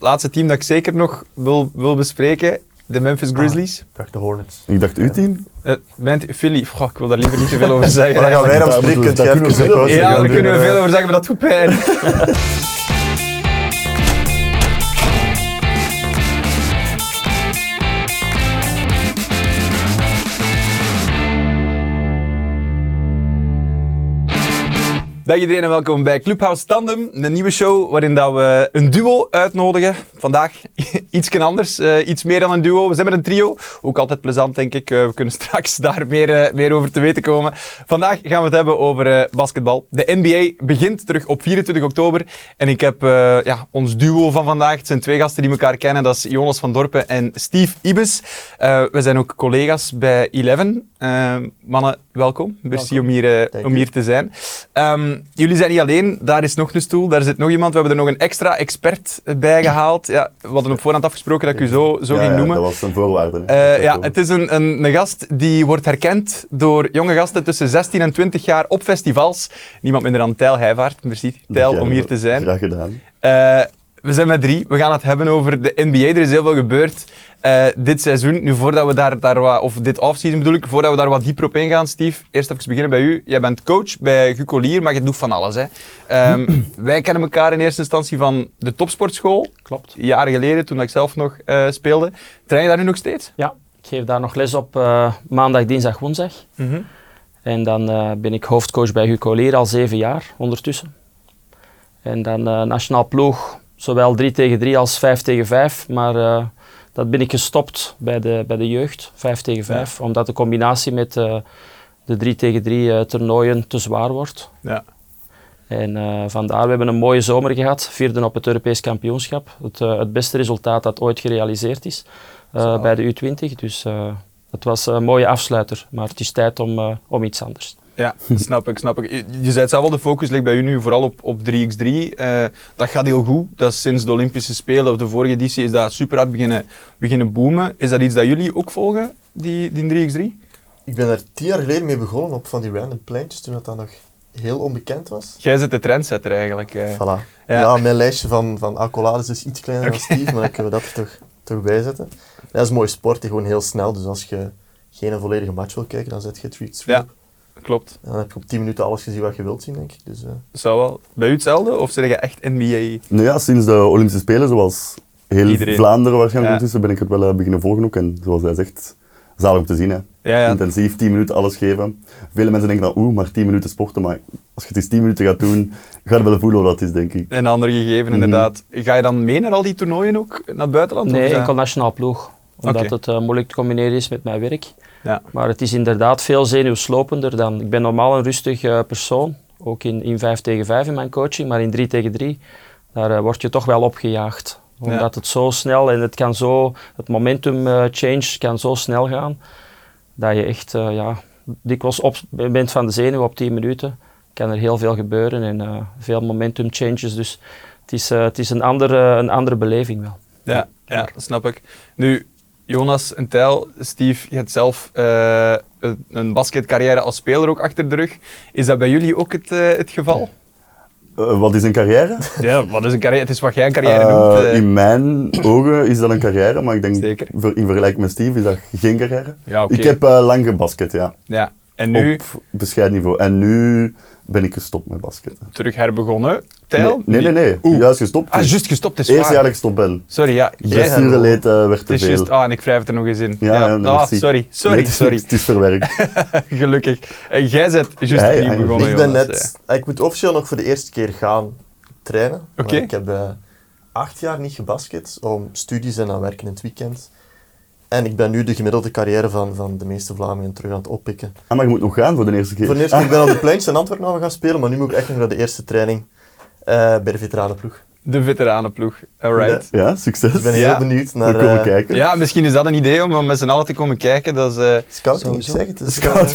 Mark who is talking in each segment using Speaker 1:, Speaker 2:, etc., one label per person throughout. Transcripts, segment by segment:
Speaker 1: laatste team dat ik zeker nog wil, wil bespreken, de Memphis Grizzlies.
Speaker 2: Ik dacht de Hornets.
Speaker 3: Ik dacht, uw team?
Speaker 1: Eh, mijn Philly, goh, ik wil daar liever niet te veel over zeggen.
Speaker 2: Maar dan gaan wij
Speaker 3: daar
Speaker 2: op
Speaker 3: moeten
Speaker 2: strik.
Speaker 3: we-
Speaker 2: Kunt
Speaker 3: daar
Speaker 2: jij
Speaker 3: kunnen we
Speaker 2: even een pauze
Speaker 3: veel over
Speaker 1: ja,
Speaker 2: gaan
Speaker 1: daar
Speaker 2: doen?
Speaker 1: kunnen we veel over zeggen, maar dat doet pijn. Dag iedereen en welkom bij Clubhouse Tandem, een nieuwe show waarin dat we een duo uitnodigen. Vandaag iets anders, eh, iets meer dan een duo. We zijn met een trio, ook altijd plezant denk ik. Eh, we kunnen straks daar meer, eh, meer over te weten komen. Vandaag gaan we het hebben over eh, basketbal. De NBA begint terug op 24 oktober en ik heb eh, ja, ons duo van vandaag. Het zijn twee gasten die elkaar kennen, dat is Jonas van Dorpen en Steve Ibis. Eh, we zijn ook collega's bij Eleven. Eh, mannen, welkom. Merci om hier, eh,
Speaker 2: Dank
Speaker 1: om
Speaker 2: u.
Speaker 1: hier te zijn. Ehm, jullie zijn niet alleen. Daar is nog een stoel, daar zit nog iemand. We hebben er nog een extra expert eh, bij gehaald. Ja, we hadden op voorhand afgesproken dat ik u zo, zo
Speaker 3: Ja,
Speaker 1: ging
Speaker 3: ja,
Speaker 1: noemen.
Speaker 3: Dat was een voorwaarde. hè.
Speaker 1: Eh,
Speaker 3: Dat
Speaker 1: ja,
Speaker 3: ook.
Speaker 1: het is een, een, een gast die wordt herkend door jonge gasten tussen 16 en 20 jaar op festivals. Niemand minder dan Tijl Heijvaart. Merci, Tijl,
Speaker 3: Dank
Speaker 1: om
Speaker 3: jij
Speaker 1: hier
Speaker 3: wel.
Speaker 1: te zijn.
Speaker 3: Graag gedaan.
Speaker 1: Eh, we zijn met drie. We gaan het hebben over de NBA. Er is heel veel gebeurd eh, dit seizoen. Nu, voordat we daar, daar wat, of dit offseason bedoel ik, voordat we daar wat dieper op ingaan, Steve, eerst even beginnen bij u. Jij bent coach bij Gucolier, maar je doet van alles. Hè. Ehm, wij kennen elkaar in eerste instantie van de topsportschool.
Speaker 4: Klopt.
Speaker 1: Jaren geleden, toen ik zelf nog eh, speelde. Train je daar nu nog steeds?
Speaker 4: Ja, ik geef daar nog les op eh, maandag, dinsdag, woensdag. En dan eh, ben ik hoofdcoach bij Hugo Leer al zeven jaar ondertussen. En dan eh, nationaal ploeg, zowel 3 tegen 3 als 5 tegen 5. Maar eh, dat ben ik gestopt bij de, bij de jeugd, 5 tegen 5. Omdat de combinatie met eh, de 3 tegen 3 eh, toernooien te zwaar wordt.
Speaker 1: Ja.
Speaker 4: En eh, vandaar, we hebben een mooie zomer gehad. Vierden op het Europees kampioenschap. Het, eh, het beste resultaat dat ooit gerealiseerd is eh,
Speaker 1: Zalig.
Speaker 4: bij de U20. Dus eh het was een mooie afsluiter. Maar het is tijd om, eh, om iets anders.
Speaker 1: Ja, snap ik, snap ik. Je, je zei het zelf al, de focus ligt bij u nu vooral op, op 3x3. Eh, dat gaat heel goed. Dat is sinds de Olympische Spelen of de vorige editie is dat super hard beginnen, beginnen boomen. Is dat iets dat jullie ook volgen, die, die 3x3?
Speaker 2: Ik ben daar tien jaar geleden mee begonnen op van die random pleintjes toen dat dan nog heel onbekend was.
Speaker 1: Jij zit de trendsetter eigenlijk. eh.
Speaker 2: Voilà.
Speaker 1: Ja.
Speaker 2: Ja, mijn lijstje van, van accolades is iets kleiner dan Steve, maar dan kunnen we dat er toch, toch bij zetten. Ja, dat is een mooie sport, die gewoon heel snel. Dus als je geen volledige match wil kijken, dan zet je 3 3
Speaker 1: Ja, klopt.
Speaker 2: En dan heb je op 10 minuten alles gezien wat je wilt zien, denk ik. Dus, eh,
Speaker 1: Zou wel. Bij u hetzelfde? Of zeg je echt NBA?
Speaker 3: Nou ja, sinds de Olympische Spelen, zoals heel
Speaker 1: Iedereen.
Speaker 3: Vlaanderen waarschijnlijk
Speaker 1: Ja.
Speaker 3: intussen, ben ik het wel eh, beginnen volgen ook. En zoals hij zegt, zalig om te zien. Hè.
Speaker 1: Ja, ja.
Speaker 3: Intensief, 10 minuten alles geven. Vele mensen denken dan, oeh, maar 10 minuten sporten. Maar als je het eens 10 minuten gaat doen, ga je wel voelen wat dat is, denk ik.
Speaker 1: Een ander gegeven, inderdaad. Ga je dan mee naar al die toernooien ook? Naar het buitenland? Of
Speaker 4: Nee,
Speaker 1: is dat-
Speaker 4: enkel nationaal ploeg. Omdat
Speaker 1: Oké.
Speaker 4: het eh, moeilijk te combineren is met mijn werk.
Speaker 1: Ja.
Speaker 4: Maar het is inderdaad veel zenuwslopender dan. Ik ben normaal een rustig eh, persoon. Ook in, in 5 tegen 5 in mijn coaching, maar in 3 tegen 3, daar eh, word je toch wel opgejaagd.
Speaker 1: Ja.
Speaker 4: Omdat het zo snel en het kan zo, het momentum eh, change kan zo snel gaan, dat je echt eh, ja, dikwijls op bent van de zenuw op 10 minuten. Kan er heel veel gebeuren en eh, veel momentum changes. Dus het is, eh, het is een, andere, een andere beleving wel.
Speaker 1: Ja, ja, snap ik. Nu, Jonas en Tijl, Steve, je hebt zelf eh, een- een basketcarrière als speler ook achter de rug. Is dat bij jullie ook het, eh, het geval?
Speaker 3: Eh, wat is een carrière?
Speaker 1: Ja, wat is een carrière? Het is wat jij een carrière noemt.
Speaker 3: Eh,
Speaker 1: eh.
Speaker 3: in mijn ogen is dat een carrière, maar ik denk
Speaker 1: Zeker.
Speaker 3: ver- in vergelijking met Steve is dat geen carrière.
Speaker 1: Ja, oké.
Speaker 3: Ik heb eh, lang gebasket, ja.
Speaker 1: ja. En nu
Speaker 3: Op bescheiden niveau. En nu ben ik gestopt met basketten.
Speaker 1: terug herbegonnen. Tijl?
Speaker 3: Nee, nee, nee.
Speaker 1: Oeh.
Speaker 3: Juist gestopt.
Speaker 1: Ah, juist gestopt is
Speaker 3: Eerst
Speaker 1: waar.
Speaker 3: jaar dat ik gestopt ben.
Speaker 1: Sorry, ja. jij
Speaker 3: Blessure
Speaker 1: hebt-
Speaker 3: leed eh, werd te
Speaker 1: Het is
Speaker 3: veel.
Speaker 1: juist, ah, en ik wrijf het er nog eens in.
Speaker 3: ja, ja,
Speaker 1: ah,
Speaker 3: merci.
Speaker 1: sorry, sorry,
Speaker 3: Nee, het is-
Speaker 1: sorry.
Speaker 3: Het is verwerkt.
Speaker 1: Gelukkig. En jij bent juist
Speaker 3: Ja, ja,
Speaker 1: opnieuw
Speaker 3: ja.
Speaker 1: begonnen,
Speaker 2: ik ben
Speaker 1: Jonas,
Speaker 2: net... Ah,
Speaker 1: eh.
Speaker 2: Ik moet officieel nog voor de eerste keer gaan trainen. maar
Speaker 1: Oké.
Speaker 2: Ik heb eh, acht jaar niet gebasket, om studies en aan werken in het weekend. En ik ben nu de gemiddelde carrière van, van de meeste Vlamingen terug aan het oppikken.
Speaker 3: Ah, maar je moet nog gaan voor de eerste keer.
Speaker 2: Voor de eerste keer, ik ben op de pleintjes in Antwerpen gaan spelen, maar nu moet ik echt nog naar de eerste training eh, bij de veteranenploeg.
Speaker 1: De veteranenploeg. All
Speaker 2: Ja.
Speaker 1: right.
Speaker 3: Ja, succes.
Speaker 2: Ik ben heel
Speaker 1: Ja.
Speaker 2: benieuwd
Speaker 3: We
Speaker 2: naar...
Speaker 3: komen
Speaker 2: eh,
Speaker 3: kijken.
Speaker 1: Ja, misschien is dat een idee om dan met z'n allen te komen kijken. Dat is, eh,
Speaker 2: Scouting, ik
Speaker 4: Sowieso.
Speaker 2: zeg het.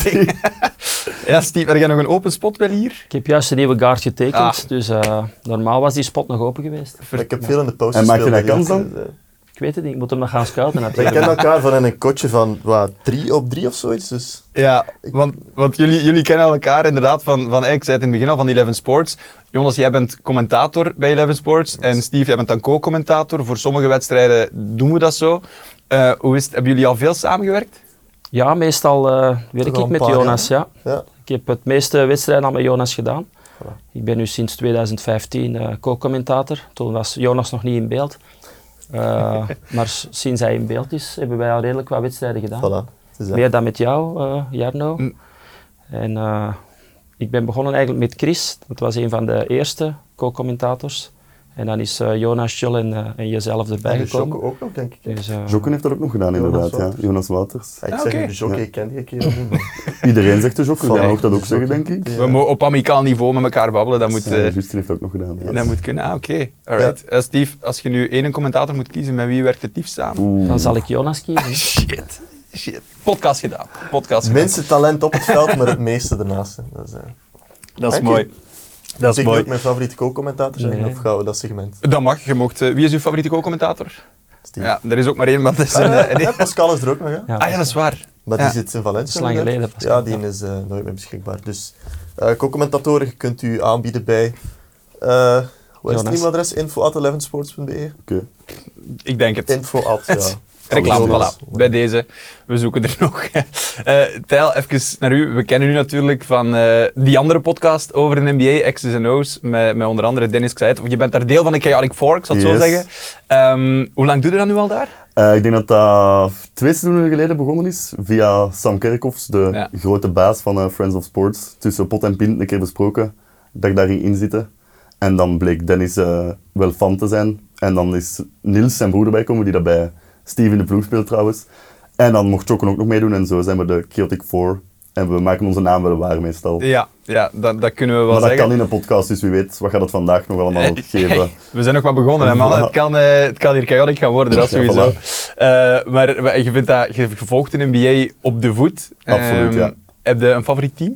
Speaker 2: het is-
Speaker 1: ja, Steve, heb jij nog een open spot wel hier?
Speaker 4: Ik heb juist een nieuwe guard getekend,
Speaker 1: Ah.
Speaker 4: dus eh, normaal was die spot nog open geweest.
Speaker 2: Maar Ik heb veel in de post
Speaker 3: En maak je
Speaker 2: gespeeld,
Speaker 3: daar kans
Speaker 2: dus,
Speaker 3: dan?
Speaker 2: eh,
Speaker 4: Ik weet het niet, ik moet hem nog gaan scouten
Speaker 2: We
Speaker 4: natuurlijk.
Speaker 2: kennen elkaar van in een kotje van wat, drie op drie of zoiets. Dus
Speaker 1: Ja, want, want jullie, jullie kennen elkaar inderdaad van, van, ik zei het in het begin al, van Eleven Sports. Jonas, jij bent commentator bij Eleven Sports en Steve, jij bent dan co-commentator. Voor sommige wedstrijden doen we dat zo. Eh, hoe is het, hebben jullie al veel samengewerkt?
Speaker 4: Ja, meestal eh, werk
Speaker 2: al
Speaker 4: ik
Speaker 2: een
Speaker 4: met
Speaker 2: paar
Speaker 4: Jonas. Ja.
Speaker 2: ja,
Speaker 4: Ik heb het meeste wedstrijden al met Jonas gedaan. Ik ben nu sinds 2015 eh, co-commentator. Toen was Jonas nog niet in beeld. Eh, maar s- sinds hij in beeld is, hebben wij al redelijk wat wedstrijden gedaan.
Speaker 2: voilà. Het is dat.
Speaker 4: Meer dan met jou, eh, Jarno.
Speaker 1: Mm.
Speaker 4: En eh, ik ben begonnen eigenlijk met Chris. Dat was een van de eerste co-commentators. En dan is eh, Jonas, Jill en, eh, en jezelf erbij
Speaker 2: En de
Speaker 4: gekomen.
Speaker 2: Jocke ook nog, denk ik. hè?
Speaker 4: Dus, eh,
Speaker 3: Jokken heeft dat ook nog gedaan,
Speaker 2: Jonas
Speaker 3: inderdaad. ja.
Speaker 2: Wouters.
Speaker 3: Jonas Wouters.
Speaker 2: Ja, ik
Speaker 1: Ah,
Speaker 2: zeg
Speaker 1: oké.
Speaker 2: nu de Jocke,
Speaker 3: Ja.
Speaker 2: ik ken die keer niet, maar-
Speaker 3: Iedereen zegt de Jokken, jij
Speaker 2: Voilà.
Speaker 3: mag dat ook zeggen, denk ik.
Speaker 1: We mogen op amicaal niveau met elkaar babbelen, dat moet,
Speaker 3: Ja,
Speaker 1: eh,
Speaker 3: Justin heeft dat ook nog gedaan. ja.
Speaker 1: dat moet kunnen. Ah, oké. Alright. Eh, Steve, als je nu één commentator moet kiezen, met wie werkt het liefst samen?
Speaker 3: Oeh.
Speaker 4: dan zal ik Jonas kiezen.
Speaker 1: Shit. Shit. Podcast gedaan. Podcast
Speaker 2: Het
Speaker 1: gedaan.
Speaker 2: minste talent op het veld, maar het meeste ernaast. hè. Dat is, eh,
Speaker 1: Dat is
Speaker 2: Dank je.
Speaker 1: mooi. Dat is
Speaker 2: ik ook
Speaker 1: mooi.
Speaker 2: mijn favoriete co-commentator zijn,
Speaker 4: Nee.
Speaker 2: of gaan we dat segment?
Speaker 1: Dat mag. Je mocht, eh, wie is uw favoriete co-commentator?
Speaker 2: Steve.
Speaker 1: Ja, er is ook maar één, maar dat is een... eh,
Speaker 2: Ja, Pascal is er ook nog, hè?
Speaker 4: Ja.
Speaker 1: Ah ja, dat is waar.
Speaker 2: Maar
Speaker 1: Ja.
Speaker 2: die zit in Valencia.
Speaker 4: Dat is lang
Speaker 2: inderdaad.
Speaker 4: geleden, Pascal.
Speaker 2: Ja, die is eh, nooit meer beschikbaar. Dus eh co-commentatoren kunt u aanbieden bij. eh wat is het
Speaker 4: Jonas.
Speaker 2: e-mailadres? Info at 11sports.be.
Speaker 3: Oké.
Speaker 1: Ik denk het.
Speaker 2: Info at, ja.
Speaker 1: Reclame,
Speaker 2: Jonas.
Speaker 1: voilà. Bij deze. We zoeken er nog. Eh Tijl, even naar u. We kennen u natuurlijk van eh, die andere podcast over de NBA, X's en O's, met, met onder andere Dennis Kseid. Je bent daar deel van de Chaotic Four, ik zal het zo
Speaker 3: Yes.
Speaker 1: zeggen. Ehm, hoe lang doe je dat nu al daar?
Speaker 3: Eh, ik denk dat dat twee seizoenen geleden begonnen is, via Sam Kerkhoffs, de
Speaker 1: Ja.
Speaker 3: grote baas van eh, Friends of Sports. Tussen pot en pint een keer besproken dat ik daarin in zitten. En dan bleek Dennis eh, wel fan te zijn. En dan is Niels zijn broer erbij komen, die dat bij Steve in de ploeg speelt trouwens. En dan mocht Jokken ook nog meedoen en zo zijn we de Chaotic Four. En we maken onze naam wel waar meestal.
Speaker 1: Ja, ja dat, dat kunnen we wel
Speaker 3: Oh. maar dat
Speaker 1: zeggen.
Speaker 3: kan in een podcast, dus wie weet, wat gaat het vandaag nog allemaal geven.
Speaker 1: We zijn nog maar begonnen, hè, man. Het kan, eh, het kan hier chaotic gaan worden, dat
Speaker 3: Ja,
Speaker 1: sowieso. Eh, maar, maar je vindt dat je volgt de NBA op de voet.
Speaker 3: Absoluut,
Speaker 1: Ehm,
Speaker 3: ja.
Speaker 1: Heb je een favoriet team?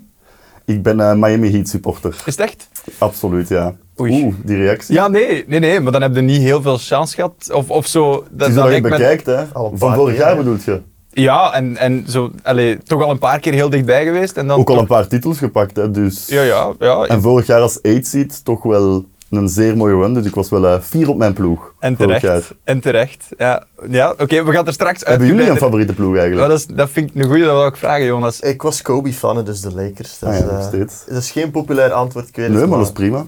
Speaker 3: Ik ben eh, Miami Heat supporter.
Speaker 1: Is het echt?
Speaker 3: Absoluut, ja.
Speaker 1: Oei.
Speaker 3: Oeh, die reactie.
Speaker 1: Ja, nee, nee, nee, maar dan heb je niet heel veel chance gehad. Of, of zo.
Speaker 3: Het is
Speaker 1: dat
Speaker 3: dat je
Speaker 1: ik met-
Speaker 3: bekijkt, hè?
Speaker 2: Al een
Speaker 3: Van
Speaker 2: paar
Speaker 3: vorig
Speaker 2: keer,
Speaker 3: jaar
Speaker 2: hè.
Speaker 3: bedoel je?
Speaker 1: Ja, en, en zo, allee, toch al een paar keer heel dichtbij geweest. En dan
Speaker 3: Ook al een paar titels gepakt, hè? Dus...
Speaker 1: Ja, ja, ja.
Speaker 3: En vorig jaar als 8 seed toch wel een zeer mooie run, dus ik was wel eh, fier op mijn ploeg.
Speaker 1: En
Speaker 3: vorig
Speaker 1: terecht. Eh,
Speaker 3: jaar.
Speaker 1: En terecht. Ja, ja oké, we gaan er straks uit.
Speaker 3: Hebben jullie een favoriete ploeg eigenlijk?
Speaker 1: dat, is, dat vind ik een goede, dat wil ik vragen, Jonas.
Speaker 2: Ik was Kobe-fan, dus de Lakers. Dat,
Speaker 3: Ah
Speaker 2: is,
Speaker 3: ja, nog
Speaker 2: eh,
Speaker 3: steeds.
Speaker 2: dat is geen populair antwoord, ik weet
Speaker 1: eh,
Speaker 2: het,
Speaker 3: Nee, maar dat is prima.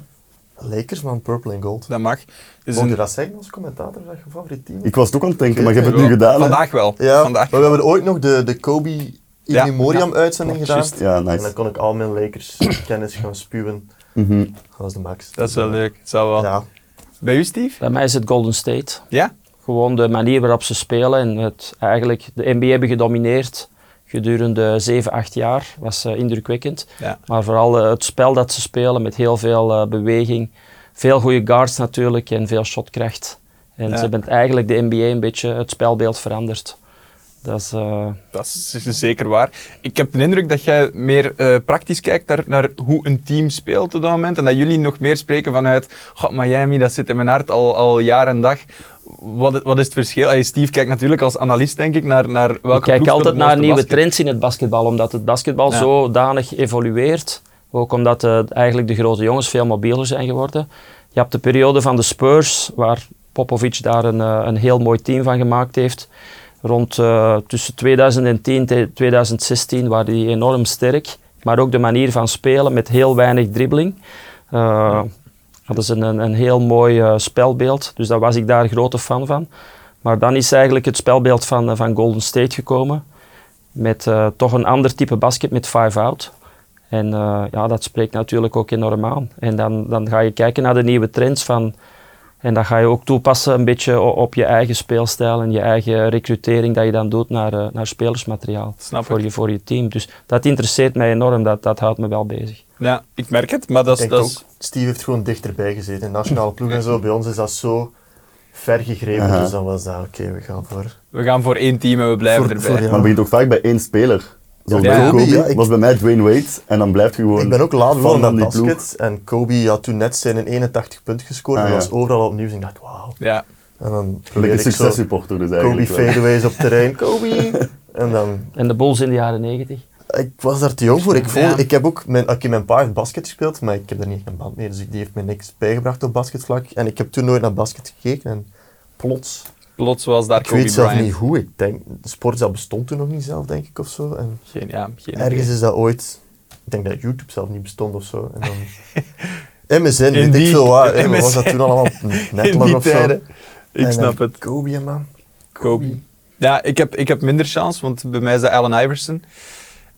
Speaker 2: Lakers, man, purple en gold.
Speaker 1: Dat mag. Dus
Speaker 2: Mocht je
Speaker 1: een-
Speaker 2: dat zeggen als commentator, dat je favoriet team? is?
Speaker 3: Ik was het ook aan het denken, maar je
Speaker 2: Ik
Speaker 3: hebt het nu gedaan. hè?
Speaker 1: Vandaag wel.
Speaker 2: Ja,
Speaker 1: Vandaag.
Speaker 2: maar we hebben ooit nog de, de Kobe in
Speaker 1: Ja.
Speaker 2: memoriam uitzending gedaan.
Speaker 3: Juist, ja, nice.
Speaker 2: En dan kon ik al mijn Lakers kennis gaan spuwen.
Speaker 3: Mhm.
Speaker 2: Dat was de max.
Speaker 1: Dat is wel leuk. Dat zou wel.
Speaker 2: Ja,
Speaker 1: Bij u, Steve?
Speaker 4: Bij mij is het Golden State.
Speaker 1: Ja?
Speaker 4: Gewoon de manier waarop ze spelen en het eigenlijk de NBA hebben gedomineerd gedurende 7, 8 jaar was eh, indrukwekkend.
Speaker 1: Ja.
Speaker 4: Maar vooral eh, het spel dat ze spelen met heel veel eh, beweging, veel goede guards natuurlijk en veel shotkracht. En
Speaker 1: Ja.
Speaker 4: ze hebben eigenlijk de NBA een beetje het spelbeeld veranderd. Dat is, eh,
Speaker 1: Dat is dus zeker waar. Ik heb de indruk dat jij meer eh, praktisch kijkt naar, naar hoe een team speelt op dat moment. En dat jullie nog meer spreken vanuit "God, Miami, dat zit in mijn hart al, al jaar en dag. Wat, wat is het verschil? Allee, Steve kijkt natuurlijk als analist, denk ik, naar, naar welke
Speaker 4: Ik kijk
Speaker 1: ploeg speelt
Speaker 4: altijd
Speaker 1: het
Speaker 4: naar
Speaker 1: mooiste
Speaker 4: nieuwe
Speaker 1: basket.
Speaker 4: trends in het basketbal, omdat het basketbal
Speaker 1: Ja.
Speaker 4: zodanig evolueert. Ook omdat eh, eigenlijk de grote jongens veel mobieler zijn geworden. Je hebt de periode van de Spurs, waar Popovic daar een, eh, een heel mooi team van gemaakt heeft. Rond eh, tussen 2010 en 2016 waren die enorm sterk. Maar ook de manier van spelen met heel weinig dribbeling. Eh, dat is een, een, een heel mooi eh, spelbeeld, dus daar was ik daar grote fan van. Maar dan is eigenlijk het spelbeeld van, eh, van Golden State gekomen. Met eh, toch een ander type basket met five out. En eh, ja, dat spreekt natuurlijk ook enorm aan. En dan, dan ga je kijken naar de nieuwe trends van... En dat ga je ook toepassen een beetje o- op je eigen speelstijl en je eigen recrutering dat je dan doet naar, eh, naar spelersmateriaal
Speaker 1: Snap ik.
Speaker 4: voor je, voor je team. Dus dat interesseert mij enorm, dat, dat houdt me wel bezig.
Speaker 1: Ja, ik merk het, maar dat is...
Speaker 2: ik denk
Speaker 1: Dat is
Speaker 2: ook. Steve heeft gewoon dichterbij gezeten. In nationale ploeg en zo. Bij ons is dat zo ver gegrepen.
Speaker 3: Aha.
Speaker 2: Dus dan was dat, oké, we gaan voor...
Speaker 1: we gaan voor één team en we blijven
Speaker 2: Voor-
Speaker 1: erbij.
Speaker 2: voor- ja.
Speaker 3: Maar het begint ook vaak bij één speler. Zoals
Speaker 1: Ja,
Speaker 3: bij
Speaker 1: Kobe,
Speaker 3: Kobe,
Speaker 2: ja, ik-
Speaker 3: was bij mij Dwayne Wade. En dan blijft je gewoon
Speaker 2: Ik ben ook laat
Speaker 3: fan
Speaker 2: begonnen
Speaker 3: van
Speaker 2: met
Speaker 3: die ploeg.
Speaker 2: basket. En Kobe had toen net zijn 81 punt gescoord.
Speaker 3: Ah,
Speaker 2: en
Speaker 3: ja.
Speaker 2: was overal opnieuw. Dus ik dacht, wauw.
Speaker 1: Ja.
Speaker 2: Dat En dan probeer
Speaker 3: Lekker
Speaker 2: ik zo
Speaker 3: successupporter dus
Speaker 2: Kobe
Speaker 3: eigenlijk. wel.
Speaker 2: fadeaways op terrein. Kobe! En dan...
Speaker 4: En de Bulls in de jaren 90.
Speaker 2: Ik was daar te jong voor. Ik, voel,
Speaker 1: Ja.
Speaker 2: ik heb ook... Mijn, oké, mijn pa heeft basket gespeeld, maar ik heb daar niet echt een band mee. Dus die heeft me niks bijgebracht op basketvlak. En ik heb toen nooit naar basket gekeken. En plots...
Speaker 1: Plots was daar
Speaker 2: ik
Speaker 1: Kobe
Speaker 2: weet zelf
Speaker 1: Bryant.
Speaker 2: niet hoe. Ik denk... De sport zelf bestond toen nog niet zelf, denk ik, of zo. En
Speaker 1: Geen, ja, geen
Speaker 2: ergens
Speaker 1: idee.
Speaker 2: is dat ooit... Ik denk dat YouTube zelf niet bestond of zo. En dan... MSN, weet
Speaker 1: die-
Speaker 2: ik veel waar. hè, wat
Speaker 1: MSN.
Speaker 2: was dat toen allemaal?
Speaker 1: In
Speaker 2: Netlog
Speaker 1: die
Speaker 2: of zo.
Speaker 1: tijden. Ik
Speaker 2: En eh, dan
Speaker 1: snap het.
Speaker 2: Kobe, man.
Speaker 1: Kobe. Ja, ik heb, ik heb minder kans, want bij mij is dat Allen Iverson.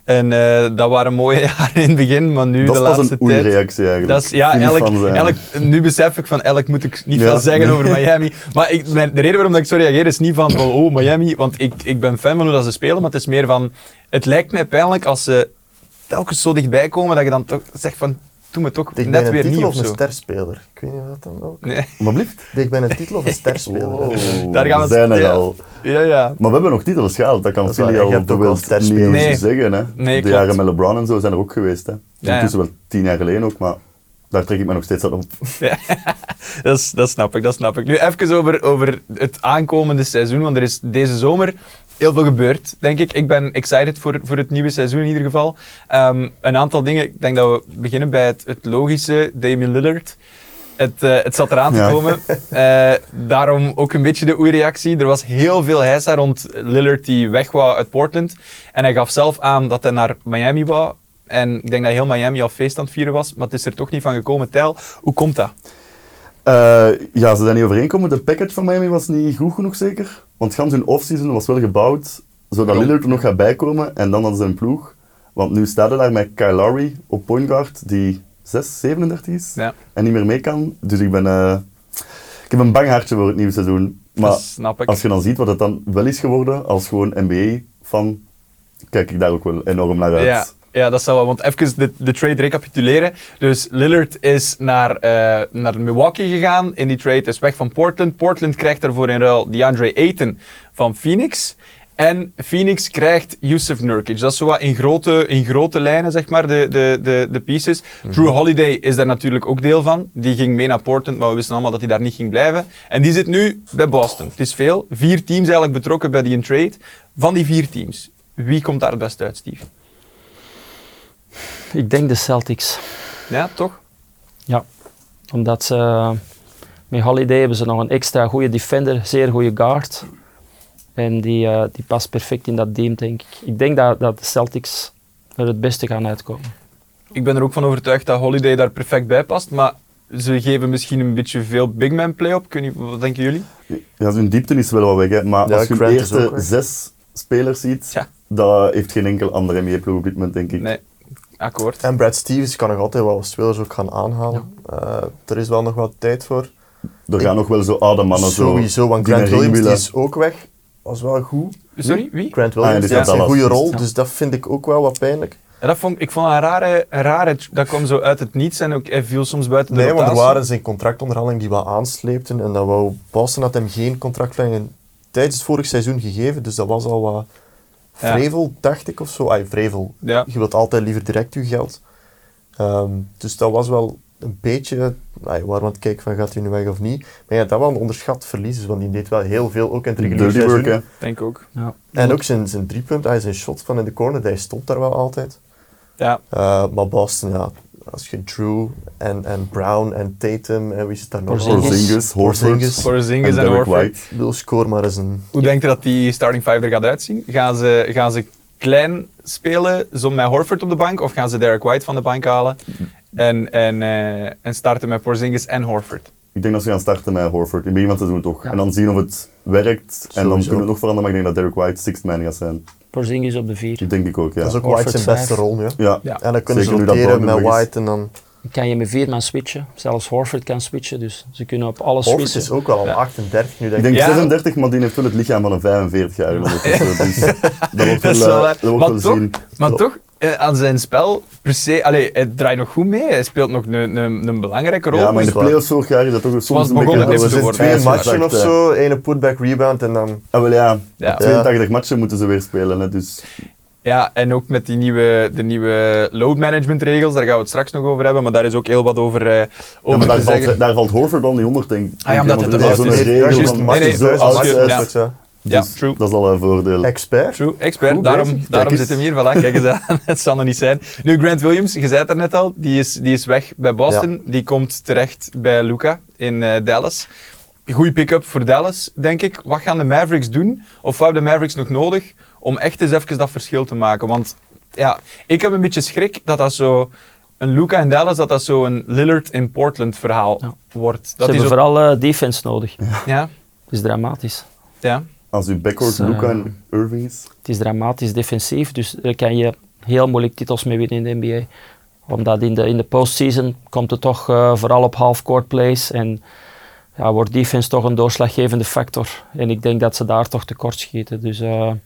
Speaker 1: En eh, dat waren mooie jaren in het begin, maar nu
Speaker 3: Dat
Speaker 1: de
Speaker 3: is pas
Speaker 1: laatste
Speaker 3: een
Speaker 1: tijd...
Speaker 3: oei-reactie eigenlijk.
Speaker 1: Dat is, ja,
Speaker 3: Fan
Speaker 1: elk,
Speaker 3: van zijn.
Speaker 1: elk, nu besef ik van elk moet ik niet
Speaker 3: Ja,
Speaker 1: veel zeggen
Speaker 3: nee.
Speaker 1: over Miami. Maar ik, mijn- de reden waarom dat ik zo reageer is niet van, van, oh Miami, want ik, ik ben fan van hoe dat ze spelen, maar het is meer van, het lijkt mij pijnlijk als ze telkens zo dichtbij komen dat je dan toch zegt van, doe me toch
Speaker 2: Ik ben
Speaker 1: net
Speaker 2: een
Speaker 1: weer
Speaker 2: titel
Speaker 1: niet
Speaker 2: of
Speaker 1: of
Speaker 2: een
Speaker 1: zo.
Speaker 2: sterspeler. Ik weet niet wat dan ook.
Speaker 1: Nee,
Speaker 3: Maar blieft.
Speaker 2: Ik ben een titel of een sterspeler.
Speaker 1: Daar gaan we het-
Speaker 3: Oh, zijn er
Speaker 1: ja.
Speaker 3: al.
Speaker 1: ja, ja.
Speaker 3: Maar we hebben nog titels gehaald, dat kan
Speaker 2: Dat is waar,
Speaker 3: Philly
Speaker 2: je
Speaker 3: al
Speaker 2: hebt ook
Speaker 3: bijvoorbeeld
Speaker 2: wel
Speaker 3: niet
Speaker 2: sterspelers.
Speaker 1: Nee.
Speaker 3: zeggen. Hè.
Speaker 1: Nee,
Speaker 3: de
Speaker 1: klopt.
Speaker 3: jaren met LeBron en zo zijn er ook geweest. Hè.
Speaker 1: ja.
Speaker 3: Intussen wel tien jaar geleden ook, maar daar trek ik me nog steeds aan op.
Speaker 1: dat, is- dat snap ik, dat snap ik. Nu even over, over het aankomende seizoen, want er is deze zomer heel veel gebeurd, denk ik. Ik ben excited voor, voor het nieuwe seizoen in ieder geval. Ehm, een aantal dingen, ik denk dat we beginnen bij het, het logische, Damian Lillard. Het, eh, het zat eraan te
Speaker 3: Ja.
Speaker 1: komen. Eh, daarom ook een beetje de oei-reactie. Er was heel veel heisa rond Lillard die weg wou uit Portland. En hij gaf zelf aan dat hij naar Miami wou. En ik denk dat heel Miami al feest aan het vieren was, maar het is er toch niet van gekomen. Tel, hoe komt dat?
Speaker 3: Eh, ja, ze zijn niet overeenkomen. De package van Miami was niet goed genoeg zeker. Want gans hun offseason was wel gebouwd, zodat
Speaker 1: Klopt.
Speaker 3: Lillard er nog gaat bijkomen. En dan hadden ze een ploeg. Want nu staat er daar met Kyle Lowry op point guard, die 6, 37 is.
Speaker 1: Ja.
Speaker 3: En niet meer mee kan. Dus ik ben... eh, ik heb een bang hartje voor het nieuwe seizoen. Maar
Speaker 1: Dat snap ik.
Speaker 3: als je dan ziet wat het dan wel is geworden, als gewoon NBA-fan, kijk ik daar ook wel enorm naar uit.
Speaker 1: Ja, ja, dat zou wel. Want even de, de trade recapituleren. Dus Lillard is naar, eh, naar Milwaukee gegaan. In die trade is weg van Portland. Portland krijgt daarvoor in ruil DeAndre Ayton van Phoenix. En Phoenix krijgt Yusuf Nurkic. Dat is zo wat in grote, in grote lijnen, zeg maar, de, de, de, de pieces. Drew Holiday is daar natuurlijk ook deel van. Die ging mee naar Portland, maar we wisten allemaal dat hij daar niet ging blijven. En die zit nu bij Boston. Het is veel. Vier teams eigenlijk betrokken bij die trade. Van die vier teams, wie komt daar het best uit, Steve?
Speaker 4: Ik denk de Celtics.
Speaker 1: Ja, toch?
Speaker 4: Ja. Omdat ze eh, met Holiday hebben ze nog een extra goede defender, zeer goede guard. En die, eh, die past perfect in dat team, denk ik. Ik denk dat, dat de Celtics er het beste gaan uitkomen.
Speaker 1: Ik ben er ook van overtuigd dat Holiday daar perfect bij past, maar ze geven misschien een beetje veel big man play op. Kun je, wat denken jullie?
Speaker 3: Ja, hun diepte is wel wat weg, hè. maar
Speaker 2: Ja,
Speaker 3: als je hun
Speaker 2: Grant is
Speaker 3: eerste
Speaker 2: ook weg.
Speaker 3: zes spelers ziet,
Speaker 1: Ja.
Speaker 3: dat heeft geen enkel andere NBA-ploeg op dit moment, denk ik.
Speaker 1: Nee, akkoord.
Speaker 2: En Brad Stevens kan nog altijd wel wat spelers ook gaan aanhalen. Eh, er is wel nog wat tijd voor.
Speaker 3: Er gaan
Speaker 2: Ik-
Speaker 3: nog wel zo oude mannen zo.
Speaker 2: Sowieso, want
Speaker 3: die
Speaker 2: Grant
Speaker 3: een ring
Speaker 2: Williams die
Speaker 3: willen.
Speaker 2: is ook weg. Was wel goed.
Speaker 1: Sorry, wie?
Speaker 2: Grant
Speaker 3: Ah, ja,
Speaker 2: Williams
Speaker 3: die
Speaker 2: die
Speaker 3: staat
Speaker 2: had een
Speaker 3: al
Speaker 2: goede
Speaker 3: af.
Speaker 2: rol,
Speaker 4: Ja.
Speaker 2: dus dat vind ik ook wel wat pijnlijk.
Speaker 1: Ja, dat vond, ik- ik vond een rare, een rare... Dat kwam zo uit het niets en ook, hij viel soms buiten de
Speaker 2: Nee, want
Speaker 1: rotatie.
Speaker 2: er waren zijn contractonderhandelingen die wat aansleepten en dat wou Boston had hem geen contractverlenging tijdens het vorig seizoen gegeven, dus dat was al wat
Speaker 1: Ja.
Speaker 2: vrevel, dacht ik of zo. Ai, vrevel.
Speaker 1: Ja.
Speaker 2: Je wilt altijd liever direct je geld. Ehm, dus dat was wel een beetje ai, waar we aan het kijken van gaat hij nu weg of niet. Maar ja, dat was een onderschat verlies, dus, want die deed wel heel veel ook in het reguliere
Speaker 3: Dirty
Speaker 2: seizoen.
Speaker 3: work, hè.
Speaker 1: Denk ook.
Speaker 4: Ja.
Speaker 2: En ook zijn, zijn driepunt, hij zijn shot van in de corner, die stond daar wel altijd.
Speaker 1: Ja,
Speaker 2: Eh, maar Boston, ja, als je Drew en, en Brown en Tatum en wie zit daar nog
Speaker 4: Porzingis.
Speaker 3: Porzingis, Horford
Speaker 2: Porzingis.
Speaker 1: Porzingis en
Speaker 3: Derek
Speaker 1: Horford.
Speaker 3: White.
Speaker 2: Wil score maar eens een...
Speaker 1: Hoe denkt u dat die starting five er gaat uitzien? Gaan ze, gaan ze klein spelen, zo met Horford op de bank, of gaan ze Derek White van de bank halen
Speaker 2: Hm.
Speaker 1: en, en, eh, en starten met Porzingis en Horford?
Speaker 3: Ik denk dat ze gaan starten met Horford in het begin van het seizoen toch.
Speaker 4: Ja.
Speaker 3: En dan zien of het werkt. En dan
Speaker 2: Sowieso.
Speaker 3: kunnen we het nog veranderen, maar ik denk dat Derek White sixth man gaat zijn.
Speaker 4: Porzingis op de vier.
Speaker 3: Dat denk ik ook, ja.
Speaker 2: Dat is ook
Speaker 4: Horford
Speaker 2: White zijn
Speaker 4: vijf.
Speaker 2: beste rol nu. hè.
Speaker 3: ja.
Speaker 1: Ja.
Speaker 2: En dan kunnen
Speaker 3: Zeker nu
Speaker 2: ze
Speaker 3: dat
Speaker 2: roteren
Speaker 3: Brown
Speaker 2: met
Speaker 3: er nog is.
Speaker 2: White en dan...
Speaker 4: Dan kan je met vier man switchen. Zelfs Horford kan switchen, dus ze kunnen op alles
Speaker 2: Horford is
Speaker 4: switchen.
Speaker 2: ook wel al
Speaker 1: Ja.
Speaker 2: 38 nu,
Speaker 3: Ik
Speaker 2: denk ik.
Speaker 3: denk
Speaker 1: Ja.
Speaker 3: 36, maar die heeft wel het lichaam van een 45-jarige ondertussen. Dus dat wordt wel,
Speaker 1: Dat is
Speaker 3: eh,
Speaker 1: wel waar.
Speaker 3: dat wordt
Speaker 1: maar,
Speaker 3: wel
Speaker 1: toch,
Speaker 3: zien.
Speaker 1: maar
Speaker 2: Ja.
Speaker 1: toch, eh, aan zijn spel, per se, allee, hij draait nog goed mee. Hij speelt nog een, een, een belangrijke rol.
Speaker 3: Ja, maar in de
Speaker 1: Dus-
Speaker 2: waar.
Speaker 3: playoffs vorig jaar is dat toch soms
Speaker 1: Was
Speaker 3: een beetje...
Speaker 1: begonnen even
Speaker 3: dat we
Speaker 1: te
Speaker 3: zijn
Speaker 1: worden.
Speaker 2: Twee
Speaker 1: Ja,
Speaker 2: matchen
Speaker 3: exact,
Speaker 2: of
Speaker 3: eh,
Speaker 2: zo, ene putback rebound en dan...
Speaker 3: Ah, wel ja.
Speaker 1: Ja.
Speaker 3: 82 matchen moeten ze weer spelen, hè, dus
Speaker 1: Ja, en ook met die nieuwe, de nieuwe load management regels, daar gaan we het straks nog over hebben, maar daar is ook heel wat over, eh
Speaker 3: Ja,
Speaker 1: over
Speaker 3: maar daar
Speaker 1: te zeggen.
Speaker 3: valt, daar valt Horford dan niet onder, denk ik.
Speaker 1: Ah ja, omdat het
Speaker 3: Want
Speaker 1: een
Speaker 3: er
Speaker 1: master
Speaker 3: zo'n
Speaker 1: is.
Speaker 3: regel
Speaker 1: Ja,
Speaker 3: van
Speaker 1: juist. Nee,
Speaker 3: master
Speaker 1: nee,
Speaker 2: dus
Speaker 3: is zo
Speaker 1: als
Speaker 3: oud,
Speaker 1: je-
Speaker 3: zo oud,
Speaker 1: ja.
Speaker 3: zo oud, zo oud.
Speaker 1: Ja,
Speaker 3: Dus
Speaker 1: true.
Speaker 3: Dat is al een voordeel.
Speaker 2: Expert.
Speaker 1: True, expert.
Speaker 2: Goed
Speaker 1: daarom
Speaker 2: bezig.
Speaker 1: daarom
Speaker 2: Kijk
Speaker 1: zit hem
Speaker 2: eens.
Speaker 1: hier. Voilà, kijk eens aan. Het zal er niet zijn. Nu, Grant Williams, je zei het er net al, die is, die is weg bij Boston. Die komt terecht bij Luca in eh, Dallas. Goeie pick-up voor Dallas, denk ik. Wat gaan de Mavericks doen? Of wat hebben de Mavericks nog nodig om echt eens even dat verschil te maken? Want ja, ik heb een beetje schrik dat dat zo... Een Luca in Dallas, dat dat zo een Lillard in Portland verhaal wordt.
Speaker 4: Ze
Speaker 1: Dat
Speaker 4: hebben
Speaker 1: is ook-
Speaker 4: vooral eh, defense nodig. Het
Speaker 1: Ja,
Speaker 4: is dramatisch.
Speaker 1: ja.
Speaker 3: Als uw backcourt
Speaker 4: Dus, eh,
Speaker 3: Luca en Irving is.
Speaker 4: Het is dramatisch defensief, dus daar kan je heel moeilijk titels mee winnen in de NBA. Omdat in de, in de postseason komt het toch eh, vooral op half-court plays en ja, wordt defense toch een doorslaggevende factor. En ik denk dat ze daar toch tekort schieten. Dus, eh,
Speaker 1: Denk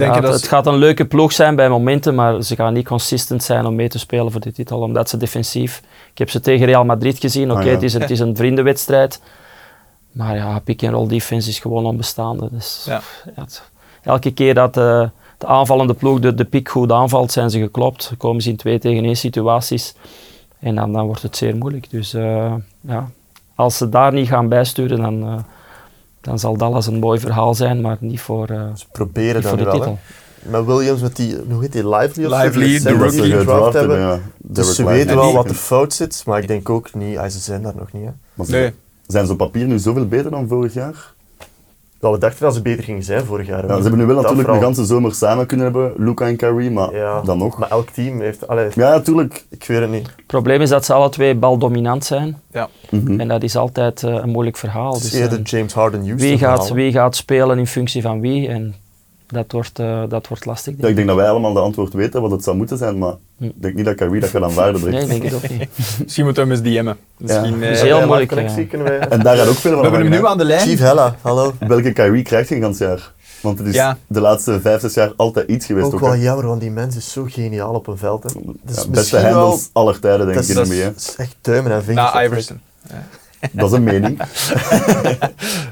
Speaker 4: ja,
Speaker 1: je
Speaker 4: het,
Speaker 1: dat
Speaker 4: het
Speaker 1: ze-
Speaker 4: gaat een leuke ploeg zijn bij momenten, maar ze gaan niet consistent zijn om mee te spelen voor de titel, omdat ze defensief... Ik heb ze tegen Real Madrid gezien, oké,
Speaker 3: Ah, ja.
Speaker 4: het, is, een- het is een vriendenwedstrijd. Maar ja, pick-and-roll defense is gewoon onbestaande. Dus,
Speaker 1: Ja.
Speaker 4: ja, het- elke keer dat eh, de aanvallende ploeg de, de piek goed aanvalt, zijn ze geklopt. Dan komen ze in twee tegen één situaties. En dan, dan wordt het zeer moeilijk. Dus eh, ja, als ze daar niet gaan bijsturen, dan, eh, dan zal Dallas een mooi verhaal zijn, maar niet voor, eh,
Speaker 2: Ze proberen
Speaker 4: niet
Speaker 2: dat
Speaker 4: voor
Speaker 2: nu
Speaker 4: de
Speaker 2: wel. hè.
Speaker 4: titel.
Speaker 2: Met Williams, met die, hoe heet die, Lively? of zo?
Speaker 1: Lively,
Speaker 2: Die
Speaker 1: de
Speaker 2: zijn dat
Speaker 1: rookie.
Speaker 2: ze gedraft hebben.
Speaker 3: ja.
Speaker 2: Dus
Speaker 3: Derrick
Speaker 2: ze
Speaker 3: White.
Speaker 2: weten
Speaker 1: En
Speaker 2: wel
Speaker 1: die-
Speaker 2: wat de fout zit, maar ik denk ook niet, ah, ze zijn daar nog niet. Hè.
Speaker 3: Maar ze-
Speaker 1: Nee.
Speaker 3: Zijn ze op papier nu zoveel beter dan vorig jaar?
Speaker 2: Wel, we dachten dat ze beter gingen zijn vorig jaar.
Speaker 3: Ja, ze hebben nu wel
Speaker 2: Dat
Speaker 3: natuurlijk de
Speaker 2: vooral.
Speaker 3: ganse zomer samen kunnen hebben, Luca en Kyrie, maar
Speaker 2: Ja,
Speaker 3: dan nog.
Speaker 2: Maar elk team heeft, allee,
Speaker 3: Ja, natuurlijk.
Speaker 2: ik weet het niet.
Speaker 4: Het probleem is dat ze alle twee baldominant zijn.
Speaker 1: Ja.
Speaker 4: En dat is altijd eh, een moeilijk verhaal.
Speaker 2: Hm. Het is
Speaker 4: Dus,
Speaker 2: eerder
Speaker 4: eh,
Speaker 2: James Harden Houston
Speaker 4: wie, gaat,
Speaker 2: verhaal.
Speaker 4: wie gaat spelen in functie van wie? En dat wordt, eh, dat wordt lastig. denk
Speaker 3: Ja, ik denk dat wij allemaal de antwoord weten wat het zou moeten zijn, maar ik denk niet dat Kyrie dat gaat aanvaarden.
Speaker 4: ik.
Speaker 3: direct.
Speaker 4: Nee, ik denk het ook niet.
Speaker 1: Misschien moeten we hem eens DM'en. Misschien, eh,
Speaker 3: Ja.
Speaker 4: is
Speaker 2: Hebben
Speaker 4: heel
Speaker 2: wij een
Speaker 4: moeilijk,
Speaker 2: connectie?
Speaker 4: ja.
Speaker 2: Kunnen wij...
Speaker 3: En daar gaat ook veel
Speaker 1: we
Speaker 3: van
Speaker 1: hebben hem nu aan de lijn.
Speaker 2: Chief Hella, hallo.
Speaker 3: Welke Kyrie krijgt je gans jaar? Want het is
Speaker 1: Ja.
Speaker 3: de laatste vijf, zes jaar altijd iets geweest.
Speaker 2: Ook
Speaker 3: Ook,
Speaker 2: wel
Speaker 3: hè.
Speaker 2: jammer, want die mens is zo geniaal op een veld. Hè. Dus
Speaker 3: Ja, beste
Speaker 2: misschien
Speaker 3: handels aller tijden, denk
Speaker 2: dat
Speaker 3: ik,
Speaker 2: is,
Speaker 3: in
Speaker 1: dat
Speaker 3: de
Speaker 1: is-
Speaker 3: NBA.
Speaker 2: dat is echt duimen en vingers.
Speaker 1: Na Nou, Iverson.
Speaker 3: Dat is een mening.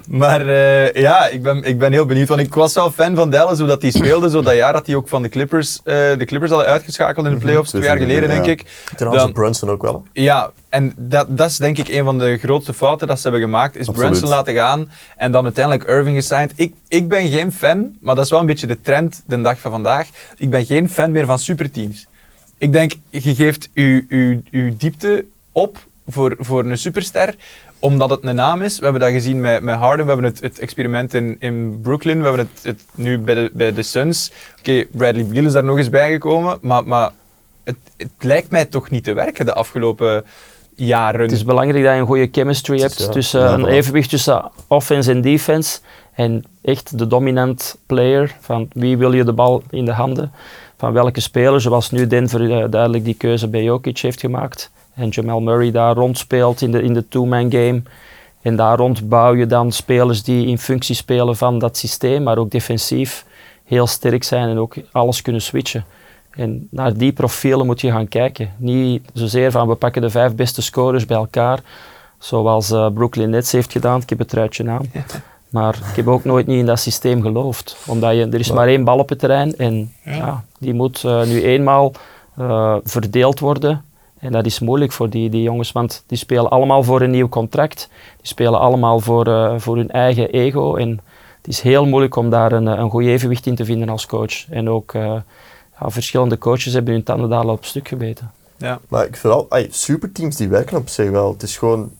Speaker 1: Maar eh, ja, ik ben, ik ben heel benieuwd. Want ik was wel fan van Dallas, hoe dat die speelde. Zo dat jaar dat hij ook van de Clippers, eh, de Clippers hadden uitgeschakeld in
Speaker 3: Mhm,
Speaker 1: de playoffs, twee jaar geleden, denk
Speaker 3: Ja.
Speaker 1: ik.
Speaker 2: Trouwens,
Speaker 1: Dan-
Speaker 2: Brunson ook wel.
Speaker 1: Ja, en dat, dat is denk ik een van de grootste fouten dat ze hebben gemaakt. Is
Speaker 3: Absoluut.
Speaker 1: Brunson laten gaan en dan uiteindelijk Irving gesigned. Ik, ik ben geen fan, maar dat is wel een beetje de trend de dag van vandaag. Ik ben geen fan meer van superteams. Ik denk, je geeft je, je, je diepte op voor, voor een superster omdat het een naam is. We hebben dat gezien met, met Harden, we hebben het, het experiment in, in Brooklyn, we hebben het, het nu bij de, bij de Suns. Oké, Bradley Beal is daar nog eens bijgekomen, maar, maar het, het lijkt mij toch niet te werken de afgelopen jaren.
Speaker 4: Het is belangrijk dat je een goede chemistry hebt.
Speaker 2: ja.
Speaker 4: tussen,
Speaker 3: Ja,
Speaker 4: een
Speaker 3: voilà.
Speaker 4: evenwicht tussen offense en defense. En echt de dominant player. Van wie wil je de bal in de handen? Van welke speler? Zoals nu Denver eh, duidelijk die keuze bij Jokic heeft gemaakt. En Jamal Murray daar rondspeelt in de, in de two-man game. En daar rond bouw je dan spelers die in functie spelen van dat systeem. Maar ook defensief heel sterk zijn en ook alles kunnen switchen. En naar die profielen moet je gaan kijken. Niet zozeer van we pakken de vijf beste scorers bij elkaar, zoals eh, Brooklyn Nets heeft gedaan. Ik heb het truitje aan. Maar ik heb ook nooit niet in dat systeem geloofd. Omdat je, er is maar één bal op het terrein en ja, die moet eh, nu eenmaal eh, verdeeld worden. En dat is moeilijk voor die, die jongens, want die spelen allemaal voor een nieuw contract. Die spelen allemaal voor, eh, voor hun eigen ego. En het is heel moeilijk om daar een, eh, een goed evenwicht in te vinden als coach. En ook eh, ja, verschillende coaches hebben hun tanden daar al op stuk gebeten.
Speaker 1: ja.
Speaker 2: Maar ik vind wel, ay, superteams die werken op zich wel. Het is gewoon,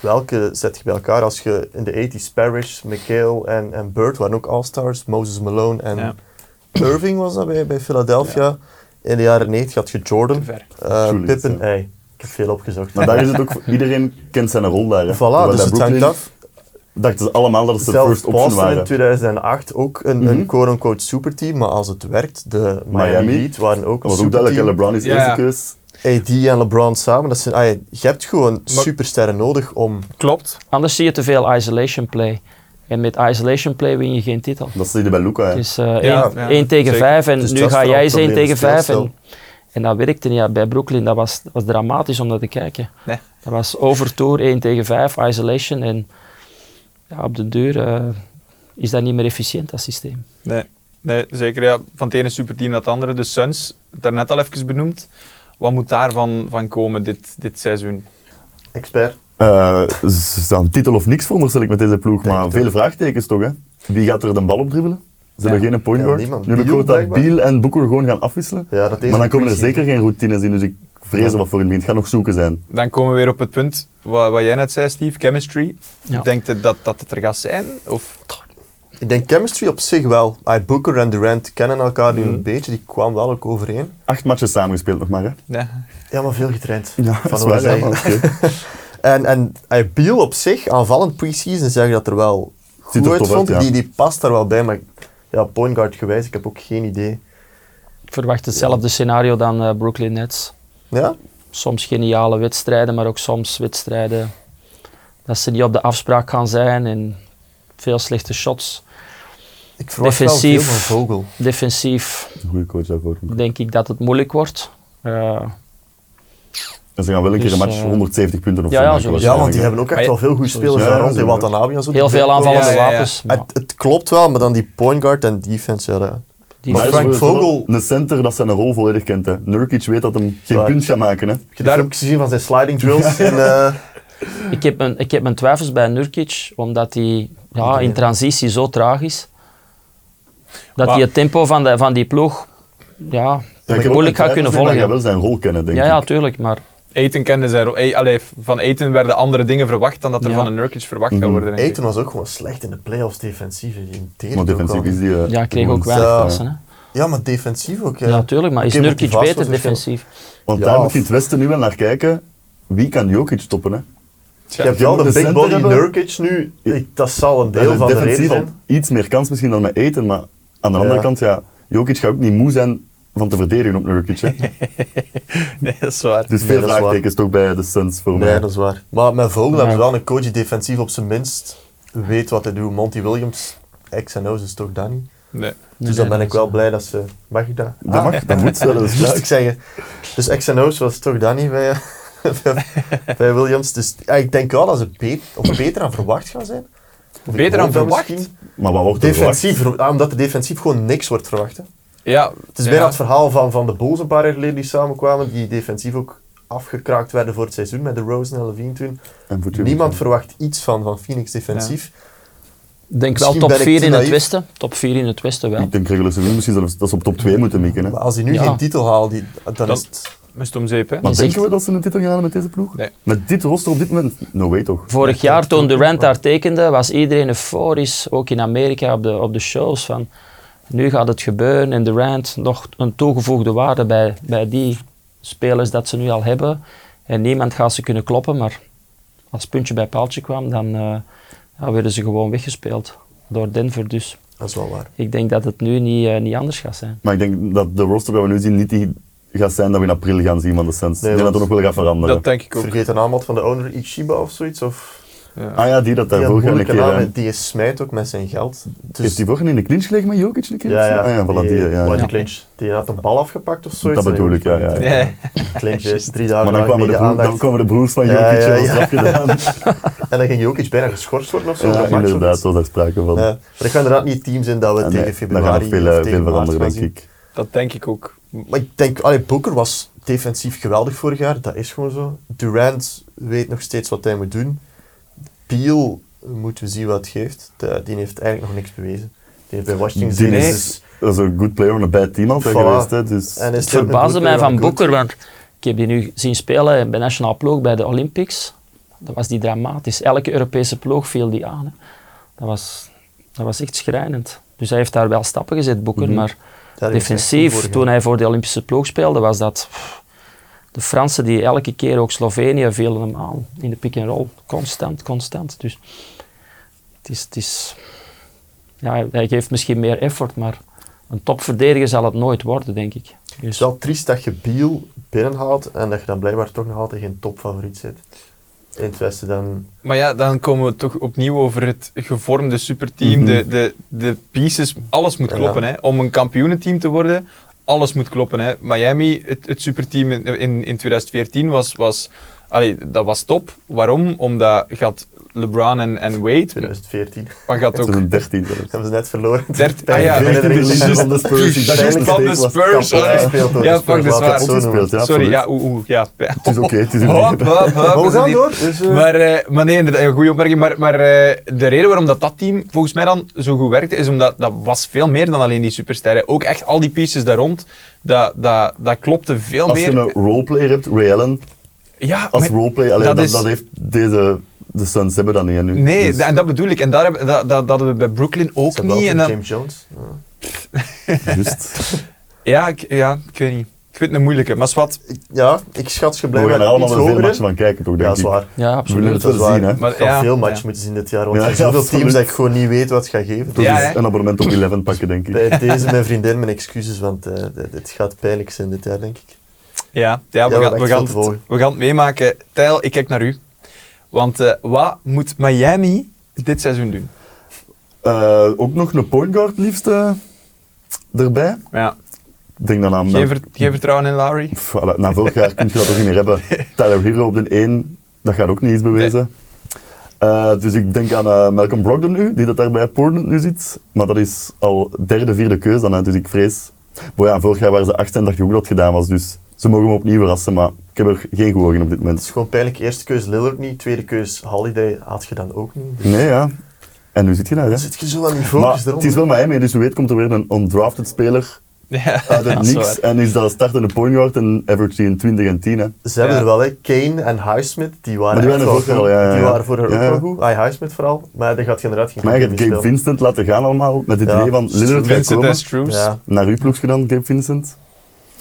Speaker 2: welke zet je bij elkaar? Als je in de 80s Parrish, McHale en, en Bird waren ook All-Stars. Moses Malone en
Speaker 1: Ja.
Speaker 2: Irving was dat bij, bij Philadelphia. In de jaren 90 had je Jordan,
Speaker 1: Te ver.
Speaker 2: eh,
Speaker 3: Julius,
Speaker 2: Pippen.
Speaker 3: ja.
Speaker 2: Ay, ik heb veel opgezocht.
Speaker 3: Maar daar is het ook, iedereen kent zijn rol daar. Hè.
Speaker 2: Voilà,
Speaker 3: Terwijl
Speaker 2: dus
Speaker 3: bij
Speaker 2: het hangt
Speaker 3: Brooklyn
Speaker 2: af.
Speaker 3: dachten ze allemaal dat ze de
Speaker 2: Zelfs
Speaker 3: first option
Speaker 2: Boston in
Speaker 3: waren.
Speaker 2: 2008 ook een,
Speaker 1: Mhm.
Speaker 2: een quote-unquote superteam, maar als het werkt, de Miami,
Speaker 3: Miami.
Speaker 2: Heat waren ook een
Speaker 3: Dat was ook duidelijk,
Speaker 2: superteam.
Speaker 3: hè, LeBron is
Speaker 1: Ja.
Speaker 3: eerste keus.
Speaker 2: AD en LeBron samen, dat zijn, ay, je hebt gewoon supersterren nodig om...
Speaker 1: Klopt.
Speaker 4: Anders zie je te veel isolation play. En met isolation play win je geen titel.
Speaker 3: Dat zie je bij Luca. hè.
Speaker 4: Dus eh één,
Speaker 1: ja,
Speaker 4: één tegen
Speaker 1: zeker.
Speaker 4: vijf en
Speaker 2: Dus
Speaker 4: nu
Speaker 2: dat is
Speaker 4: ga
Speaker 2: vooral
Speaker 4: jij
Speaker 2: het
Speaker 4: eens één
Speaker 2: probleem,
Speaker 4: tegen
Speaker 2: de
Speaker 4: vijf.
Speaker 2: speelstijl.
Speaker 4: En, en dat werkte niet. Ja, bij Brooklyn dat was, was dramatisch om dat te kijken.
Speaker 1: Nee.
Speaker 4: Dat was overtour, één tegen vijf, isolation. En ja, op de duur eh, is dat niet meer efficiënt, dat systeem.
Speaker 1: Nee. Nee, zeker. Ja. Van het ene superteam naar het andere. De Suns, daarnet al even benoemd. Wat moet daarvan van komen dit, dit seizoen?
Speaker 2: Expert.
Speaker 3: Eh, ze staan titel of niks veronderstel ik met deze ploeg,
Speaker 2: Denk
Speaker 3: maar
Speaker 2: het
Speaker 3: veel
Speaker 2: ook.
Speaker 3: vraagtekens toch, hè? Wie gaat er de bal op dribbelen? Ze hebben
Speaker 1: Ja.
Speaker 3: geen point
Speaker 2: Ja,
Speaker 3: guard.
Speaker 2: niemand.
Speaker 3: nu heb ik
Speaker 2: Beal
Speaker 3: gehoord dat
Speaker 2: blijkbaar.
Speaker 3: Biel en Boeker gewoon gaan afwisselen.
Speaker 2: Ja, dat is
Speaker 3: maar dan
Speaker 2: een
Speaker 3: komen er
Speaker 2: pre-season.
Speaker 3: zeker geen routines in, dus ik vrees er wat voor in het begin. Het gaat nog zoeken zijn.
Speaker 1: Dan komen we weer op het punt wat, wat jij net zei, Steve. Chemistry.
Speaker 4: Ja.
Speaker 1: Denkt je dat, dat het er gaat zijn? Of...
Speaker 2: Ik denk chemistry op zich wel. Ah, Booker en Durant kennen elkaar nu
Speaker 3: Mhm.
Speaker 2: een beetje, die kwamen wel ook overeen.
Speaker 3: Acht matches samengespeeld nog maar, hè?
Speaker 1: Nee.
Speaker 2: Ja, maar veel getraind.
Speaker 3: dat
Speaker 2: Van
Speaker 3: is
Speaker 2: wat
Speaker 3: waar,
Speaker 2: hij
Speaker 3: ja,
Speaker 2: zei.
Speaker 3: maar oké.
Speaker 2: En, en hij Biel op zich, aanvallend pre-season, zeg je dat er wel goed
Speaker 3: er
Speaker 2: uit
Speaker 3: tof
Speaker 2: vond.
Speaker 3: uit, ja.
Speaker 2: die, die past daar wel bij, maar ja, point guard gewijs, ik heb ook geen idee.
Speaker 4: Ik verwacht hetzelfde scenario dan eh, Brooklyn Nets.
Speaker 2: Ja?
Speaker 4: soms geniale wedstrijden, maar ook soms wedstrijden dat ze niet op de afspraak gaan zijn en veel slechte shots.
Speaker 2: Ik verwacht wel
Speaker 4: Defensief.
Speaker 2: veel van Vogel.
Speaker 4: Defensief
Speaker 3: Een goede coach daarvoor.
Speaker 4: denk ik dat het moeilijk wordt. Eh,
Speaker 3: En ze gaan wel een keer een
Speaker 4: Dus,
Speaker 3: match
Speaker 4: eh,
Speaker 3: 170 punten of
Speaker 4: Ja,
Speaker 3: zo
Speaker 4: ja,
Speaker 3: maken,
Speaker 4: sowieso.
Speaker 2: Ja,
Speaker 3: waarschijnlijk,
Speaker 2: want die
Speaker 3: hè.
Speaker 2: hebben ook echt
Speaker 1: Maar-
Speaker 2: wel veel goede spelers
Speaker 3: Ja,
Speaker 2: daar rond. Die
Speaker 3: sowieso.
Speaker 2: Watanabe en zo.
Speaker 4: heel
Speaker 2: die
Speaker 4: veel
Speaker 2: blijven wel-
Speaker 4: aanvallende
Speaker 1: Ja, ja, ja.
Speaker 4: wapens. maar
Speaker 2: Het, het klopt wel, maar dan die point guard en defense, ja, dat-
Speaker 4: die-
Speaker 2: Maar
Speaker 3: Maar
Speaker 2: Frank
Speaker 3: Frank Vogel...
Speaker 2: Vogel-
Speaker 3: Een center dat zijn rol volledig kent. Hè. Nurkic weet dat hem geen
Speaker 2: Zwaar.
Speaker 3: punt gaat maken. Hè.
Speaker 2: Ik heb daar ook gezien van zijn sliding drills. En, eh,
Speaker 4: ik, heb mijn, ik heb mijn twijfels bij Nurkic, omdat hij ja, in transitie zo traag is. Dat
Speaker 1: Maar-
Speaker 4: hij het tempo van, de, van die ploeg ja,
Speaker 3: Ja, ik heb ook
Speaker 4: moeilijk
Speaker 3: mijn
Speaker 4: gaat
Speaker 3: twijfels,
Speaker 4: kunnen
Speaker 3: maar Hij gaat
Speaker 4: volgen.
Speaker 3: wel zijn rol kennen, denk
Speaker 4: Ja, ja,
Speaker 3: ik.
Speaker 4: tuurlijk, maar
Speaker 1: Eten kende zijn... ro- eh, allee, van Eten werden andere dingen verwacht dan dat er
Speaker 4: Ja.
Speaker 1: van een Nurkic verwacht gaan
Speaker 3: Mhm.
Speaker 1: worden. denk ik.
Speaker 2: Ayton was ook gewoon slecht in de playoffs defensief. Die deed het
Speaker 3: Maar
Speaker 2: ook
Speaker 3: defensief
Speaker 2: wel.
Speaker 3: is die... eh,
Speaker 4: ja, ik kreeg
Speaker 3: gewoon
Speaker 4: ook weinig
Speaker 2: zo.
Speaker 4: passen. Hè.
Speaker 2: Ja, maar defensief ook. Ja,
Speaker 4: Ja, tuurlijk, maar is
Speaker 2: Oké,
Speaker 4: Nurkic
Speaker 2: motivatie was
Speaker 4: beter
Speaker 2: verschil.
Speaker 4: defensief?
Speaker 3: Want
Speaker 2: Ja,
Speaker 3: daar
Speaker 2: of-
Speaker 3: moet je in het Westen nu wel naar kijken. Wie kan Jokic stoppen? Hè?
Speaker 1: Tja.
Speaker 2: Je hebt
Speaker 3: Je
Speaker 2: wel
Speaker 3: moet
Speaker 2: de
Speaker 3: een
Speaker 2: big
Speaker 3: center
Speaker 2: body
Speaker 3: hebben.
Speaker 2: Nurkic nu. Ik- Dat zal een deel
Speaker 3: En
Speaker 2: van de reden
Speaker 3: defensief al
Speaker 2: zijn.
Speaker 3: iets meer kans misschien dan met eten. Maar aan de
Speaker 2: Ja.
Speaker 3: andere kant, ja, Jokic gaat ook niet moe zijn van te verdedigen op Nurkic. Hè.
Speaker 1: Nee, dat is waar.
Speaker 3: Dus
Speaker 2: Nee,
Speaker 3: veel
Speaker 2: dat is
Speaker 3: vraagtekens toch bij de Suns voor
Speaker 2: Nee,
Speaker 3: mij.
Speaker 2: dat is waar. Maar met Vogel hebben ze
Speaker 4: Ja.
Speaker 2: wel een coach die defensief op zijn minst weet wat hij doet. Monty Williams, X en O's is toch dat niet.
Speaker 1: Nee.
Speaker 2: Dus dan ben ik wel blij dat ze... Mag ik dat? Ah,
Speaker 3: Dat mag, dat moet wel. Dat is
Speaker 2: moest ik
Speaker 3: juist.
Speaker 2: zeggen. Dus X en O's was toch dat niet bij, bij, bij Williams. Dus ja, ik denk wel dat ze be- of beter aan verwacht gaan zijn. Of ik
Speaker 1: Beter
Speaker 2: hoop
Speaker 1: aan
Speaker 2: dat
Speaker 1: verwacht?
Speaker 2: misschien.
Speaker 3: Maar wat wordt er
Speaker 2: Defensief, ah, omdat er defensief gewoon niks wordt verwacht. hè.
Speaker 1: Ja,
Speaker 2: Het is
Speaker 1: ja.
Speaker 2: bijna het verhaal van, van de Bulls een paar jaar geleden die samenkwamen, die defensief ook afgekraakt werden voor het seizoen met de Rose en Levine toen.
Speaker 3: verwacht? En voor Jokic?
Speaker 2: Niemand verwacht iets van, van Phoenix defensief.
Speaker 4: Ik denk wel
Speaker 2: Misschien
Speaker 4: top
Speaker 2: ben ik
Speaker 4: 4
Speaker 2: te
Speaker 4: in het
Speaker 2: naïef.
Speaker 4: Westen. Top 4 in het Westen wel.
Speaker 3: Ik denk regular seizoen misschien zelfs dat ze op top 2 moeten mikken. Hè.
Speaker 2: Maar als hij nu
Speaker 4: Ja.
Speaker 2: geen titel haalt, die, dan,
Speaker 1: Dan-
Speaker 2: is het...
Speaker 1: Moest om zeep, hè?
Speaker 3: Maar
Speaker 4: is
Speaker 3: denken
Speaker 4: echt-
Speaker 3: we dat ze een titel gaan halen met deze ploeg?
Speaker 1: Nee.
Speaker 3: Met dit roster op dit moment? No way toch.
Speaker 4: Vorig jaar toen Durant daar tekende, was iedereen euforisch, ook in Amerika op de, op de shows, van nu gaat het gebeuren en Durant nog een toegevoegde waarde bij, bij die spelers dat ze nu al hebben. En niemand gaat ze kunnen kloppen, maar als puntje bij paaltje kwam, dan eh, ja, werden ze gewoon weggespeeld door Denver. Dus
Speaker 2: Dat is wel waar.
Speaker 4: ik denk dat het nu niet, eh, niet anders gaat zijn.
Speaker 3: Maar ik denk dat de roster dat we nu zien niet die gaat zijn dat we in april gaan zien van de Suns.
Speaker 2: Nee,
Speaker 3: ik denk dat
Speaker 2: want-
Speaker 3: dat nog wel gaat veranderen.
Speaker 1: Dat eh, denk ik ook.
Speaker 2: Vergeet de naam wat van de owner, Ichiba of zoiets. Of,
Speaker 3: Ah ja, die dat
Speaker 2: die had een
Speaker 3: daarvoor gaan een
Speaker 2: moeilijke
Speaker 3: keer...
Speaker 2: naam,
Speaker 3: hè.
Speaker 2: en die is smijt ook met zijn geld. Dus,
Speaker 3: Heeft die vorige in de clinch gelegen met Jokic een keer?
Speaker 2: ja, ja,
Speaker 3: Ah ja, voilà, die, ja, ja.
Speaker 2: Bloody
Speaker 4: Ja.
Speaker 2: Clinch. Die had een bal afgepakt of zoiets.
Speaker 3: Dat bedoel ik, ja, ja, ja.
Speaker 1: Ja.
Speaker 2: Clinch is drie dagen
Speaker 3: Maar dan
Speaker 2: lang
Speaker 3: kwamen, de
Speaker 2: mega
Speaker 3: broer, dan
Speaker 2: aandacht.
Speaker 3: kwamen de broers van
Speaker 2: Ja,
Speaker 3: Jokic eh,
Speaker 2: ja,
Speaker 3: en was
Speaker 2: ja.
Speaker 3: het afgedaan.
Speaker 2: En dan ging je ook iets bijna geschorst worden of zo.
Speaker 3: Ja,
Speaker 2: dat maakt
Speaker 3: inderdaad,
Speaker 2: zoiets.
Speaker 3: daar was daar sprake van.
Speaker 2: Ja, maar ik ga inderdaad niet teams in dat we
Speaker 3: En nee,
Speaker 2: tegen
Speaker 3: daar
Speaker 2: februari
Speaker 3: gaat nog veel, eh,
Speaker 2: of tegen
Speaker 3: veel
Speaker 2: maart gaan
Speaker 3: veranderen, denk
Speaker 2: zien.
Speaker 3: ik.
Speaker 1: Dat denk ik ook.
Speaker 2: Maar ik denk, allee, Booker was defensief geweldig vorig jaar, dat is gewoon zo. Durant weet nog steeds wat hij moet doen. Peel moeten we zien wat het geeft. De- die heeft eigenlijk nog niks bewezen. Die heeft bij Washington
Speaker 3: Die
Speaker 2: gezeten,
Speaker 1: is-
Speaker 2: dus-
Speaker 3: Dat is een good player on a bad team altijd
Speaker 2: Voilà.
Speaker 3: geweest. Hè, dus
Speaker 2: en is
Speaker 4: Het verbaasde
Speaker 2: een
Speaker 4: mij van
Speaker 2: goed-
Speaker 4: Boeker, want ik heb die nu zien spelen bij nationaal ploeg bij de Olympics. Dat was die dramatisch. Elke Europese ploeg viel die aan. Hè. Dat, was, dat was echt schrijnend. Dus hij heeft daar wel stappen gezet, Boeker, maar
Speaker 2: Mhm. Daar heeft hij echt
Speaker 4: defensief,
Speaker 2: voor
Speaker 4: toen hij voor de Olympische ploeg speelde, was dat pff, de Fransen die elke keer, ook Slovenië, vielen hem aan in de pick-and-roll. Constant, constant. Dus het is, het is, ja, hij geeft misschien meer effort, maar een topverdediger zal het nooit worden, denk ik. Dus-
Speaker 2: Het is wel triest dat je Biel binnenhaalt en dat je dan blijkbaar toch nog altijd geen topfavoriet zit. In het Westen dan...
Speaker 1: Maar ja, dan komen we toch opnieuw over het gevormde superteam. de, de, de pieces, alles moet
Speaker 2: Mhm. Ja.
Speaker 1: kloppen. Hè. Om een kampioenenteam te worden, alles moet kloppen. Hè. Miami, het, het superteam in, in, in 2014, was, was, allee, dat was top. Waarom? Omdat je had LeBron en, en Wade.
Speaker 2: 2014.
Speaker 1: Maar gaat ook
Speaker 3: 2013 zelfs.
Speaker 2: Hebben ze net verloren.
Speaker 1: Dert-
Speaker 2: Bij
Speaker 1: ah ja,
Speaker 2: de
Speaker 1: dertien
Speaker 2: winnende
Speaker 1: is
Speaker 2: ring
Speaker 1: juist-
Speaker 2: van de Spurs. die
Speaker 1: juist
Speaker 2: uiteindelijk
Speaker 1: van de
Speaker 2: tegen was
Speaker 1: Spurs,
Speaker 2: kampioen
Speaker 1: ja.
Speaker 2: gespeeld door de
Speaker 1: Ja,
Speaker 2: Spurs,
Speaker 1: fuck, dat is
Speaker 2: laat
Speaker 1: waar.
Speaker 2: het zo noemen.
Speaker 3: Gespeeld, ja,
Speaker 1: Sorry,
Speaker 3: absoluut.
Speaker 1: ja, oeh, oeh, ja.
Speaker 3: Het is oké, het is oké.
Speaker 1: Hop, hop, hop.
Speaker 2: Maar we
Speaker 1: is
Speaker 2: gaan
Speaker 1: niet-
Speaker 2: door. Dus, eh,
Speaker 1: Maar, eh, maar nee, inderdaad, een goede opmerking. Maar, maar eh, de reden waarom dat, dat team volgens mij dan zo goed werkte, is omdat dat was veel meer dan alleen die supersterren. Ook echt al die pieces daar rond, dat, dat, dat klopte veel
Speaker 3: Als je
Speaker 1: meer.
Speaker 3: een roleplayer hebt, Ray Allen,
Speaker 1: ja,
Speaker 3: als
Speaker 1: maar-
Speaker 3: roleplayer, alleen
Speaker 1: dat
Speaker 3: dat,
Speaker 1: is-
Speaker 3: dat heeft deze, de Suns hebben dat niet hè, nu.
Speaker 1: Nee,
Speaker 3: Dus-
Speaker 1: da- en dat bedoel ik. En daar hebben, dat, dat, dat hadden we bij Brooklyn ook
Speaker 2: ze hebben
Speaker 1: niet.
Speaker 2: wel
Speaker 1: En
Speaker 2: tegen
Speaker 1: dan-
Speaker 2: James Jones. Ja.
Speaker 3: Juist.
Speaker 1: ja, ik, ja, ik weet niet. Ik vind het een moeilijke. Maar wat,
Speaker 2: Ja, ik schat ze
Speaker 3: We
Speaker 2: blijven
Speaker 3: gaan er
Speaker 2: met
Speaker 3: allemaal
Speaker 2: iets
Speaker 3: wel veel matchen
Speaker 2: hoger.
Speaker 3: van kijken, toch?
Speaker 2: Ja,
Speaker 3: Denk
Speaker 2: dat is waar.
Speaker 3: Ik.
Speaker 4: Ja,
Speaker 3: We willen
Speaker 4: absoluut.
Speaker 3: het
Speaker 2: Dat is
Speaker 3: wel
Speaker 2: waar.
Speaker 3: zien, hè.
Speaker 1: Maar
Speaker 2: Ik ga
Speaker 1: ja,
Speaker 2: veel matchen
Speaker 1: ja.
Speaker 2: moeten zien dit jaar, want
Speaker 3: Ja,
Speaker 2: er zijn zoveel
Speaker 3: absoluut.
Speaker 2: teams dat ik gewoon niet weet wat ik ga geven.
Speaker 3: Dat
Speaker 1: Ja,
Speaker 3: is
Speaker 1: hè.
Speaker 3: een abonnement op 11 pakken, denk ik.
Speaker 2: Bij deze, mijn vriendin, mijn excuses, want eh, dit- dit gaat pijnlijk zijn dit jaar, denk ik.
Speaker 1: Ja, ja, we,
Speaker 2: Ja,
Speaker 1: gaan,
Speaker 2: dat
Speaker 1: we,
Speaker 2: is
Speaker 1: gaan
Speaker 2: wel te
Speaker 1: het,
Speaker 2: volgen.
Speaker 1: we gaan het meemaken. Tijl, ik kijk naar u. Want eh, wat moet Miami dit seizoen doen?
Speaker 3: Eh, ook nog een point guard liefst eh, erbij.
Speaker 1: Ja.
Speaker 3: Ik Denk dan aan...
Speaker 1: Geen, ver- geen vertrouwen in Lowry?
Speaker 3: Pff, voilà, na vorig jaar kun je dat toch niet meer hebben. Tyler Hero op de 1, dat gaat ook niet eens bewezen. Eh, dus ik denk aan eh, Malcolm Brogdon nu, die dat daar bij Portland nu zit. Maar dat is al derde, vierde keus dan, hè, dus ik vrees... Maar ja, vorig jaar waren ze achtste en dacht ik ook dat het gedaan was, dus ze mogen me opnieuw verrassen, maar ik heb er geen gehoor in op dit
Speaker 2: Het
Speaker 3: moment.
Speaker 2: is gewoon pijnlijk. Eerste keus Lillard niet, tweede keus Holiday had je dan ook niet. Dus
Speaker 3: Nee, ja. En nu zit je daar,
Speaker 2: dan
Speaker 3: hè.
Speaker 2: zit je zo aan die
Speaker 3: Maar
Speaker 2: focus
Speaker 3: het
Speaker 2: eronder.
Speaker 3: is wel Miami, dus wie weet komt er weer een undrafted speler
Speaker 1: Ja,
Speaker 3: uit het
Speaker 1: dat is
Speaker 3: niks.
Speaker 1: waar.
Speaker 3: En is dat startende point guard en average in 20 en 10, hè.
Speaker 2: Ze hebben
Speaker 1: Ja.
Speaker 2: er wel, hè. Kane en Highsmith, die waren,
Speaker 3: Maar die
Speaker 2: echt
Speaker 3: waren er
Speaker 2: wel goed.
Speaker 3: ook wel, ja, ja,
Speaker 2: Die
Speaker 3: ja.
Speaker 2: waren voor haar
Speaker 3: Ja, ja.
Speaker 2: ook wel goed. Ah, Highsmith vooral, maar die gaat inderdaad geen
Speaker 3: Maar
Speaker 2: goed
Speaker 3: je hebt Gabe
Speaker 2: spelen.
Speaker 3: Vincent laten gaan allemaal met het
Speaker 2: Ja.
Speaker 3: idee van Lillard gaat
Speaker 1: Vincent
Speaker 3: komen.
Speaker 1: en Struce.
Speaker 2: Ja.
Speaker 3: Naar uw ploeg gedaan, Gabe Vincent.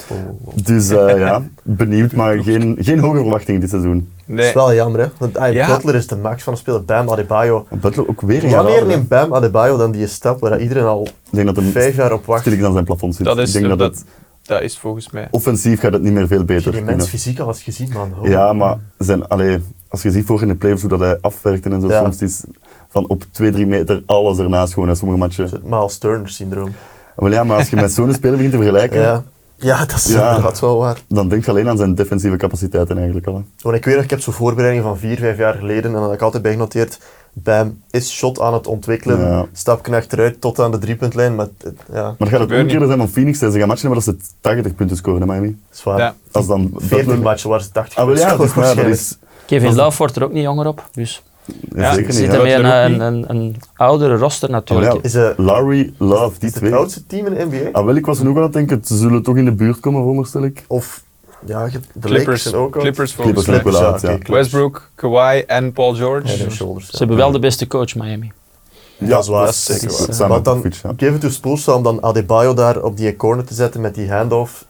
Speaker 2: Oh, oh, oh.
Speaker 3: Dus eh, ja, benieuwd, maar geen, geen hoge verwachtingen dit seizoen.
Speaker 2: Dat
Speaker 1: Nee.
Speaker 2: is wel jammer, hè. Want ah,
Speaker 1: Ja.
Speaker 2: Butler is de max van de speler. Bam Adebayo.
Speaker 3: Butler ook weer een jaar
Speaker 2: Wanneer
Speaker 3: ouder, hè.
Speaker 2: neemt Bam Adebayo dan die stap waar iedereen al
Speaker 3: Ik denk dat hem
Speaker 2: vijf jaar op wacht?
Speaker 3: stil aan zijn plafond zit.
Speaker 1: Dat is,
Speaker 3: ik denk dat,
Speaker 1: dat,
Speaker 3: het Oh,
Speaker 1: dat is volgens mij.
Speaker 3: offensief gaat het niet meer veel
Speaker 2: Heb je
Speaker 3: beter
Speaker 2: die
Speaker 3: kunnen.
Speaker 2: mens fysiek al eens gezien, man? Oh.
Speaker 3: Ja, maar zijn, allee, als je ziet voor in de playoffs hoe dat hij afwerkte en zo,
Speaker 2: Ja.
Speaker 3: soms is van op 2-3 meter alles ernaast gewoon in sommige matchen.
Speaker 2: Het Miles Turner-syndroom.
Speaker 3: Wel ja, maar als je met zo'n speler begint te vergelijken,
Speaker 2: Ja. ja, dat is
Speaker 3: Ja.
Speaker 2: inderdaad wel waar.
Speaker 3: dan denk je alleen aan zijn defensieve capaciteiten eigenlijk al. hè.
Speaker 2: Want ik weet nog, ik heb zo'n voorbereiding van vier, vijf jaar geleden en dan had ik altijd bijgenoteerd, Bam is shot aan het ontwikkelen,
Speaker 3: Ja.
Speaker 2: stapje achteruit tot aan de driepuntlijn, maar het- ja,
Speaker 3: Maar het gaat ook
Speaker 1: Gebeurt
Speaker 3: een keer zijn van Phoenix, hè. ze gaan matchen hebben dat ze 80 punten scoren, hè, Miami.
Speaker 2: zwaar.
Speaker 1: Ja.
Speaker 3: Als dan Butler-
Speaker 2: 40 matchen waar ze 80
Speaker 3: Ah, wel ja, dat
Speaker 2: scoren
Speaker 3: is, maar ja, dat
Speaker 2: waarschijnlijk.
Speaker 3: is
Speaker 4: Kevin
Speaker 3: Dat-
Speaker 4: Love wordt er ook niet jonger op. Dus
Speaker 1: Ja,
Speaker 3: ja, zeker
Speaker 4: er
Speaker 3: niet.
Speaker 4: zit
Speaker 3: hè.
Speaker 4: meer
Speaker 1: Dat er ook
Speaker 4: een, een, een, een oudere roster natuurlijk.
Speaker 3: Oh, ja.
Speaker 2: Is, eh,
Speaker 3: Larry, Love, die
Speaker 2: is het
Speaker 3: twee.
Speaker 2: oudste team in de NBA?
Speaker 3: Ah, wel, ik was nu ook aan het denken, ze zullen toch in de buurt komen, veronderstel ik.
Speaker 2: Of, ja, je hebt- de Lakers
Speaker 1: Clippers,
Speaker 2: zijn ook oud.
Speaker 1: Clippers volgens
Speaker 3: Clippers
Speaker 1: mij.
Speaker 3: ook wel oud,
Speaker 2: ja,
Speaker 3: ja.
Speaker 2: oké, Clippers.
Speaker 1: Westbrook, Kawhi en Paul George.
Speaker 2: Head and shoulders,
Speaker 4: Ze
Speaker 2: ja.
Speaker 4: hebben wel de beste coach Miami.
Speaker 2: dat is waar.
Speaker 3: Dat is zeker
Speaker 4: Dat
Speaker 3: waar.
Speaker 4: is, eh,
Speaker 3: Samen
Speaker 2: Want
Speaker 3: met
Speaker 2: dan,
Speaker 3: Popovic, ja.
Speaker 2: Kevin to Spoelstra dus om dan Adebayo daar op die corner te zetten met die handoff.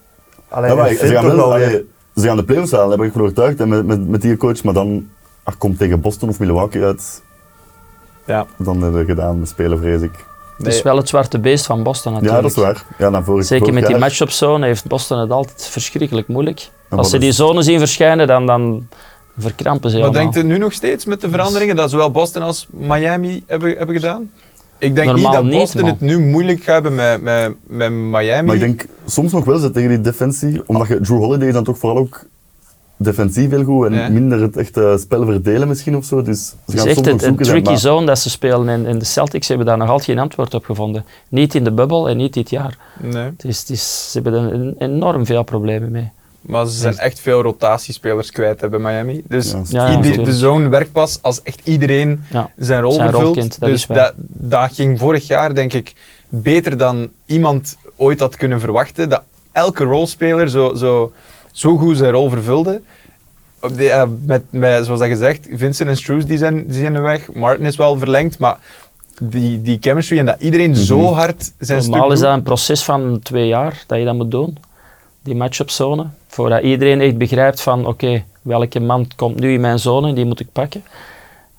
Speaker 2: Alleen,
Speaker 3: Ja, maar
Speaker 2: ik
Speaker 3: ze,
Speaker 2: vind
Speaker 3: gaan
Speaker 2: toch
Speaker 3: wel,
Speaker 2: wel
Speaker 3: allee,
Speaker 2: weer-
Speaker 3: ze gaan de playoffs halen, daar ben ik van overtuigd. En met, met, met die coach, maar dan ach, komt tegen Boston of Milwaukee uit.
Speaker 1: Ja.
Speaker 3: Dan hebben we gedaan met spelen, vrees ik.
Speaker 4: Het is wel het zwarte beest van Boston natuurlijk.
Speaker 3: Ja, dat is waar. Ja, naar vorig,
Speaker 4: Zeker
Speaker 3: vorig
Speaker 4: met die
Speaker 3: jaar.
Speaker 4: match-up zone heeft Boston het altijd verschrikkelijk moeilijk.
Speaker 3: maar
Speaker 4: Als ze
Speaker 3: dat
Speaker 4: die
Speaker 3: is-
Speaker 4: zone zien verschijnen, dan, dan verkrampen ze
Speaker 1: Wat
Speaker 4: helemaal.
Speaker 1: denkt u nu nog steeds met de veranderingen dat zowel Boston als Miami hebben, hebben gedaan? Ik denk
Speaker 4: Normaal
Speaker 1: niet dat
Speaker 4: niet,
Speaker 1: Boston
Speaker 4: man.
Speaker 1: het nu moeilijk gaat hebben met, met, met Miami.
Speaker 3: Maar ik denk soms nog wel ze tegen die defensie, omdat je Drew Holiday is dan toch vooral ook defensief heel goed en
Speaker 1: Ja.
Speaker 3: minder het echte spel verdelen misschien of zo. Dus ze
Speaker 4: Het is
Speaker 3: gaan
Speaker 4: echt
Speaker 3: soms nog
Speaker 4: een, een
Speaker 3: zoeken zijn,
Speaker 4: tricky
Speaker 3: maar-
Speaker 4: zone dat ze spelen. En, en de Celtics hebben daar nog altijd geen antwoord op gevonden. Niet in de bubbel en niet dit jaar.
Speaker 1: Nee.
Speaker 4: Het is, het is, ze hebben er een- enorm veel problemen mee.
Speaker 1: Maar ze zijn echt veel rotatiespelers kwijt hè, bij Miami. Dus
Speaker 3: Ja,
Speaker 4: Ja, ja,
Speaker 1: ieder- de
Speaker 4: natuurlijk.
Speaker 1: zone werkt pas als echt iedereen
Speaker 4: Ja.
Speaker 1: zijn rol
Speaker 4: Zijn rol
Speaker 1: vervult.
Speaker 4: kent, dat
Speaker 1: dus
Speaker 4: is waar.
Speaker 1: dat, dat ging vorig jaar, denk ik, beter dan iemand ooit had kunnen verwachten. Dat elke rolspeler zo, zo, zo goed zijn rol vervulde. Op de- ja, met, met, zoals dat gezegd, Vincent en Struce die zijn, die zijn weg. Martin is wel verlengd, maar die, die chemistry en dat iedereen zo hard zijn
Speaker 4: Normaal
Speaker 1: stuk
Speaker 4: Mhm. is
Speaker 1: doet.
Speaker 4: dat een proces van twee jaar dat je dat moet doen. Die match-up zone. Voordat iedereen echt begrijpt van oké, welke man komt nu in mijn zone, die moet ik pakken.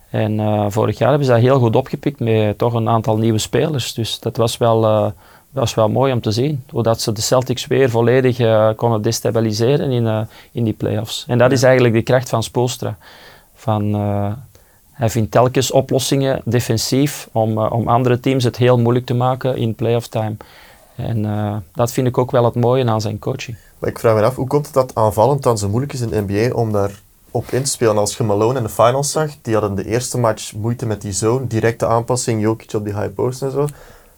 Speaker 4: En eh, vorig jaar hebben ze dat heel goed opgepikt met toch een aantal nieuwe spelers. Dus dat was wel, eh, dat was wel mooi om te zien. Hoe dat ze de Celtics weer volledig eh, konden destabiliseren in, eh, in die playoffs. En dat is eigenlijk de kracht van Spoelstra. Van, eh, hij vindt telkens oplossingen defensief om, eh, om andere teams het heel moeilijk te maken in playoff time. En eh, dat vind ik ook wel het mooie aan zijn coaching.
Speaker 2: Maar ik vraag me af, hoe komt het dat aanvallend dan zo moeilijk is in de NBA om daar op inspelen. Als je Malone in de finals zag, die hadden de eerste match moeite met die zone, directe aanpassing, Jokic op die high post en zo.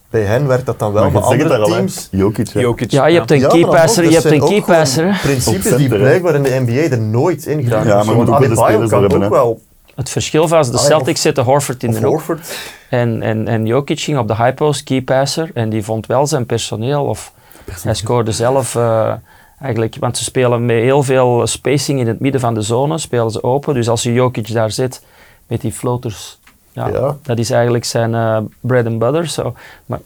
Speaker 2: Bij hen werkt dat dan wel, maar,
Speaker 3: je zegt het
Speaker 2: andere
Speaker 3: daar al, hè.
Speaker 2: teams...
Speaker 3: Jokic, hè.
Speaker 1: Jokic.
Speaker 4: Ja, je hebt een
Speaker 2: Ja, maar dan nog,
Speaker 4: keypasser,
Speaker 2: dat
Speaker 4: je hebt
Speaker 2: zijn
Speaker 4: een
Speaker 2: ook gewoon
Speaker 4: keypasser. hè.
Speaker 2: Principes
Speaker 3: Op
Speaker 2: die
Speaker 3: center, hè.
Speaker 2: blijkbaar in de NBA er nooit in gaan.
Speaker 3: Ja, maar je moet ook wel de spelers
Speaker 2: Ah, kan
Speaker 3: voor hebben,
Speaker 2: ook
Speaker 3: hè.
Speaker 2: wel.
Speaker 4: Het verschil was, de
Speaker 2: Ah, ja,
Speaker 4: Celtics
Speaker 2: of-
Speaker 4: zitten Horford in
Speaker 2: Of
Speaker 4: de hoek.
Speaker 2: Horford.
Speaker 4: En, en, en Jokic ging op de high post, key passer, en die vond wel zijn personeel. Of hij scoorde zelf eh, eigenlijk, want ze spelen met heel veel spacing in het midden van de zone, spelen ze open. Dus als je Jokic daar zit met die floaters, ja,
Speaker 2: Ja.
Speaker 4: dat is eigenlijk zijn eh, bread and butter. zo. Maar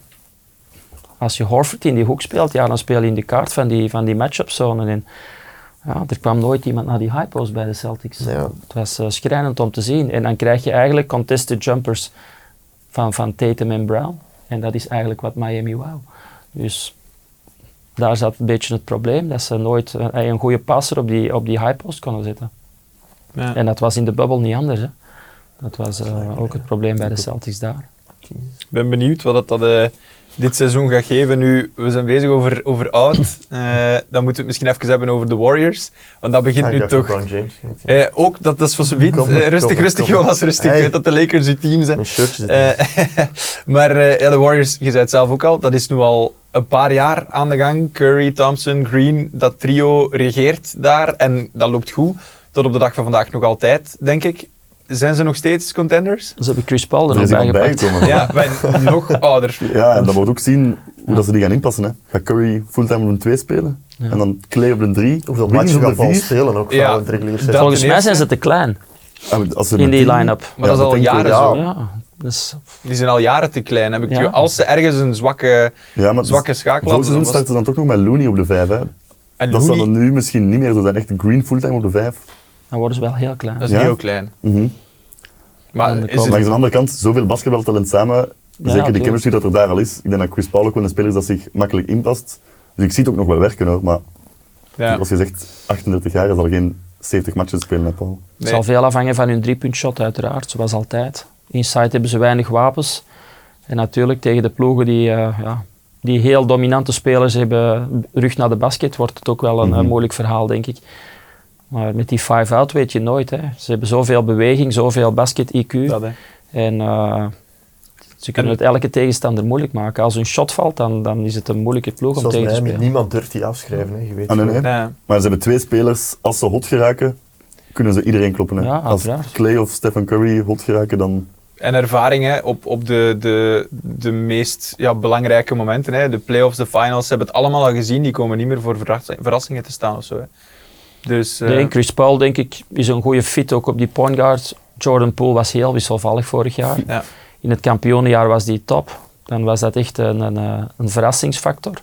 Speaker 4: als je Horford in die hoek speelt, ja, dan speel je in de kaart van die, van die match-up zone. En ja, er kwam nooit iemand naar die high post bij de Celtics.
Speaker 2: Ja.
Speaker 4: Het was eh, schrijnend om te zien. En dan krijg je eigenlijk contested jumpers van, van Tatum en Brown. En dat is eigenlijk wat Miami wou. Dus daar zat een beetje het probleem. Dat ze nooit eh, een goede passer op die, op die high post konden zetten.
Speaker 1: Ja.
Speaker 4: En dat was in de bubbel niet anders. Hè. Dat was eh, ook het probleem bij de Celtics daar.
Speaker 1: Ik ben benieuwd wat dat, dat eh, dit seizoen gaat geven. Nu, we zijn bezig over, over oud. Eh, dan moeten we het misschien even hebben over de Warriors. Want dat begint
Speaker 2: Ah, Ja, ik
Speaker 1: nu
Speaker 2: dacht
Speaker 1: toch...
Speaker 2: LeBron James.
Speaker 1: Eh, ook, dat, dat is voor ze biedt.
Speaker 2: Kom maar,
Speaker 1: Eh, rustig,
Speaker 2: kom maar,
Speaker 1: rustig,
Speaker 2: kom maar.
Speaker 1: Jonas, rustig.
Speaker 2: Hey.
Speaker 1: Ik weet dat de Lakers je team zijn.
Speaker 2: Mijn shirtje zit
Speaker 1: Eh, maar eh, ja, de Warriors, je zei het zelf ook al, dat is nu al een paar jaar aan de gang. Curry, Thompson, Green, dat trio regeert daar en dat loopt goed. Tot op de dag van vandaag nog altijd, denk ik. Zijn ze nog steeds contenders?
Speaker 4: Ze hebben Chris Paul er
Speaker 3: Er
Speaker 4: nog
Speaker 3: is
Speaker 4: bij
Speaker 3: iemand
Speaker 4: gepakt.
Speaker 3: bijgekomen.
Speaker 1: Ja, wij nog ouder.
Speaker 3: Ja, en dan wordt ook zien hoe dat ze die gaan inpassen. Hè. Gaat Curry fulltime op een 2 spelen? En dan Clay op een 3.
Speaker 2: Hoeveel matchen
Speaker 3: op
Speaker 2: gaan
Speaker 3: een
Speaker 2: Paul
Speaker 3: 4?
Speaker 2: spelen ook
Speaker 1: Ja,
Speaker 2: ja, van de reguliere
Speaker 1: dat-
Speaker 2: seizoen?
Speaker 4: Volgens mij zijn ze te klein
Speaker 3: Ah, Als ze
Speaker 4: in
Speaker 3: met
Speaker 4: die
Speaker 3: tien-
Speaker 4: line-up.
Speaker 1: Maar dat is al
Speaker 3: denk ik
Speaker 1: jaren
Speaker 3: wel.
Speaker 1: zo.
Speaker 4: Ja, dus
Speaker 1: Die zijn al jaren te klein. Heb ik
Speaker 4: Ja.
Speaker 1: het gevoel. als ze ergens een zwakke,
Speaker 3: Ja, maar dus
Speaker 1: zwakke schakel
Speaker 3: Vorig
Speaker 1: hadden, dan
Speaker 3: seizoen
Speaker 1: was
Speaker 3: starten ze dan toch nog met Looney op de 5. Hè.
Speaker 1: En
Speaker 3: Dat zal
Speaker 1: Looney,
Speaker 3: dan nu misschien niet meer zo zijn. Echt Green fulltime op de 5.
Speaker 4: dan worden ze wel heel klein.
Speaker 1: dat is
Speaker 3: Ja. Mhm.
Speaker 1: niet heel klein. Maar
Speaker 4: Aan de
Speaker 1: is
Speaker 4: kant.
Speaker 3: Maar aan
Speaker 1: het,
Speaker 3: de andere kant, zoveel basketbaltalent samen. zeker de
Speaker 4: tuurlijk.
Speaker 3: chemistry dat er daar al is. Ik denk dat Chris Paul ook wel een speler is dat zich makkelijk inpast. Dus ik zie het ook nog wel werken hoor. Maar
Speaker 1: ja.
Speaker 3: als je zegt 38 jaar, hij zal geen 70 matches spelen met Paul.
Speaker 4: Het
Speaker 1: Nee.
Speaker 4: zal veel afhangen van hun driepuntshot uiteraard, zoals altijd. Inside hebben ze weinig wapens. En natuurlijk tegen de ploegen die, eh, ja, die heel dominante spelers hebben, rug naar de basket, wordt het ook wel een, een moeilijk verhaal, denk ik. Maar met die five-out weet je nooit. Hè. Ze hebben zoveel beweging, zoveel basket-IQ.
Speaker 1: Dat, hè.
Speaker 4: En eh, ze kunnen
Speaker 1: En-
Speaker 4: het elke tegenstander moeilijk maken. Als hun shot valt, dan, dan is het een moeilijke ploeg om
Speaker 2: Zoals
Speaker 4: tegen te
Speaker 2: Miami,
Speaker 4: spelen.
Speaker 2: niemand durft die afschrijven. Hè. Je weet
Speaker 3: Ah, nee,
Speaker 2: wel.
Speaker 3: nee.
Speaker 1: Ja.
Speaker 3: Maar ze hebben twee spelers, als ze hot geraken, kunnen ze iedereen kloppen. hè.
Speaker 4: Ja,
Speaker 3: als
Speaker 4: uiteraard.
Speaker 3: Clay of Stephen Curry hot geraken, dan...
Speaker 1: En ervaring hè, op, op de, de, de meest ja, belangrijke momenten. Hè. De playoffs, de finals, ze hebben het allemaal al gezien. Die komen niet meer voor verras- verrassingen te staan of zo. Hè. Dus eh,
Speaker 4: Nee, Chris Paul, denk ik, is een goede fit ook op die point guard. Jordan Poole was heel wisselvallig vorig jaar.
Speaker 1: eh, ja,
Speaker 4: In het kampioenenjaar was die top. Dan was dat echt een, een, eh, een verrassingsfactor.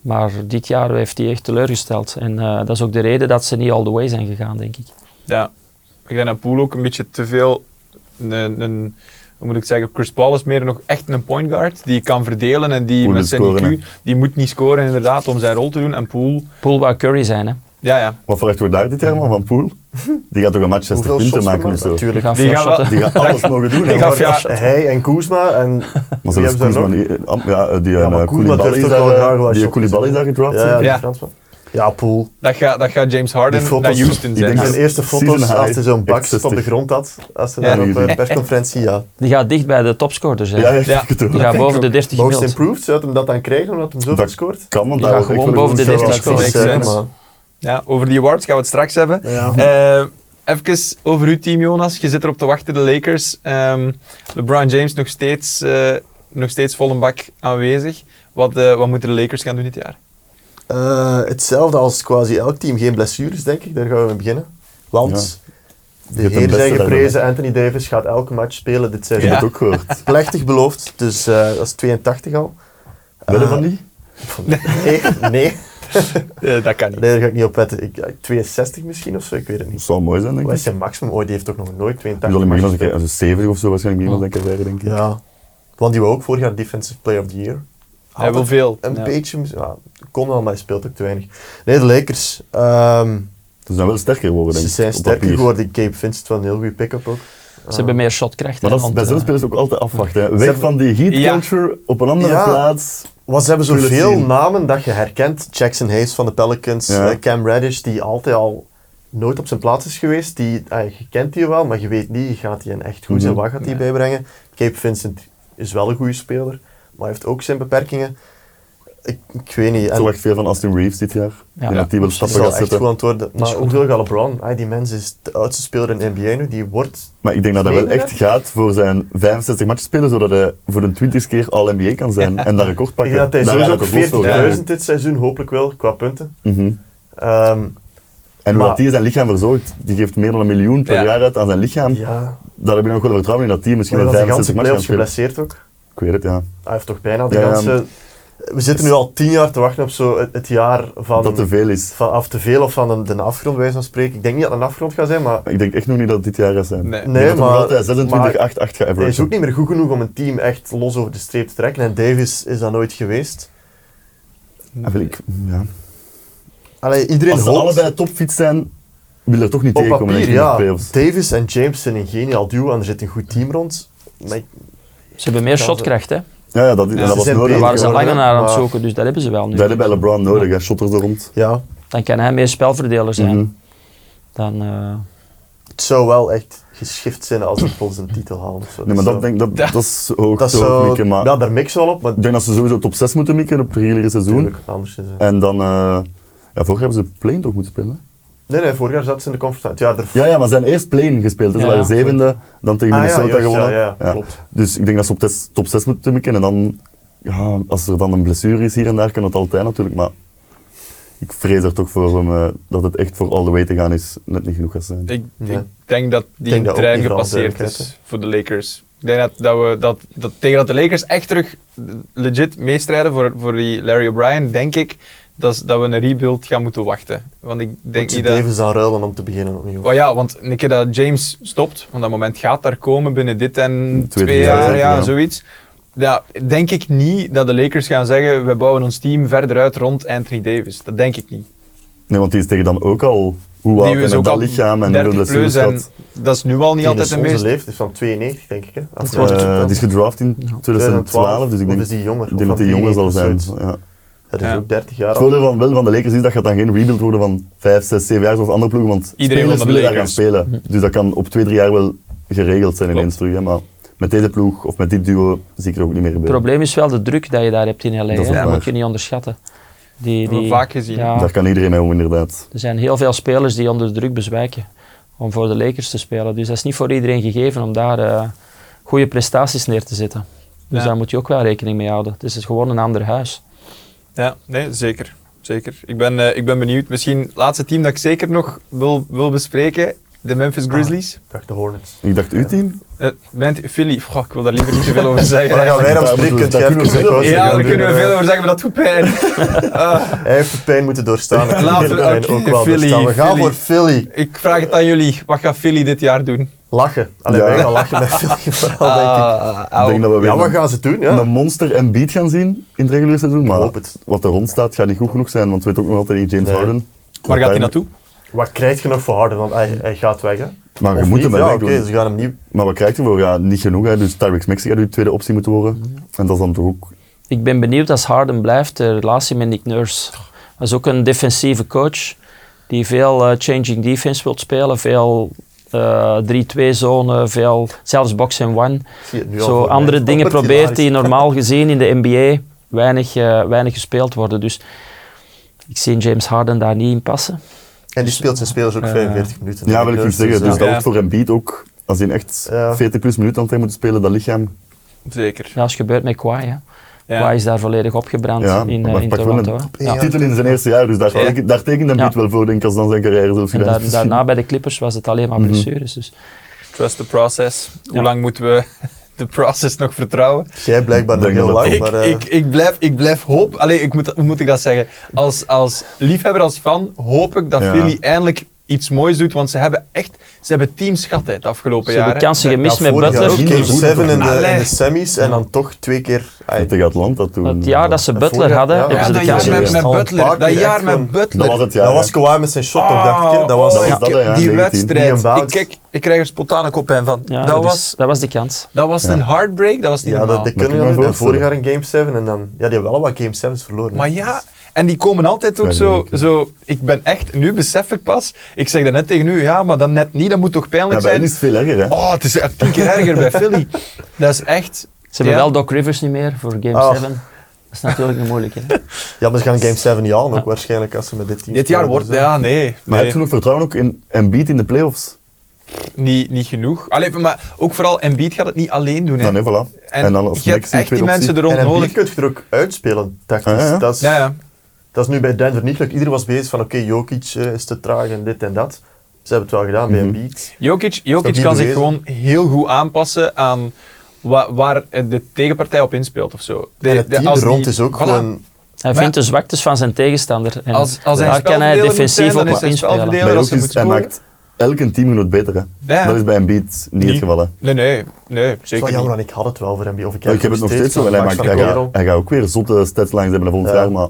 Speaker 4: Maar dit jaar heeft hij echt teleurgesteld. En eh, dat is ook de reden dat ze niet all the way zijn gegaan, denk ik.
Speaker 1: ja. Ik denk dat Poel ook een beetje te veel. Een, een, hoe moet ik zeggen? Chris Paul is meer nog echt een point guard. Die kan verdelen en die
Speaker 3: Poel
Speaker 1: met
Speaker 3: moet
Speaker 1: zijn
Speaker 3: scoren,
Speaker 1: IQ. Die moet niet scoren inderdaad om zijn rol te doen. En Poel,
Speaker 4: Poole wou Curry zijn, hè.
Speaker 1: ja, ja.
Speaker 3: Wat verwacht wordt daar dit jaar man, van Poel? Die gaat toch een match 60
Speaker 2: Hoeveel
Speaker 3: punten
Speaker 2: shots
Speaker 3: maken
Speaker 2: gemaakt?
Speaker 3: of zo?
Speaker 4: Die
Speaker 2: Natuurlijk.
Speaker 4: gaan
Speaker 1: Die
Speaker 4: veel
Speaker 1: gaan wel-
Speaker 4: shotten.
Speaker 3: Die gaat alles mogen doen. hè.
Speaker 1: Ik gaf ja.
Speaker 2: Hij en Kuzma en...
Speaker 3: Maar
Speaker 2: wie
Speaker 3: zelfs
Speaker 2: hebben ze daar
Speaker 3: Koesman,
Speaker 2: nog?
Speaker 3: eh, Am- ja, eh, die
Speaker 2: Ja, maar
Speaker 3: eh,
Speaker 2: Koesman
Speaker 3: Koulibaly
Speaker 2: durft
Speaker 3: is
Speaker 2: ook wel graag
Speaker 3: daar,
Speaker 2: wel
Speaker 3: eh, die
Speaker 2: shots
Speaker 3: Koulibaly is daar gedraft.
Speaker 2: Ja,
Speaker 3: zeker?
Speaker 1: Ja.
Speaker 2: ja. Fransman. ja, Poel.
Speaker 1: Dat gaat dat gaat James
Speaker 2: Die
Speaker 1: Harden
Speaker 2: foto's-
Speaker 1: naar Houston
Speaker 3: ik
Speaker 1: zijn.
Speaker 3: denk
Speaker 2: Zijn
Speaker 3: Ja.
Speaker 2: eerste foto's
Speaker 3: Season
Speaker 2: als
Speaker 3: high,
Speaker 2: hij zo'n bakst op de
Speaker 3: 60.
Speaker 2: grond had, als ze
Speaker 1: Ja.
Speaker 2: daar op
Speaker 3: Ja.
Speaker 2: een persconferentie, ja.
Speaker 4: Die gaat dicht bij de topscorers zijn.
Speaker 3: Ja,
Speaker 4: die
Speaker 3: echt.
Speaker 1: Ja.
Speaker 3: ik bedoel,
Speaker 4: gaat boven de 30
Speaker 2: Most
Speaker 4: gemiddeld.
Speaker 2: improved, zou hem dat dan krijgen omdat hij zoveel
Speaker 3: Dat
Speaker 2: scoort?
Speaker 3: Kan, want
Speaker 4: Die
Speaker 3: daar
Speaker 4: gaan
Speaker 3: wordt echt
Speaker 4: gewoon
Speaker 3: wel
Speaker 4: boven de
Speaker 3: goed
Speaker 4: 30
Speaker 1: scoren.
Speaker 2: Zou wel
Speaker 1: Makes
Speaker 2: zijn,
Speaker 1: Ja, over die awards gaan we het straks hebben. Eh, even over uw team, Jonas. Je zit erop te wachten, de Lakers. Ehm, LeBron James nog steeds, eh, nog steeds vol een bak aanwezig. Wat, eh, wat moeten de Lakers gaan doen dit jaar?
Speaker 2: maar, eh, hetzelfde als quasi elk team, geen blessures denk ik, daar gaan we mee beginnen. Want
Speaker 3: Je
Speaker 2: de
Speaker 3: hebt
Speaker 2: heer
Speaker 3: een
Speaker 2: zijn
Speaker 3: beste
Speaker 2: geprezen, Anthony Davis gaat elke match spelen dit
Speaker 3: Ik heb
Speaker 2: seizoen.
Speaker 1: Ja.
Speaker 3: het ook gehoord.
Speaker 2: Plechtig beloofd, dus eh, dat is 82 al.
Speaker 3: Wel
Speaker 2: Eh,
Speaker 3: van die?
Speaker 2: Nee, nee.
Speaker 1: Eh, dat kan niet.
Speaker 2: Nee, daar ga ik niet op wetten. Ik, ja, 62 misschien of zo, ik weet het
Speaker 3: Dat
Speaker 2: niet.
Speaker 3: zou mooi zijn, denk
Speaker 2: Wat
Speaker 3: ik.
Speaker 2: is zijn maximum ooit? Die heeft toch nog nooit
Speaker 3: Ik
Speaker 2: 82
Speaker 3: zal iemand als
Speaker 2: matchen
Speaker 3: ik als een 70 of zo waarschijnlijk iemand denk ik ervaren, denk ik.
Speaker 2: Ja, want die wou ook vorig jaar Defensive Player of the Year.
Speaker 1: Hij wil veel.
Speaker 2: Een
Speaker 1: Ja.
Speaker 2: beetje, mis- ja, kon wel, maar hij speelt ook te weinig. Nee, de Lakers, ehm,
Speaker 3: Ze zijn wel sterker geworden, denk
Speaker 2: ze
Speaker 3: ik.
Speaker 2: zijn
Speaker 3: op
Speaker 2: sterker
Speaker 3: papier.
Speaker 2: geworden. Gabe Vincent wel een heel goede pick-up ook.
Speaker 4: Ze hebben meer shotkracht.
Speaker 3: Maar dat
Speaker 4: hè,
Speaker 3: is
Speaker 4: want,
Speaker 3: bij zo'n
Speaker 4: eh,
Speaker 3: spelers ook altijd afwachten. hè. Weg
Speaker 2: hebben-
Speaker 3: van die heat
Speaker 1: Ja.
Speaker 3: culture op een andere
Speaker 2: Ja.
Speaker 3: plaats.
Speaker 2: Want ze hebben
Speaker 3: Ik wil het
Speaker 2: zoveel
Speaker 3: zien.
Speaker 2: namen dat je herkent. Jackson Hayes van de Pelicans,
Speaker 3: Ja.
Speaker 2: eh, Cam Reddish, die altijd al nooit op zijn plaats is geweest, die, ah, je kent die wel, maar je weet niet, gaat hij een echt goed zijn,
Speaker 3: Mhm.
Speaker 2: wat gaat hij bijbrengen. Cape Vincent is wel een goede speler, maar heeft ook zijn beperkingen. Ik, ik weet niet.
Speaker 3: Ik
Speaker 2: en-
Speaker 3: verwacht veel van Austin Reeves dit jaar. Ik denk
Speaker 4: Ja.
Speaker 3: dat die wel
Speaker 2: dat
Speaker 3: stappen
Speaker 2: zal
Speaker 3: gaat
Speaker 2: echt
Speaker 3: zetten.
Speaker 2: goed antwoorden. Maar
Speaker 4: goed.
Speaker 2: ook Will LeBron, ah, die mens is de oudste speler in de NBA nu. Die wordt
Speaker 3: Maar ik denk dat hij wel
Speaker 2: Tweede?
Speaker 3: echt gaat voor zijn 65 matchen spelen, zodat hij voor de 20 keer All-NBA kan zijn en dat record
Speaker 2: Ik
Speaker 3: pakken.
Speaker 2: denk dat hij
Speaker 3: Daar gaat
Speaker 2: sowieso
Speaker 3: ook los voor.
Speaker 2: 40.000 dit seizoen hopelijk wel, qua punten.
Speaker 3: Mhm.
Speaker 2: Ehm,
Speaker 3: En
Speaker 2: Maar-
Speaker 3: hoe dat hij zijn lichaam verzorgt, die geeft meer dan een miljoen per
Speaker 1: Ja.
Speaker 3: jaar uit aan zijn lichaam.
Speaker 2: ja,
Speaker 3: Daar heb ik nog wel vertrouwen in dat die misschien
Speaker 2: maar
Speaker 3: wel
Speaker 2: dat de ganse
Speaker 3: 65 matchen
Speaker 2: playoffs
Speaker 3: gaat spelen.
Speaker 2: geblesseerd ook.
Speaker 3: Ik weet het, ja.
Speaker 2: Hij heeft toch bijna de
Speaker 3: Ja, ja.
Speaker 2: ganse... ehm, We zitten nu al tien jaar te wachten op zo het, het jaar van,
Speaker 3: dat te veel is.
Speaker 2: van af te veel of van een, de afgrond, wij van spreken. Ik denk niet dat het een afgrond gaat zijn, maar
Speaker 3: Maar Ik denk echt nog niet dat het dit jaar gaat zijn.
Speaker 1: Nee.
Speaker 3: Ik denk
Speaker 2: Nee,
Speaker 3: dat hij
Speaker 2: maar-
Speaker 3: nog altijd 26, 8, 8 gaat
Speaker 2: hij is ook
Speaker 3: averagen.
Speaker 2: niet meer goed genoeg om een team echt los over de streep te trekken. En Davis is dat nooit geweest.
Speaker 3: En wil Ah, ik- ja.
Speaker 2: Allee, iedereen
Speaker 3: Als ze
Speaker 2: hoopt-
Speaker 3: allebei topfit zijn, wil er toch niet
Speaker 2: op
Speaker 3: tegenkomen
Speaker 2: papier,
Speaker 3: denk ik, in de
Speaker 2: ja.
Speaker 3: playoffs.
Speaker 2: Davis en James zijn een geniaal duo en er zit een goed team rond. Maar ik-
Speaker 4: Ze hebben meer
Speaker 2: Ja,
Speaker 4: shotkracht, hè.
Speaker 3: Ja, ja, dat, dat
Speaker 1: ze
Speaker 3: was
Speaker 2: zijn
Speaker 3: nodig.
Speaker 4: Daar
Speaker 2: beter
Speaker 4: waren ze
Speaker 2: geworden,
Speaker 4: langer naar aan het
Speaker 2: maar-
Speaker 4: zoeken, dus dat hebben ze wel nu.
Speaker 3: Dat hebben bij LeBron nodig, hè, shotters er rond.
Speaker 2: ja,
Speaker 4: Dan kan hij meer spelverdeler zijn
Speaker 3: Mhm.
Speaker 4: dan... eh,
Speaker 2: het zou wel echt geschift zijn als ze volgens een titel halen. of zo.
Speaker 3: Nee, maar
Speaker 2: zou-
Speaker 3: dat, denk, dat,
Speaker 1: Ja.
Speaker 3: dat is hoog
Speaker 2: dat
Speaker 3: te
Speaker 2: zou,
Speaker 3: hoog mikken, maar
Speaker 2: ja, daar mik ze wel op, maar
Speaker 3: ik denk dat ze sowieso top 6 moeten mikken op het reguliere seizoen.
Speaker 2: natuurlijk anders is het.
Speaker 3: En dan, eh, ja, vorig jaar hebben ze plane toch moeten spelen? hè?
Speaker 2: Nee, nee, vorig jaar zat ze in de conference. Ja, daar-
Speaker 3: Ja, ja, maar ze hebben eerst plane gespeeld. Dus
Speaker 4: Ja,
Speaker 3: ze waren
Speaker 4: ja.
Speaker 3: zevende, dan tegen
Speaker 2: Ah, ja,
Speaker 3: Minnesota
Speaker 2: juist,
Speaker 3: gewonnen.
Speaker 2: ja, ja, klopt.
Speaker 3: Dus ik denk dat ze op tes- top 6 moeten mikken. En dan, ja, als er dan een blessure is hier en daar, kan het altijd natuurlijk. Maar ik vrees er toch voor om, eh, dat het echt voor all the way te gaan is, net niet genoeg gaat zijn.
Speaker 1: Ik,
Speaker 2: Ja.
Speaker 1: ik denk dat die
Speaker 2: denk dat ook
Speaker 1: trein
Speaker 2: niet vooral
Speaker 1: gepasseerd
Speaker 2: duidelijk is,
Speaker 1: is voor de Lakers. Ik denk dat, dat we dat, dat tegen dat de Lakers echt terug legit meestrijden voor, voor die Larry O'Brien, denk ik dat, is- dat we een rebuild gaan moeten wachten. Want ik denk
Speaker 2: Moet ze
Speaker 1: niet dat...
Speaker 2: Davis aan ruilen om te beginnen opnieuw.
Speaker 1: Oh ja, want een keer dat James stopt, want dat moment gaat daar komen binnen dit en twee,
Speaker 3: Twee, drie
Speaker 1: jaar,
Speaker 3: jaar,
Speaker 1: ja,
Speaker 3: zeker, ja.
Speaker 1: zoiets. Ja, denk ik niet dat de Lakers gaan zeggen, we bouwen ons team verder uit rond Anthony Davis. Dat denk ik niet.
Speaker 3: Nee, want die is tegen dan ook al hoe
Speaker 1: Die
Speaker 3: oud en
Speaker 1: is
Speaker 3: met
Speaker 1: ook
Speaker 3: dat
Speaker 1: al
Speaker 3: lichaam en
Speaker 1: 30
Speaker 3: hoeveel blessures
Speaker 1: plus en
Speaker 3: dat.
Speaker 1: dat is nu al niet
Speaker 2: Die
Speaker 1: altijd
Speaker 2: is
Speaker 1: de
Speaker 2: onze
Speaker 1: meest...
Speaker 2: leeftijd van 92, denk ik. Hè? Als
Speaker 4: Dat wordt
Speaker 2: we-
Speaker 3: Eh, die is gedraft in 2012, dus ik
Speaker 2: Of
Speaker 3: denk,
Speaker 2: is die jonger?
Speaker 3: ik denk
Speaker 2: Of
Speaker 3: dat die
Speaker 2: van
Speaker 3: jonger zal
Speaker 2: 93
Speaker 3: zijn.
Speaker 2: of
Speaker 3: Ja.
Speaker 2: Dat is
Speaker 1: Ja.
Speaker 2: ook 30 jaar
Speaker 3: Het
Speaker 2: oud.
Speaker 3: voordeel van, wel van de Lakers is dat gaat dan geen rebuild worden van 5, 6, 7 jaar zoals andere ploegen, want
Speaker 1: Iedereen wil
Speaker 3: spelers
Speaker 1: naar de
Speaker 3: willen daar gaan
Speaker 1: Lakers. Hm.
Speaker 3: spelen. Dus dat kan op 2, 3 jaar wel geregeld zijn
Speaker 1: Klopt.
Speaker 3: ineens terug. Hè, maar met deze ploeg of met dit duo zie ik er ook niet meer
Speaker 4: Het
Speaker 3: gebeuren.
Speaker 4: probleem is wel de druk dat je daar hebt in LA.
Speaker 3: Dat
Speaker 4: hè.
Speaker 3: is
Speaker 4: Dat,
Speaker 3: waar.
Speaker 4: moet je niet onderschatten. Die,
Speaker 1: Dat hebben we vaak gezien.
Speaker 4: ja,
Speaker 3: Daar kan iedereen mee om inderdaad.
Speaker 4: er zijn heel veel spelers die onder druk bezwijken om voor de Lakers te spelen. Dus dat is niet voor iedereen gegeven om daar eh, goede prestaties neer te zetten. Dus
Speaker 1: Ja.
Speaker 4: daar moet je ook wel rekening mee houden. Het is gewoon een ander huis.
Speaker 1: Ja, nee, zeker. zeker. Ik, ben, eh, ik ben benieuwd. Misschien het laatste team dat ik zeker nog wil, wil bespreken, de Memphis Grizzlies.
Speaker 2: Ik dacht de Hornets.
Speaker 3: Ik dacht, uw team?
Speaker 1: Eh, Mem- Philly, Goh, ik wil daar liever niet te veel over zeggen.
Speaker 2: Maar dan gaan wij dan
Speaker 3: Daar
Speaker 2: spreken.
Speaker 3: moeten we-
Speaker 2: Kunt jij
Speaker 3: daar
Speaker 2: even
Speaker 3: kunnen we
Speaker 2: zeggen
Speaker 3: veel
Speaker 2: wat
Speaker 3: over
Speaker 2: ze
Speaker 1: ja,
Speaker 2: gaan
Speaker 1: daar
Speaker 2: doen?
Speaker 1: kunnen we veel over zeggen, maar dat doet pijn. Ah.
Speaker 2: Hij heeft de pijn moeten doorstaan. Ik
Speaker 1: Laten we-
Speaker 2: denk dat hij ook wel
Speaker 1: Philly,
Speaker 2: doorstaan. We gaan
Speaker 1: Philly.
Speaker 2: voor Philly.
Speaker 1: Ik vraag het aan jullie. Wat gaat Philly dit jaar doen?
Speaker 2: Lachen. Alleen
Speaker 3: Ja.
Speaker 2: wij gaan lachen bij Philly vooral, denk ik.
Speaker 1: Ah,
Speaker 3: Ik
Speaker 1: au.
Speaker 3: denk dat we weer
Speaker 2: Ja, wat
Speaker 3: een-
Speaker 2: gaan ze doen? Ja.
Speaker 3: een monster en beat gaan zien in het reguliere seizoen. Maar
Speaker 2: hoop het.
Speaker 3: wat er rond staat gaat niet goed genoeg zijn, want we weten ook nog altijd niet James
Speaker 2: Nee.
Speaker 3: Harden.
Speaker 1: Waar gaat hij naartoe?
Speaker 2: Wat krijg je nog voor Harden? Want hij, hij gaat weg, hè?
Speaker 3: Maar
Speaker 2: Of
Speaker 3: je moet hem
Speaker 2: niet?
Speaker 3: wel
Speaker 2: Ja,
Speaker 3: weg
Speaker 2: oké,
Speaker 3: doen.
Speaker 2: ze gaan hem niet...
Speaker 3: Maar wat krijgt hij voor? Ja, niet genoeg. Hè. Dus Tyrex Maxey gaat uw tweede optie moeten worden. En dat is dan toch ook...
Speaker 4: Ik ben benieuwd als Harden blijft, de relatie met Nick Nurse. Dat is ook een defensieve coach die veel eh, changing defense wilt spelen, veel eh 3-2 zone, veel zelfs box and one.
Speaker 2: Ik zie het nu al
Speaker 4: Zo
Speaker 2: voor mij.
Speaker 4: andere
Speaker 2: Oh,
Speaker 4: dingen
Speaker 2: wat
Speaker 4: probeert die
Speaker 2: hilarisch.
Speaker 4: normaal gezien in de NBA weinig, eh, weinig gespeeld worden. Dus ik zie James Harden daar niet in passen.
Speaker 2: En die speelt zijn spelers ook
Speaker 4: Eh,
Speaker 2: 45 minuten.
Speaker 3: Ja, wil ik
Speaker 2: Dus,
Speaker 3: hem zeggen.
Speaker 2: ja.
Speaker 3: Dus dat
Speaker 1: Ja.
Speaker 3: wordt voor Embiid ook, als hij echt
Speaker 2: Ja.
Speaker 3: 40 plus minuten aan het moeten spelen, dat lichaam...
Speaker 1: Zeker.
Speaker 4: Ja, Dat is gebeurd met Kawhi. Hè.
Speaker 1: Ja.
Speaker 4: Kawhi is daar volledig opgebrand
Speaker 3: Ja,
Speaker 4: in, eh,
Speaker 3: maar
Speaker 4: in
Speaker 3: pak wel
Speaker 4: Toronto.
Speaker 3: een
Speaker 4: hè. Ja.
Speaker 3: titel in zijn eerste jaar, dus daar,
Speaker 1: Ja.
Speaker 3: teken- daar tekent Embiid
Speaker 4: Ja.
Speaker 3: wel voor, denk ik, als dan zijn carrière zelfs
Speaker 4: En
Speaker 3: gedaan
Speaker 4: daar-
Speaker 3: is misschien.
Speaker 4: daarna bij de Clippers was het alleen maar
Speaker 3: Mhm.
Speaker 4: blessures. Dus.
Speaker 1: Trust the process. Hoe
Speaker 4: Ja.
Speaker 1: lang moeten we de process nog vertrouwen?
Speaker 2: Jij blijkbaar nog
Speaker 3: Denk
Speaker 2: heel
Speaker 3: dat
Speaker 2: lang,
Speaker 1: Ik,
Speaker 2: maar... eh,
Speaker 1: ik, ik, blijf, ik blijf hoop. Allee, ik moet, hoe moet ik dat zeggen? Als, als liefhebber, als fan, hoop ik dat
Speaker 3: Ja.
Speaker 1: Philly eindelijk iets moois doet. Want ze hebben echt ze hebben teams gehad hè, het afgelopen
Speaker 4: Ze
Speaker 1: jaar.
Speaker 4: hebben kansen gemist met
Speaker 2: vorig jaar
Speaker 4: Butler.
Speaker 2: ook
Speaker 3: Minder
Speaker 2: Game
Speaker 3: goed
Speaker 2: 7 in de,
Speaker 1: gedaan.
Speaker 2: in de semis en dan toch twee keer... ai,
Speaker 3: Tegen Atlanta toen.
Speaker 4: Het jaar dat ze
Speaker 2: En
Speaker 4: Butler
Speaker 2: vorig jaar-
Speaker 4: hadden,
Speaker 2: ja.
Speaker 4: hebben
Speaker 1: Ja,
Speaker 4: ze de
Speaker 1: dat
Speaker 3: het
Speaker 1: jaar
Speaker 4: kansen
Speaker 1: met,
Speaker 3: gemist.
Speaker 1: met
Speaker 2: Al een
Speaker 1: Butler.
Speaker 2: paar
Speaker 1: Dat
Speaker 2: keer
Speaker 1: jaar
Speaker 2: echt
Speaker 1: met
Speaker 2: gewoon-
Speaker 1: Butler.
Speaker 3: Dat was het jaar.
Speaker 2: Dat
Speaker 3: hè.
Speaker 1: Oh.
Speaker 2: was Kawhi met zijn shot, nog dacht ik. hè. Dat was
Speaker 3: dat, hè, ja,
Speaker 1: die
Speaker 3: 19.
Speaker 1: wedstrijd.
Speaker 2: Die een bounce.
Speaker 1: Ik, kijk, Ik krijg er spontaan een koppijn van.
Speaker 4: Ja,
Speaker 1: dat,
Speaker 4: dus
Speaker 1: was,
Speaker 4: dat was die kans.
Speaker 1: dat was
Speaker 3: Ja.
Speaker 1: een heartbreak, dat was niet
Speaker 2: Ja,
Speaker 1: normaal.
Speaker 2: dat, dat
Speaker 3: Maar
Speaker 2: kunnen
Speaker 3: kun je
Speaker 2: we
Speaker 3: me
Speaker 2: En vorig jaar
Speaker 3: voorstellen?
Speaker 2: een Game 7 en dan... Ja, die hebben wel wat Game 7's verloren. hè.
Speaker 1: Maar ja, en die komen altijd ook
Speaker 3: Ja,
Speaker 1: zo,
Speaker 3: denk ik.
Speaker 1: zo... Ik ben echt... Nu besef ik pas... Ik zeg dat net tegen u, ja, maar dan net niet. Dat moet toch
Speaker 3: Ja,
Speaker 1: pijnlijk
Speaker 3: bij hen
Speaker 1: zijn?
Speaker 3: is het veel erger, hè?
Speaker 1: Oh, het is echt tien keer erger bij Philly. Dat is echt...
Speaker 4: Ze hebben
Speaker 1: Ja.
Speaker 4: wel Doc Rivers niet meer voor Game
Speaker 2: Ah.
Speaker 4: 7. Dat is natuurlijk een moeilijke. hè.
Speaker 2: Ja, maar ze gaan Game 7 niet halen ook waarschijnlijk als ze met dit team
Speaker 1: Dit jaar
Speaker 2: spelen,
Speaker 1: wordt...
Speaker 2: dus, hè.
Speaker 1: Ja, nee.
Speaker 3: Maar
Speaker 1: nee.
Speaker 3: heb je nog vertrouwen ook in Embiid in de playoffs?
Speaker 1: Niet, niet genoeg. Allee, maar ook vooral Embiid gaat het niet alleen doen. Hè.
Speaker 3: Dan nee, voilà.
Speaker 1: En,
Speaker 3: En, dan als
Speaker 1: je hebt
Speaker 3: next in
Speaker 1: echt die
Speaker 3: tweede
Speaker 1: mensen
Speaker 3: optie.
Speaker 1: er rond
Speaker 2: En Embiid
Speaker 1: nodig.
Speaker 2: kun je er ook uitspelen, tactisch.
Speaker 3: Ah, ja.
Speaker 2: Dat, is,
Speaker 1: Ja, ja.
Speaker 2: dat is nu bij Denver niet gelukt. Iedereen was bezig van, oké, Jokic eh, is te traag en dit en dat. Ze hebben het wel gedaan bij
Speaker 3: Mhm.
Speaker 2: Embiid.
Speaker 1: Jokic, Jokic
Speaker 2: niet
Speaker 1: kan zich
Speaker 2: bewezen?
Speaker 1: gewoon heel goed aanpassen aan wa- waar de tegenpartij op inspeelt of zo. De,
Speaker 2: en het
Speaker 1: de-
Speaker 2: team
Speaker 1: als
Speaker 2: rond
Speaker 1: die-
Speaker 2: is ook
Speaker 1: Voilà.
Speaker 2: gewoon...
Speaker 4: Hij
Speaker 1: Maar-
Speaker 4: vindt de zwaktes van zijn tegenstander. En
Speaker 1: Als- als hij
Speaker 4: daar kan hij
Speaker 1: spelverdeler moet zijn,
Speaker 4: defensief
Speaker 1: dan
Speaker 4: ook
Speaker 1: is
Speaker 4: op
Speaker 1: hij
Speaker 4: inspelen.
Speaker 1: spelverdeler.
Speaker 3: Bij
Speaker 1: dat ze
Speaker 3: Jokic,
Speaker 1: moet
Speaker 3: hij
Speaker 1: scoren.
Speaker 3: maakt elke teamgenoot beter, hè?
Speaker 1: Ja.
Speaker 3: Dat is bij Embiid niet het
Speaker 1: Niet.
Speaker 3: geval, hè?
Speaker 1: Nee, nee, nee,
Speaker 2: Het is
Speaker 1: zeker
Speaker 2: wel
Speaker 1: niet.
Speaker 2: jammer, want ik had het wel voor Embiid. Of ik,
Speaker 3: ik heb het nog steeds
Speaker 2: van
Speaker 3: zo. wel, Hij,
Speaker 2: Max
Speaker 3: maakt,
Speaker 2: van
Speaker 3: hij,
Speaker 2: Kerel.
Speaker 3: gaat, hij gaat ook weer zotte statslines hebben volgend
Speaker 2: Ja.
Speaker 3: jaar, maar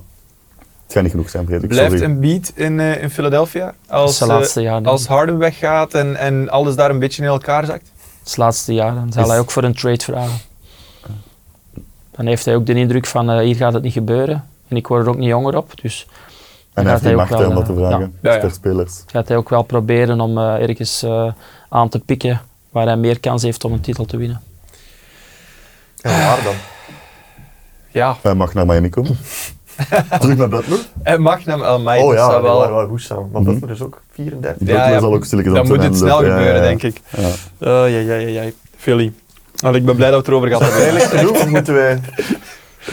Speaker 3: het gaat niet genoeg zijn, vrees ik.
Speaker 1: Blijft
Speaker 3: Sorry.
Speaker 1: een beat in, eh, in Philadelphia als,
Speaker 4: zijn
Speaker 1: eh,
Speaker 4: laatste jaar, denk
Speaker 1: als
Speaker 4: ik.
Speaker 1: Harden weggaat en, en alles daar een beetje in elkaar zakt?
Speaker 4: Het laatste jaar. Dan zal
Speaker 3: Is-
Speaker 4: hij ook voor een trade vragen. Dan heeft hij ook de indruk van eh, hier gaat het niet gebeuren. En ik word er ook niet jonger op. Dus
Speaker 3: En hij
Speaker 4: gaat
Speaker 3: heeft die
Speaker 4: hij ook
Speaker 3: macht hè,
Speaker 4: wel,
Speaker 3: om dat
Speaker 4: eh,
Speaker 3: te vragen.
Speaker 1: ja. Ja, ja.
Speaker 3: Ter spelers.
Speaker 4: gaat hij ook wel proberen om eh, ergens eh, aan te pikken waar hij meer kans heeft om een titel te winnen.
Speaker 2: En waar dan?
Speaker 1: Ja,
Speaker 3: Hij mag naar Miami komen. Terug naar Butler.
Speaker 1: en Magnum Almighty
Speaker 2: Oh ja,
Speaker 1: Ah, zou
Speaker 2: dat
Speaker 1: wel...
Speaker 2: waren wel goed samen. Maar
Speaker 3: Mhm.
Speaker 2: Butler is ook 34.
Speaker 1: Ja,
Speaker 3: Butler
Speaker 1: ja,
Speaker 3: zal ook stilletjes aan
Speaker 1: Dan moet
Speaker 3: zijn
Speaker 1: het
Speaker 3: einde
Speaker 1: snel
Speaker 3: lopen. Ja,
Speaker 1: gebeuren,
Speaker 3: ja, ja.
Speaker 1: denk ik.
Speaker 3: Ja.
Speaker 1: Oh, ja, ja, ja, ja. Philly. Al, ik ben blij dat we het erover gehad hebben.
Speaker 2: Eigenlijk genoeg, of moeten wij...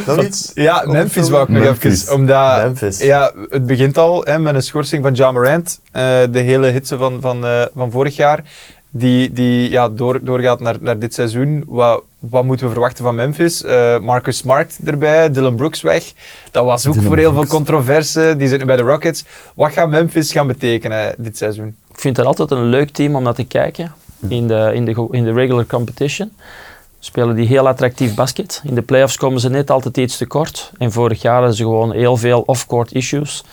Speaker 2: Nog iets?
Speaker 1: Ja,
Speaker 2: Over
Speaker 1: Memphis
Speaker 2: Philly?
Speaker 1: wou ik nog
Speaker 3: Memphis.
Speaker 1: even. Omdat,
Speaker 2: Memphis.
Speaker 1: Ja, het begint al hè, met een schorsing van Ja Morant. eh, de hele hitse van, van, eh, van vorig jaar. Die, die ja, door, doorgaat naar, naar dit seizoen. Wat, wat moeten we verwachten van Memphis? Eh, Marcus Smart erbij, Dylan Brooks weg. Dat was ook
Speaker 3: Dylan
Speaker 1: voor heel
Speaker 3: Brooks.
Speaker 1: veel controverse. Die zit nu bij de Rockets. Wat gaat Memphis gaan betekenen dit seizoen?
Speaker 4: Ik vind het altijd een leuk team om naar te kijken
Speaker 2: Hm.
Speaker 4: in de, in de, go- in de regular competition. Spelen die heel attractief basket. In de playoffs komen ze net altijd iets te kort. En vorig jaar hadden ze gewoon heel veel off-court issues.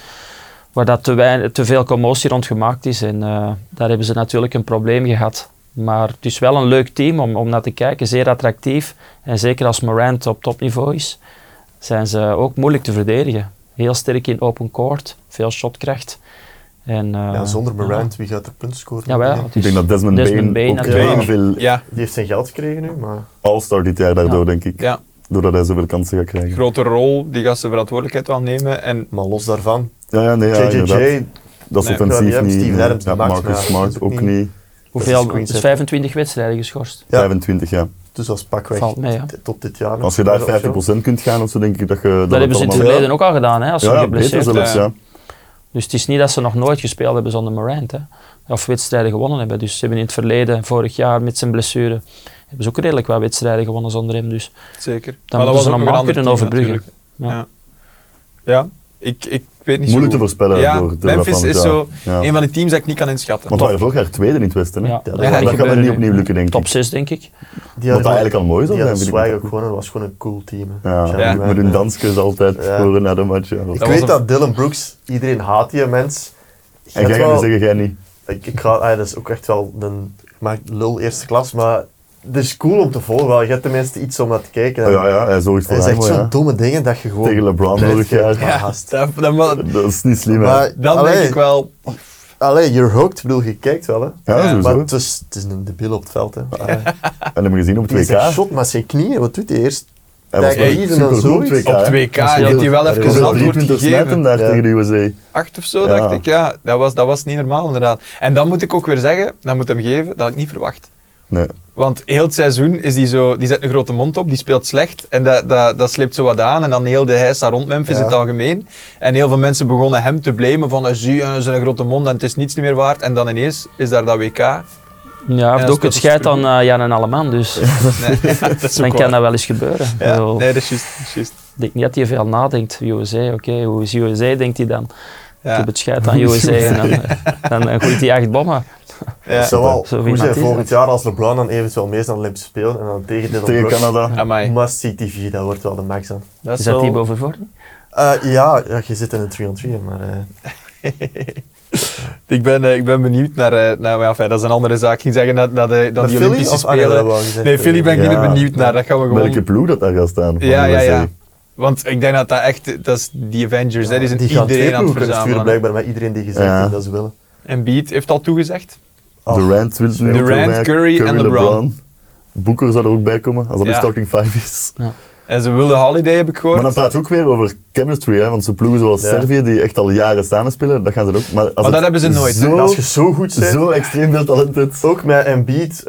Speaker 4: Waar dat te, wein- te veel commotie rond gemaakt is. En eh, daar hebben ze natuurlijk een probleem gehad. Maar het is wel een leuk team om, om naar te kijken. Zeer attractief. En zeker als Morant op topniveau is, zijn ze ook moeilijk te verdedigen. Heel sterk in open court. Veel shotkracht. En, eh,
Speaker 2: Ja, zonder
Speaker 4: ja.
Speaker 2: Morant, wie gaat er punten scoren?
Speaker 4: Ja, wel, het
Speaker 3: Ik
Speaker 4: is-
Speaker 3: denk dat Desmond,
Speaker 4: Desmond Bane
Speaker 3: Bane ook
Speaker 4: natuurlijk.
Speaker 3: heel veel
Speaker 1: Ja,
Speaker 2: Die heeft zijn geld gekregen nu, maar...
Speaker 3: All-Star dit jaar daardoor,
Speaker 4: Ja.
Speaker 3: denk ik.
Speaker 1: ja.
Speaker 3: Doordat hij zoveel kansen gaat krijgen.
Speaker 1: grote rol. Die gaat zijn verantwoordelijkheid wel nemen. En
Speaker 2: Maar los daarvan,
Speaker 3: Ja, ja, nee, ja, inderdaad.
Speaker 2: JJJ,
Speaker 3: Dat is
Speaker 1: Nee,
Speaker 2: ja, die
Speaker 3: offensief
Speaker 2: hebben
Speaker 3: niet.
Speaker 2: Steven Adams
Speaker 3: Ja,
Speaker 2: gemaakt, maar
Speaker 3: Marcus
Speaker 2: ja,
Speaker 3: Smart
Speaker 2: dat is
Speaker 3: ook
Speaker 2: ook
Speaker 3: niet.
Speaker 4: Hoeveel?
Speaker 2: Dat is
Speaker 4: Het is 25 wedstrijden geschorst.
Speaker 2: Ja.
Speaker 3: 25, ja.
Speaker 2: dus als pakweg
Speaker 4: Valt mee, hè.
Speaker 2: t- tot dit jaar. nog
Speaker 3: Als je daar
Speaker 2: spelen of zo.
Speaker 3: 50% kunt gaan of zo, denk ik dat je...
Speaker 4: Dat, hebben ze in het
Speaker 3: allemaal-
Speaker 4: verleden ook al gedaan, hè, als ze
Speaker 3: Ja, ja, beter
Speaker 4: geblesseerd waren.
Speaker 3: zelfs, ja.
Speaker 4: Dus het is niet dat ze nog nooit gespeeld hebben zonder Morant. Hè. Of wedstrijden gewonnen hebben. Dus ze hebben in het verleden, vorig jaar met zijn blessure, hebben ze ook redelijk wat wedstrijden gewonnen zonder hem. Dus
Speaker 1: zeker. Maar dat
Speaker 4: dan moeten ze
Speaker 1: was ook
Speaker 4: normaal
Speaker 1: nog een ander
Speaker 4: kunnen
Speaker 1: team
Speaker 4: overbruggen.
Speaker 1: natuurlijk.
Speaker 4: Ja.
Speaker 1: Ja. Ja, ik, ik weet niet zo goed.
Speaker 3: Moeilijk te voorspellen
Speaker 1: Ja,
Speaker 3: door de
Speaker 1: Memphis
Speaker 3: Raptors,
Speaker 1: is
Speaker 3: ja.
Speaker 1: zo
Speaker 3: Ja.
Speaker 1: een van die teams dat ik niet kan inschatten.
Speaker 3: Want we waren vorig jaar tweede in het Westen. Hè?
Speaker 4: Ja,
Speaker 2: dat
Speaker 3: dat
Speaker 2: gaat
Speaker 3: gaat
Speaker 2: niet
Speaker 3: dat
Speaker 4: gebeuren
Speaker 3: niet
Speaker 4: nu.
Speaker 3: opnieuw lukken, denk
Speaker 4: Top
Speaker 3: ik.
Speaker 4: 6, denk ik.
Speaker 2: Die
Speaker 3: Wat dat
Speaker 2: hadden-
Speaker 3: eigenlijk al mooi zou
Speaker 2: Die
Speaker 3: zijn,
Speaker 2: hadden
Speaker 3: vind ik.
Speaker 2: swag ook gewoon, dat was gewoon een cool team. hè.
Speaker 3: Ja,
Speaker 2: Jeremy
Speaker 3: Met
Speaker 2: Renner.
Speaker 3: hun dansjes altijd
Speaker 2: Ja.
Speaker 3: voor na de match. Ja.
Speaker 2: Ik
Speaker 1: Dat
Speaker 2: weet
Speaker 1: was een-
Speaker 2: dat Dylan Brooks, iedereen haat die mens. Je
Speaker 3: En
Speaker 2: hebt
Speaker 3: jij gaat
Speaker 2: wel-
Speaker 3: me zeggen, jij niet.
Speaker 2: ik, ik ga, ah, dat is ook echt wel een maar lul eerste klas, maar het is cool om te volgen. wel. Je hebt tenminste iets om naar te kijken.
Speaker 3: Oh, ja, ja, hij zorgt voor
Speaker 2: Hij zegt
Speaker 3: Imo,
Speaker 2: zo'n
Speaker 3: ja.
Speaker 2: domme dingen dat je gewoon...
Speaker 3: Tegen LeBron
Speaker 2: blijft
Speaker 3: vorig
Speaker 2: kijken.
Speaker 3: jaar.
Speaker 2: Maar
Speaker 1: Ja,
Speaker 2: gast,
Speaker 1: dat, dan, wel-
Speaker 3: Dat is niet slim, hè.
Speaker 2: Maar-
Speaker 1: dan
Speaker 2: Allee.
Speaker 1: denk ik wel.
Speaker 2: Allee, you're hooked. Ik bedoel, je kijkt wel, hè.
Speaker 3: Ja,
Speaker 1: Ja,
Speaker 3: sowieso.
Speaker 2: Maar het is, het is een debiel op het veld, hè. Allee.
Speaker 3: En hebben we gezien op
Speaker 2: Die
Speaker 3: het
Speaker 2: is echt
Speaker 3: WK.
Speaker 2: shot met zijn knieën. Wat doet hij eerst?
Speaker 3: Hij was
Speaker 2: Kijk,
Speaker 3: echt
Speaker 2: hier en
Speaker 3: supergoed
Speaker 2: dan
Speaker 3: op het
Speaker 2: zoiets.
Speaker 1: Op het WK heeft hij wel
Speaker 2: dat is
Speaker 1: even
Speaker 2: heel
Speaker 1: een
Speaker 2: veel
Speaker 1: antwoord
Speaker 3: 23 snijden
Speaker 1: gegeven.
Speaker 3: daar
Speaker 2: Ja.
Speaker 3: tegen de USA.
Speaker 1: Acht of zo,
Speaker 3: Ja.
Speaker 1: dacht ik. Ja, dat was, dat was niet normaal inderdaad. En dan moet ik ook weer zeggen, dat moet hem geven, dat had ik niet verwacht.
Speaker 3: Nee.
Speaker 1: Want heel het seizoen is die zo, die zet een grote mond op, die speelt slecht en dat, dat, dat sleept zo wat aan. En dan heel de heis daar rond Memphis
Speaker 2: Ja.
Speaker 1: in het algemeen. En heel veel mensen begonnen hem te blamen van, eh, zie je, eh, zijn grote mond en het is niets meer waard. En dan ineens is daar dat WK.
Speaker 4: Ja, hij
Speaker 1: dat
Speaker 4: heeft ook
Speaker 1: speelt
Speaker 4: het scheid
Speaker 1: supergoed.
Speaker 4: aan eh, Jan en Alleman. Dus
Speaker 1: Nee, dat is
Speaker 4: dan
Speaker 1: ook
Speaker 4: kan
Speaker 1: waar.
Speaker 4: dat wel eens gebeuren. Ik
Speaker 1: Ja,
Speaker 4: bedoel,
Speaker 1: nee, dat is juist, dat is juist.
Speaker 4: Ik denk niet dat hij veel nadenkt. USA, E, oké, hoe is USA, E, denkt hij dan. Ik
Speaker 1: Ja.
Speaker 4: heb het scheid aan USA E en dan, eh, dan, dan gooit hij acht bommen.
Speaker 1: Ja.
Speaker 2: Zowel,
Speaker 4: Zo
Speaker 2: hoe zijn
Speaker 4: iemand is
Speaker 2: volgend
Speaker 4: het.
Speaker 2: jaar als LeBron dan eventueel mee is aan de Olympische Spelen en dan tegen Dylan
Speaker 3: Tegen
Speaker 2: Brooks.
Speaker 3: Canada.
Speaker 1: Amai.
Speaker 2: Must see TV, dat wordt wel de max dan.
Speaker 1: Dat
Speaker 4: Is
Speaker 1: is
Speaker 4: dat
Speaker 1: wel-
Speaker 4: Thibaut Vervoort?
Speaker 2: Eh, ja, ja, je zit in een 3-on-3, maar... eh,
Speaker 1: Ik ben, eh, ik ben benieuwd naar, eh, naar maar ja, enfin, dat is een andere zaak. Ik ging zeggen dat, dat, eh, dat
Speaker 2: Naar
Speaker 1: die
Speaker 2: Philly
Speaker 1: Olympische
Speaker 2: of- ah, nee,
Speaker 1: Spelen...
Speaker 2: dat wou ik zeggen.
Speaker 1: nee, Philly ben ik
Speaker 3: Ja.
Speaker 1: niet benieuwd naar. Dat gaan we gewoon...
Speaker 3: Welke ploeg dat daar gaat staan? van
Speaker 1: Ja,
Speaker 3: de
Speaker 1: ja,
Speaker 3: USA.
Speaker 1: ja. Want ik denk dat dat echt, dat is die Avengers, dat is een
Speaker 2: die gaan twee
Speaker 1: dus iedereen aan het
Speaker 2: ploegen sturen,
Speaker 1: verzamelen.
Speaker 2: blijkbaar met iedereen die gezegd
Speaker 3: Ja.
Speaker 2: heeft dat ze willen.
Speaker 1: En Beat heeft al toegezegd.
Speaker 2: Ah,
Speaker 3: Durant, wil het nu ook wel
Speaker 1: Durant,
Speaker 3: bij.
Speaker 1: Curry en LeBron.
Speaker 3: Booker zou er ook bij komen, als dat
Speaker 1: Ja.
Speaker 3: de starting 5 is.
Speaker 1: En ze wilden Holiday, heb ik gehoord.
Speaker 3: Maar dan praat je ook weer over chemistry, hè, want zo'n ploegen zoals
Speaker 2: Ja.
Speaker 3: Servië, die echt al jaren samen spelen, dat gaan ze er ook. Maar, als
Speaker 1: dat
Speaker 3: het
Speaker 1: hebben ze nooit, hè.
Speaker 3: Zo,
Speaker 2: Als je zo goed bent,
Speaker 3: zo extreem veel talent hebt.
Speaker 2: ook met Embiid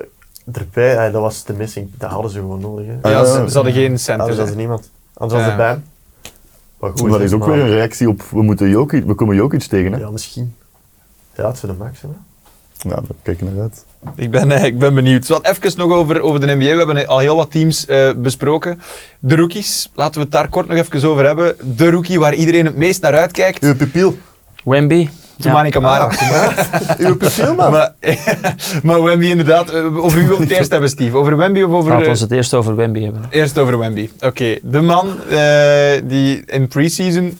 Speaker 2: erbij, eh, dat was de missing. Dat hadden ze gewoon nodig. Hè.
Speaker 1: ja,
Speaker 3: Ah,
Speaker 1: ze,
Speaker 3: ja.
Speaker 1: ze hadden geen
Speaker 2: Anders
Speaker 1: centen.
Speaker 2: was er niemand. Anders was
Speaker 1: Ja.
Speaker 2: er Bam. Maar goed,
Speaker 3: Maar dat is ook
Speaker 2: maar-
Speaker 3: weer een reactie op, we, moeten Jokic, we komen Jokic tegen. Hè? Ja.
Speaker 2: Ja, misschien. Ja, het zou de max zijn. hè.
Speaker 3: Nou, daar kijk ik naar uit.
Speaker 1: Ik ben, eh, ik ben benieuwd. Wat even nog over, over de NBA. We hebben al heel wat teams eh, besproken. De rookies, laten we het daar kort nog even over hebben. De rookie waar iedereen het meest naar uitkijkt.
Speaker 2: Uw pupiel.
Speaker 4: Wemby.
Speaker 1: Tumani Kamara.
Speaker 2: Uw pupiel, man.
Speaker 1: maar, maar Wemby inderdaad. eh, Over wie wil je het eerst hebben, Steve? Over Wemby of over...
Speaker 4: Laten we
Speaker 1: eh,
Speaker 4: ons het eerst over Wemby hebben.
Speaker 1: Eerst over Wemby. Oké, de man eh, die in pre-season...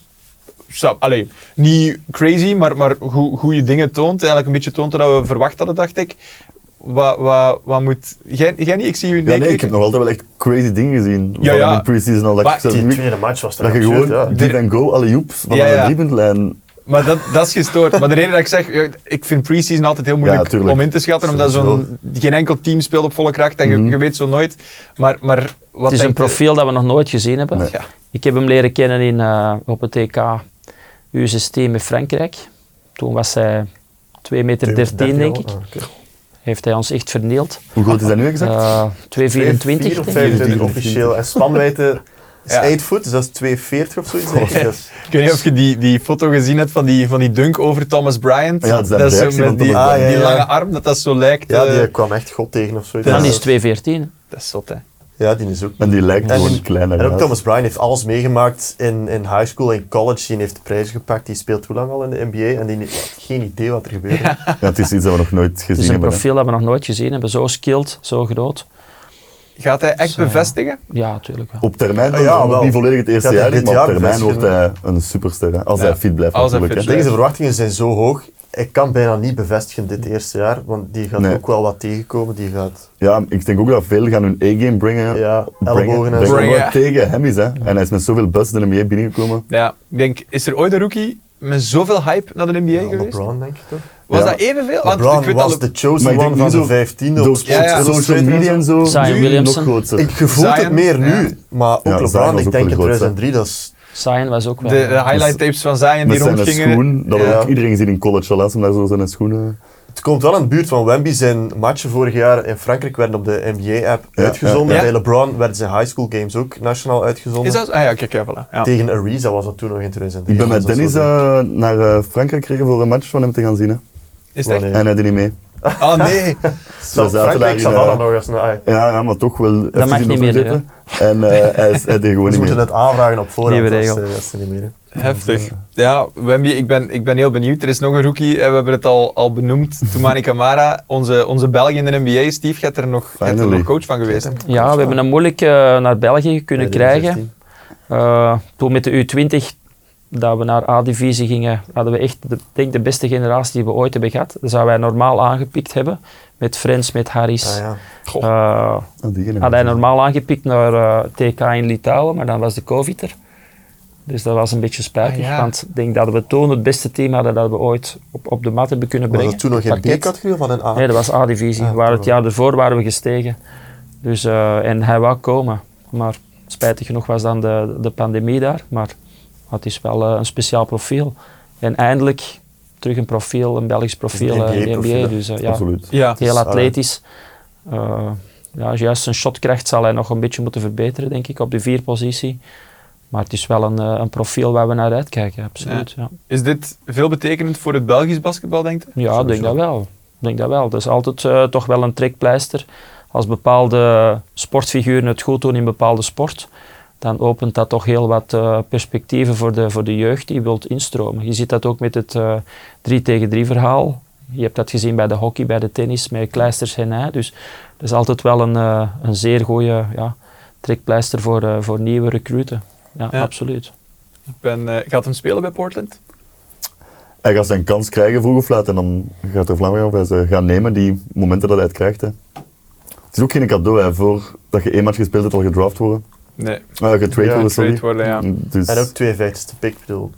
Speaker 1: Zo, allee, niet crazy, maar, maar goede dingen toont. Eigenlijk een beetje toont wat we verwacht hadden, dacht ik. Wat, wat, wat moet... Jij, jij niet? Ik zie u
Speaker 3: Ja, nee, ik heb nog altijd wel echt crazy dingen gezien.
Speaker 1: Ja,
Speaker 3: van
Speaker 1: ja.
Speaker 3: in de pre-season al.
Speaker 1: Maar
Speaker 3: Dat, ik
Speaker 2: Die
Speaker 3: zelfs niet-
Speaker 2: tweede match was
Speaker 3: dat
Speaker 2: toch
Speaker 3: je
Speaker 2: absurd,
Speaker 3: gewoon
Speaker 2: ja.
Speaker 3: diep en go, alle joeps, van
Speaker 1: Ja, ja.
Speaker 3: de driepuntlijn.
Speaker 1: Maar dat, dat is gestoord. Maar de reden dat ik zeg, ja, ik vind pre-season altijd heel moeilijk
Speaker 3: Ja, tuurlijk.
Speaker 1: om in te schatten, omdat zo'n, geen enkel team speelt op volle kracht en je,
Speaker 3: Mhm.
Speaker 1: je weet zo nooit. Maar, maar wat
Speaker 4: Het is een
Speaker 1: denkt-
Speaker 4: profiel dat we nog nooit gezien hebben.
Speaker 3: Nee.
Speaker 1: Ja.
Speaker 4: Ik heb hem leren kennen in, eh, op het EK U16 in Frankrijk. Toen was hij 2,13 meter, 13, denk ik.
Speaker 2: Ah, oké.
Speaker 4: Heeft hij ons echt vernield.
Speaker 3: Hoe groot is dat nu exact?
Speaker 4: Eh 2,24
Speaker 2: of
Speaker 4: denk ik.
Speaker 2: 25 officieel. En spanwijdte is
Speaker 1: Ja.
Speaker 2: 8 foot, dus dat is 240 of zoiets. denk ik. Dat is-
Speaker 1: Ik weet niet of je die, die foto gezien hebt van die, van die dunk over Thomas Bryant.
Speaker 3: Ja, dat is een
Speaker 1: zo
Speaker 3: reactie
Speaker 1: met
Speaker 3: van
Speaker 1: die,
Speaker 2: Thomas Bryant.
Speaker 1: die
Speaker 2: Ah, ja, ja.
Speaker 1: lange arm, dat dat zo lijkt.
Speaker 2: Ja,
Speaker 1: eh,
Speaker 2: die kwam echt god tegen of zoiets.
Speaker 4: Dan
Speaker 2: Ja.
Speaker 4: is het 2,14.
Speaker 1: dat is zot, hè.
Speaker 2: Ja, die is ook.
Speaker 3: En die lijkt
Speaker 2: En-
Speaker 3: gewoon kleiner.
Speaker 2: En ook
Speaker 3: uit.
Speaker 2: Thomas Bryan heeft alles meegemaakt in, in high school en college. Die heeft de prijzen gepakt. Die speelt hoe lang al in de NBA en die heeft geen idee wat er gebeurt.
Speaker 3: Ja, het is iets dat we nog nooit
Speaker 4: Het is
Speaker 3: gezien
Speaker 4: een
Speaker 3: hebben. hè.
Speaker 4: profiel dat we nog nooit gezien hebben. Zo skilled, zo groot.
Speaker 1: Gaat hij echt bevestigen?
Speaker 4: Ja, natuurlijk wel.
Speaker 3: Op termijn,
Speaker 2: Ah, ja,
Speaker 3: dan,
Speaker 2: wel.
Speaker 3: niet volledig het eerste
Speaker 2: Gaat hij
Speaker 3: jaar,
Speaker 2: dit
Speaker 3: maar
Speaker 2: jaar
Speaker 3: op termijn wordt
Speaker 2: bevestigen?
Speaker 3: hij een superster. hè. Als
Speaker 1: Ja.
Speaker 3: hij fit blijft
Speaker 1: Als hij
Speaker 3: natuurlijk.
Speaker 1: fit
Speaker 2: Ik
Speaker 3: hè.
Speaker 2: denk, de verwachtingen zijn zo hoog. Ik kan bijna niet bevestigen dit eerste jaar, want die gaat
Speaker 3: Nee.
Speaker 2: ook wel wat tegenkomen. Die gaat
Speaker 3: Ja, ik denk ook dat veel gaan hun A-game brengen.
Speaker 2: Ja,
Speaker 3: brengen,
Speaker 2: ellebogen en
Speaker 3: brengen,
Speaker 2: zo.
Speaker 3: omdat
Speaker 1: Brengen.
Speaker 3: het tegen hem is. Hè. En hij is met zoveel buzz in de NBA binnengekomen.
Speaker 1: Ja, ik denk, is er ooit een rookie met zoveel hype naar de NBA
Speaker 2: ja,
Speaker 1: geweest?
Speaker 2: LeBron, denk ik toch?
Speaker 1: Was
Speaker 3: Ja.
Speaker 1: dat evenveel? Want ik
Speaker 2: LeBron
Speaker 1: weet
Speaker 2: was
Speaker 1: dat
Speaker 2: de
Speaker 1: Le-
Speaker 3: Maar
Speaker 2: chosen
Speaker 3: ik
Speaker 2: one
Speaker 3: denk
Speaker 2: van
Speaker 3: niet
Speaker 2: de
Speaker 3: zo-
Speaker 2: 15
Speaker 3: Door
Speaker 2: op
Speaker 1: Ja, ja.
Speaker 2: Sports
Speaker 3: social
Speaker 2: Illustrated
Speaker 3: media en zo,
Speaker 4: Zion
Speaker 3: nu
Speaker 4: Williamson.
Speaker 3: nog groter.
Speaker 2: Ik gevoel
Speaker 1: Zion,
Speaker 2: het meer nu,
Speaker 1: ja.
Speaker 2: maar ook
Speaker 3: Ja, Zion
Speaker 2: LeBron,
Speaker 3: was
Speaker 2: ik
Speaker 3: ook
Speaker 2: denk in
Speaker 3: wel groot, hè.
Speaker 2: 2003, dat is...
Speaker 4: Zion was ook wel.
Speaker 1: de, de highlight tapes van Zion die
Speaker 3: Met zijn
Speaker 1: rondgingen.
Speaker 3: schoen, dat
Speaker 1: Ja.
Speaker 3: had ook iedereen gezien in college al, hè, om daar zo zijn schoenen...
Speaker 2: Het komt wel in de buurt van Wemby. Zijn matchen vorig jaar in Frankrijk werden op de NBA-app
Speaker 3: Ja,
Speaker 2: uitgezonden.
Speaker 1: ja, ja.
Speaker 2: Bij LeBron werden zijn high school games ook nationaal uitgezonden.
Speaker 1: Is dat? Ah ja, kijk, ja, voilà. Ja.
Speaker 2: Tegen Ariza was dat toen nog in 2003.
Speaker 3: Ik ben met
Speaker 2: Dat was
Speaker 3: Dennis
Speaker 2: wel zo.
Speaker 3: eh, naar eh, Frankrijk gekregen voor een match van hem te gaan zien. Hè.
Speaker 1: Is het echt?
Speaker 2: Wanneer?
Speaker 3: En hij deed niet mee.
Speaker 1: Ah, nee.
Speaker 3: Ze zaten daar
Speaker 2: Frankrijk
Speaker 3: in,
Speaker 2: zat
Speaker 3: eh,
Speaker 2: dat nog eens. Nou, ai,
Speaker 3: Ja, ja, maar toch wel. even
Speaker 4: mag
Speaker 3: in
Speaker 4: niet
Speaker 3: de
Speaker 4: meer,
Speaker 3: zetten. En eh, hij, is- hij deed gewoon
Speaker 2: Ze
Speaker 3: niet meer.
Speaker 2: moeten het aanvragen op voorhand.
Speaker 4: Nieuwe
Speaker 2: Dat is,
Speaker 4: regel.
Speaker 2: eh, dat is er niet meer. hè.
Speaker 1: Heftig. Ja, Wemby, ik ben, ik ben heel benieuwd. Er is nog een rookie, en we hebben het al, al benoemd. Toumani Kamara, onze, onze Belg in de NBA. Steve, gaat er nog, gaat er
Speaker 3: Finally.
Speaker 1: nog coach van geweest. hè?
Speaker 4: Ja, we hebben hem moeilijk eh, naar België kunnen
Speaker 2: Bij de
Speaker 4: krijgen.
Speaker 2: 16.
Speaker 4: Eh, toen met de U20 dat we naar A-divisie gingen, hadden we echt de, ik denk de beste generatie die we ooit hebben gehad. Dat zouden wij normaal aangepikt hebben. Met Friends, met
Speaker 2: Ah,
Speaker 4: Harris.
Speaker 2: ja.
Speaker 1: Goh.
Speaker 4: Eh,
Speaker 3: Ah, die generatie.
Speaker 4: had hij normaal aangepikt naar eh, TK in Litouwen, maar dan was de COVID er. Dus dat was een beetje spijtig,
Speaker 1: Ah, ja.
Speaker 4: want ik denk dat we toen het beste team hadden dat we ooit op, op de mat hebben kunnen
Speaker 2: Was
Speaker 4: brengen.
Speaker 2: dat toen nog in
Speaker 4: Parket.
Speaker 2: B-categorie of in A?
Speaker 4: Nee, dat was A-divisie.
Speaker 2: Ah,
Speaker 4: waar het
Speaker 2: toch.
Speaker 4: jaar ervoor waren we gestegen. Dus, eh, en hij wou komen. Maar spijtig genoeg was dan de, de pandemie daar. Maar het is wel eh, een speciaal profiel. En eindelijk terug een profiel, een Belgisch
Speaker 3: Dus
Speaker 4: profiel
Speaker 2: Een
Speaker 4: eh, in de NBA.
Speaker 2: NBA -profiel, hè?
Speaker 4: dus, eh, ja,
Speaker 3: Absoluut.
Speaker 1: Ja.
Speaker 4: heel
Speaker 2: Sarah.
Speaker 4: atletisch. Eh, ja, juist zijn shotkracht zal hij nog een beetje moeten verbeteren, denk ik, op de vierpositie. Maar het is wel een, eh, een profiel waar we naar uitkijken, absoluut. Ja.
Speaker 1: Is dit veelbetekenend voor het Belgisch basketbal, denk je?
Speaker 4: Ja, ik denk dat wel. Ik denk dat wel. Dat is altijd eh, toch wel een trekpleister. Als bepaalde sportfiguren het goed doen in bepaalde sport, dan opent dat toch heel wat eh, perspectieven voor de, voor de jeugd die wilt instromen. Je ziet dat ook met het eh 3 tegen 3 verhaal. Je hebt dat gezien bij de hockey, bij de tennis, met Kleisters en hij. Dus dat is altijd wel een, eh, een zeer goede ja, trekpleister voor, eh, voor nieuwe recruten. Ja,
Speaker 1: Ja.
Speaker 4: absoluut.
Speaker 1: Ik ben, eh, gaat hem spelen bij Portland?
Speaker 3: Hij gaat zijn kans krijgen vroeg of laat en dan gaat er Vlaanderen of hij ze gaan nemen die momenten dat hij het krijgt. Hè. Het is ook geen cadeau hè, voor dat je één match gespeeld hebt al gedraft worden.
Speaker 1: Nee.
Speaker 3: Eh, getrade
Speaker 2: Ja,
Speaker 3: worden, sorry.
Speaker 1: getrade worden, ja.
Speaker 3: Dus,
Speaker 2: En ook 52 pick. Ik bedoel,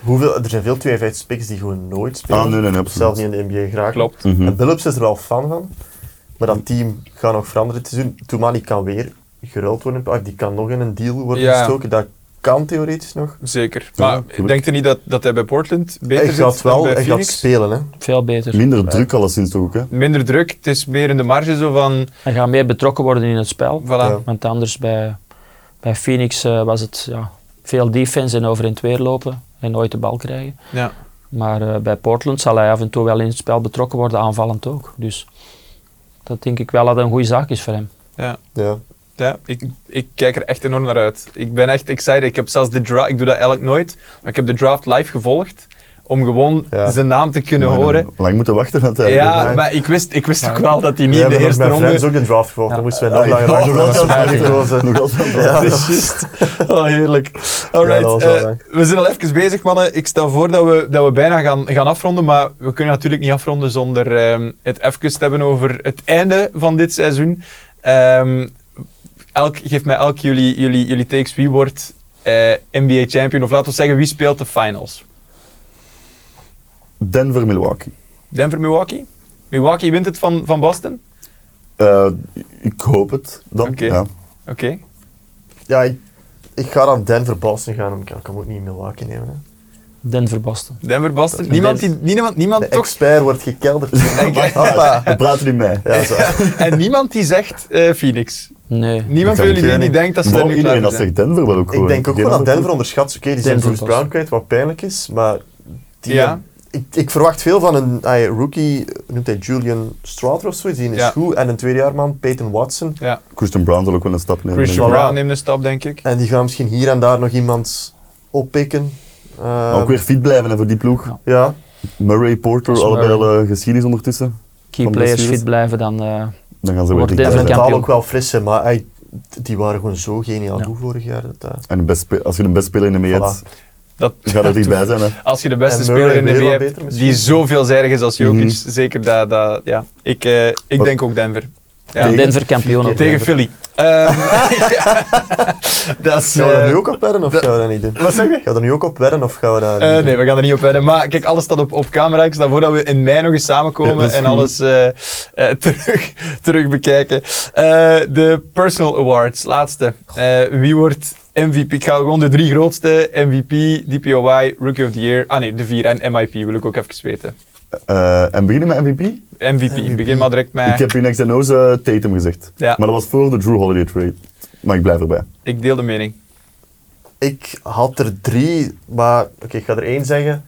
Speaker 2: hoeveel, er zijn veel 52 picks die gewoon nooit spelen.
Speaker 3: Ah, nee, nee, nee, absoluut.
Speaker 2: Zelfs niet in de NBA graag.
Speaker 1: Klopt.
Speaker 3: Mhm.
Speaker 2: En Billups is er wel fan van. Maar dat team gaat nog veranderen dit seizoen. Toemani kan weer geruild worden. Ah, Die kan nog in een deal worden
Speaker 1: Ja.
Speaker 2: gestoken. Dat kan theoretisch nog.
Speaker 1: Zeker.
Speaker 3: Ja,
Speaker 1: Maar
Speaker 3: tuurlijk.
Speaker 1: denkt u niet dat, dat hij bij Portland beter
Speaker 2: Hij
Speaker 1: zit
Speaker 2: gaat
Speaker 1: dan
Speaker 2: wel
Speaker 1: bij
Speaker 2: hij gaat
Speaker 1: Phoenix?
Speaker 2: spelen. Hè.
Speaker 4: Veel
Speaker 1: Dus-
Speaker 4: beter.
Speaker 3: Minder druk alleszins toch ook. Hè.
Speaker 1: Minder druk, het is meer in de marge zo van,
Speaker 4: Hij gaat meer betrokken worden in het spel.
Speaker 1: voilà.
Speaker 2: Ja.
Speaker 4: Want anders bij, bij Phoenix eh, was het ja, veel defense en over in het weer lopen en nooit de bal krijgen.
Speaker 1: Ja.
Speaker 4: Maar eh, bij Portland zal hij af en toe wel in het spel betrokken worden, aanvallend ook. Dus dat denk ik wel dat een goede zaak is voor hem.
Speaker 2: Ja.
Speaker 1: Ja, ik, ik kijk er echt enorm naar uit. Ik ben echt excited. Ik heb zelfs de draft, ik doe dat eigenlijk nooit, maar ik heb de draft live gevolgd om gewoon
Speaker 2: Ja.
Speaker 1: zijn naam te kunnen
Speaker 3: Maar
Speaker 1: horen.
Speaker 3: dan Lang moeten wachten eh, dat
Speaker 1: Ja,
Speaker 3: hij...
Speaker 2: ja.
Speaker 1: maar ik wist, ik wist ook wel dat hij niet
Speaker 2: We
Speaker 1: in de
Speaker 2: hebben nog
Speaker 1: eerste
Speaker 2: met Friends
Speaker 1: ronde...
Speaker 2: ook de draft gevolgd. Dan moesten wij nog
Speaker 3: Ja,
Speaker 2: langer
Speaker 3: ja,
Speaker 2: wachten.
Speaker 3: nog
Speaker 2: Dat
Speaker 3: altijd
Speaker 2: is
Speaker 3: wachten.
Speaker 2: gekozen.
Speaker 3: Nog altijd wachten.
Speaker 2: Ja.
Speaker 1: Dat is juist. Oh, heerlijk.
Speaker 2: Ja, dat
Speaker 1: Alright,
Speaker 2: was wel
Speaker 1: eh,
Speaker 2: leuk.
Speaker 1: we zijn al even bezig, mannen. Ik stel voor dat we, dat we bijna gaan, gaan afronden, maar we kunnen natuurlijk niet afronden zonder ehm, het even te hebben over het einde van dit seizoen. Ehm, elk, geef mij elk jullie, jullie, jullie takes. Wie wordt eh, NBA champion? Of laten we zeggen, wie speelt de finals?
Speaker 3: Denver, Milwaukee.
Speaker 1: Denver, Milwaukee? Milwaukee wint het van, van Boston?
Speaker 3: Eh, ik hoop het dan.
Speaker 1: Oké.
Speaker 3: Ja.
Speaker 1: Oké.
Speaker 2: Ja, ik, ik ga dan Denver Boston gaan. Ik kan, ik kan hem ook niet in Milwaukee nemen. Hè.
Speaker 4: Denver Boston.
Speaker 1: Denver, Boston? Niemand, die, niemand, niemand
Speaker 2: De
Speaker 1: toch
Speaker 2: expert wordt gekelderd.
Speaker 3: Hoppa, we praten niet mee.
Speaker 2: Ja, zo.
Speaker 1: En niemand die zegt eh, Phoenix.
Speaker 4: Nee.
Speaker 1: Niemand van
Speaker 3: kan
Speaker 1: jullie die,
Speaker 3: geen-
Speaker 1: die denkt dat ze er
Speaker 3: Waarom
Speaker 1: nu klaar
Speaker 3: iedereen
Speaker 1: voor
Speaker 3: dat
Speaker 1: zijn.
Speaker 3: zegt Denver wel ook
Speaker 2: Ik
Speaker 3: gewoon?
Speaker 2: denk ook
Speaker 3: Geen
Speaker 2: wel dat
Speaker 3: andere
Speaker 2: Denver onderschat. Oké, die zijn
Speaker 4: Denver
Speaker 2: Bruce
Speaker 4: Boston.
Speaker 2: Brown kwijt, wat pijnlijk is. Maar die,
Speaker 1: Ja.
Speaker 2: ik, ik verwacht veel van een ah ja, rookie, eh, noemt hij Julian Strouder of zoiets. Die is
Speaker 1: Ja.
Speaker 2: goed. En een tweedejaarman, Peyton Watson.
Speaker 1: Ja.
Speaker 3: ploeg. Christian Brown zal ook wel een stap nemen.
Speaker 1: Christian
Speaker 3: denk ik.
Speaker 1: Brown neemt een stap, denk ik.
Speaker 2: En die gaan misschien hier en daar nog iemand oppikken. Eh,
Speaker 3: Maar ook weer fit blijven hè, voor die ploeg.
Speaker 2: Ja,
Speaker 3: Murray, Porter,
Speaker 4: Is
Speaker 3: allebei
Speaker 4: Murray.
Speaker 3: al eh, geschiedenis ondertussen.
Speaker 4: Key
Speaker 3: Van
Speaker 4: players
Speaker 3: blessures.
Speaker 4: fit blijven, dan eh,
Speaker 3: Dan gaan ze weer
Speaker 4: Wordt
Speaker 3: dik
Speaker 2: en
Speaker 4: Denver
Speaker 3: zijn.
Speaker 4: kampioen.
Speaker 2: mentaal ook wel fris, hè, maar hij- die waren gewoon zo geniaal
Speaker 4: Ja.
Speaker 2: goed vorig jaar. Dat, eh,
Speaker 3: En de best spe- als je de beste speler in de mee hebt,
Speaker 1: Dat,
Speaker 3: gaat er dichtbij zijn. Hè.
Speaker 1: als je de beste
Speaker 2: En
Speaker 1: speler
Speaker 2: Murray
Speaker 1: in de
Speaker 2: weer
Speaker 1: NBA
Speaker 2: wat
Speaker 1: hebt
Speaker 2: beter misschien.
Speaker 1: die zo veelzijdig is als Jokic,
Speaker 3: Mhm.
Speaker 1: zeker dat, dat ja. Ik, eh, ik
Speaker 3: Wat-
Speaker 1: denk ook Denver. Ja.
Speaker 3: Tegen-
Speaker 4: Denver kampioen
Speaker 2: Tegen-
Speaker 4: ook.
Speaker 1: Tegen Philly. Ehm, dat is,
Speaker 2: Gaan we
Speaker 1: eh,
Speaker 2: dat nu ook op wedden of
Speaker 1: dat-
Speaker 2: gaan we dat niet doen?
Speaker 1: Wat zeg je?
Speaker 2: Gaan we er nu ook op wedden of gaan we dat
Speaker 1: Eh,
Speaker 2: niet
Speaker 1: nee, we gaan er niet op wedden. Maar kijk, alles staat op, op camera. Ik stel voor dat we in mei nog eens
Speaker 3: Ja,
Speaker 1: samenkomen
Speaker 3: dat is
Speaker 1: en
Speaker 3: goed.
Speaker 1: alles eh, eh, terug, terug bekijken. Eh, de Personal Awards, laatste. Eh, wie wordt MVP? Ik ga gewoon de drie grootste. MVP, DPOY, Rookie of the Year. Ah nee, de vier. En MIP wil ik ook even weten.
Speaker 3: Eh, en beginnen met MVP.
Speaker 1: MVP, begin maar direct met...
Speaker 3: Ik heb in Xeno's eh, Tatum gezegd.
Speaker 1: Ja.
Speaker 3: Maar dat was voor de Drew Holiday trade. Maar ik blijf erbij. Oh,
Speaker 1: Ik deel de mening.
Speaker 2: Ik had er drie, maar oké, ik ga er één zeggen.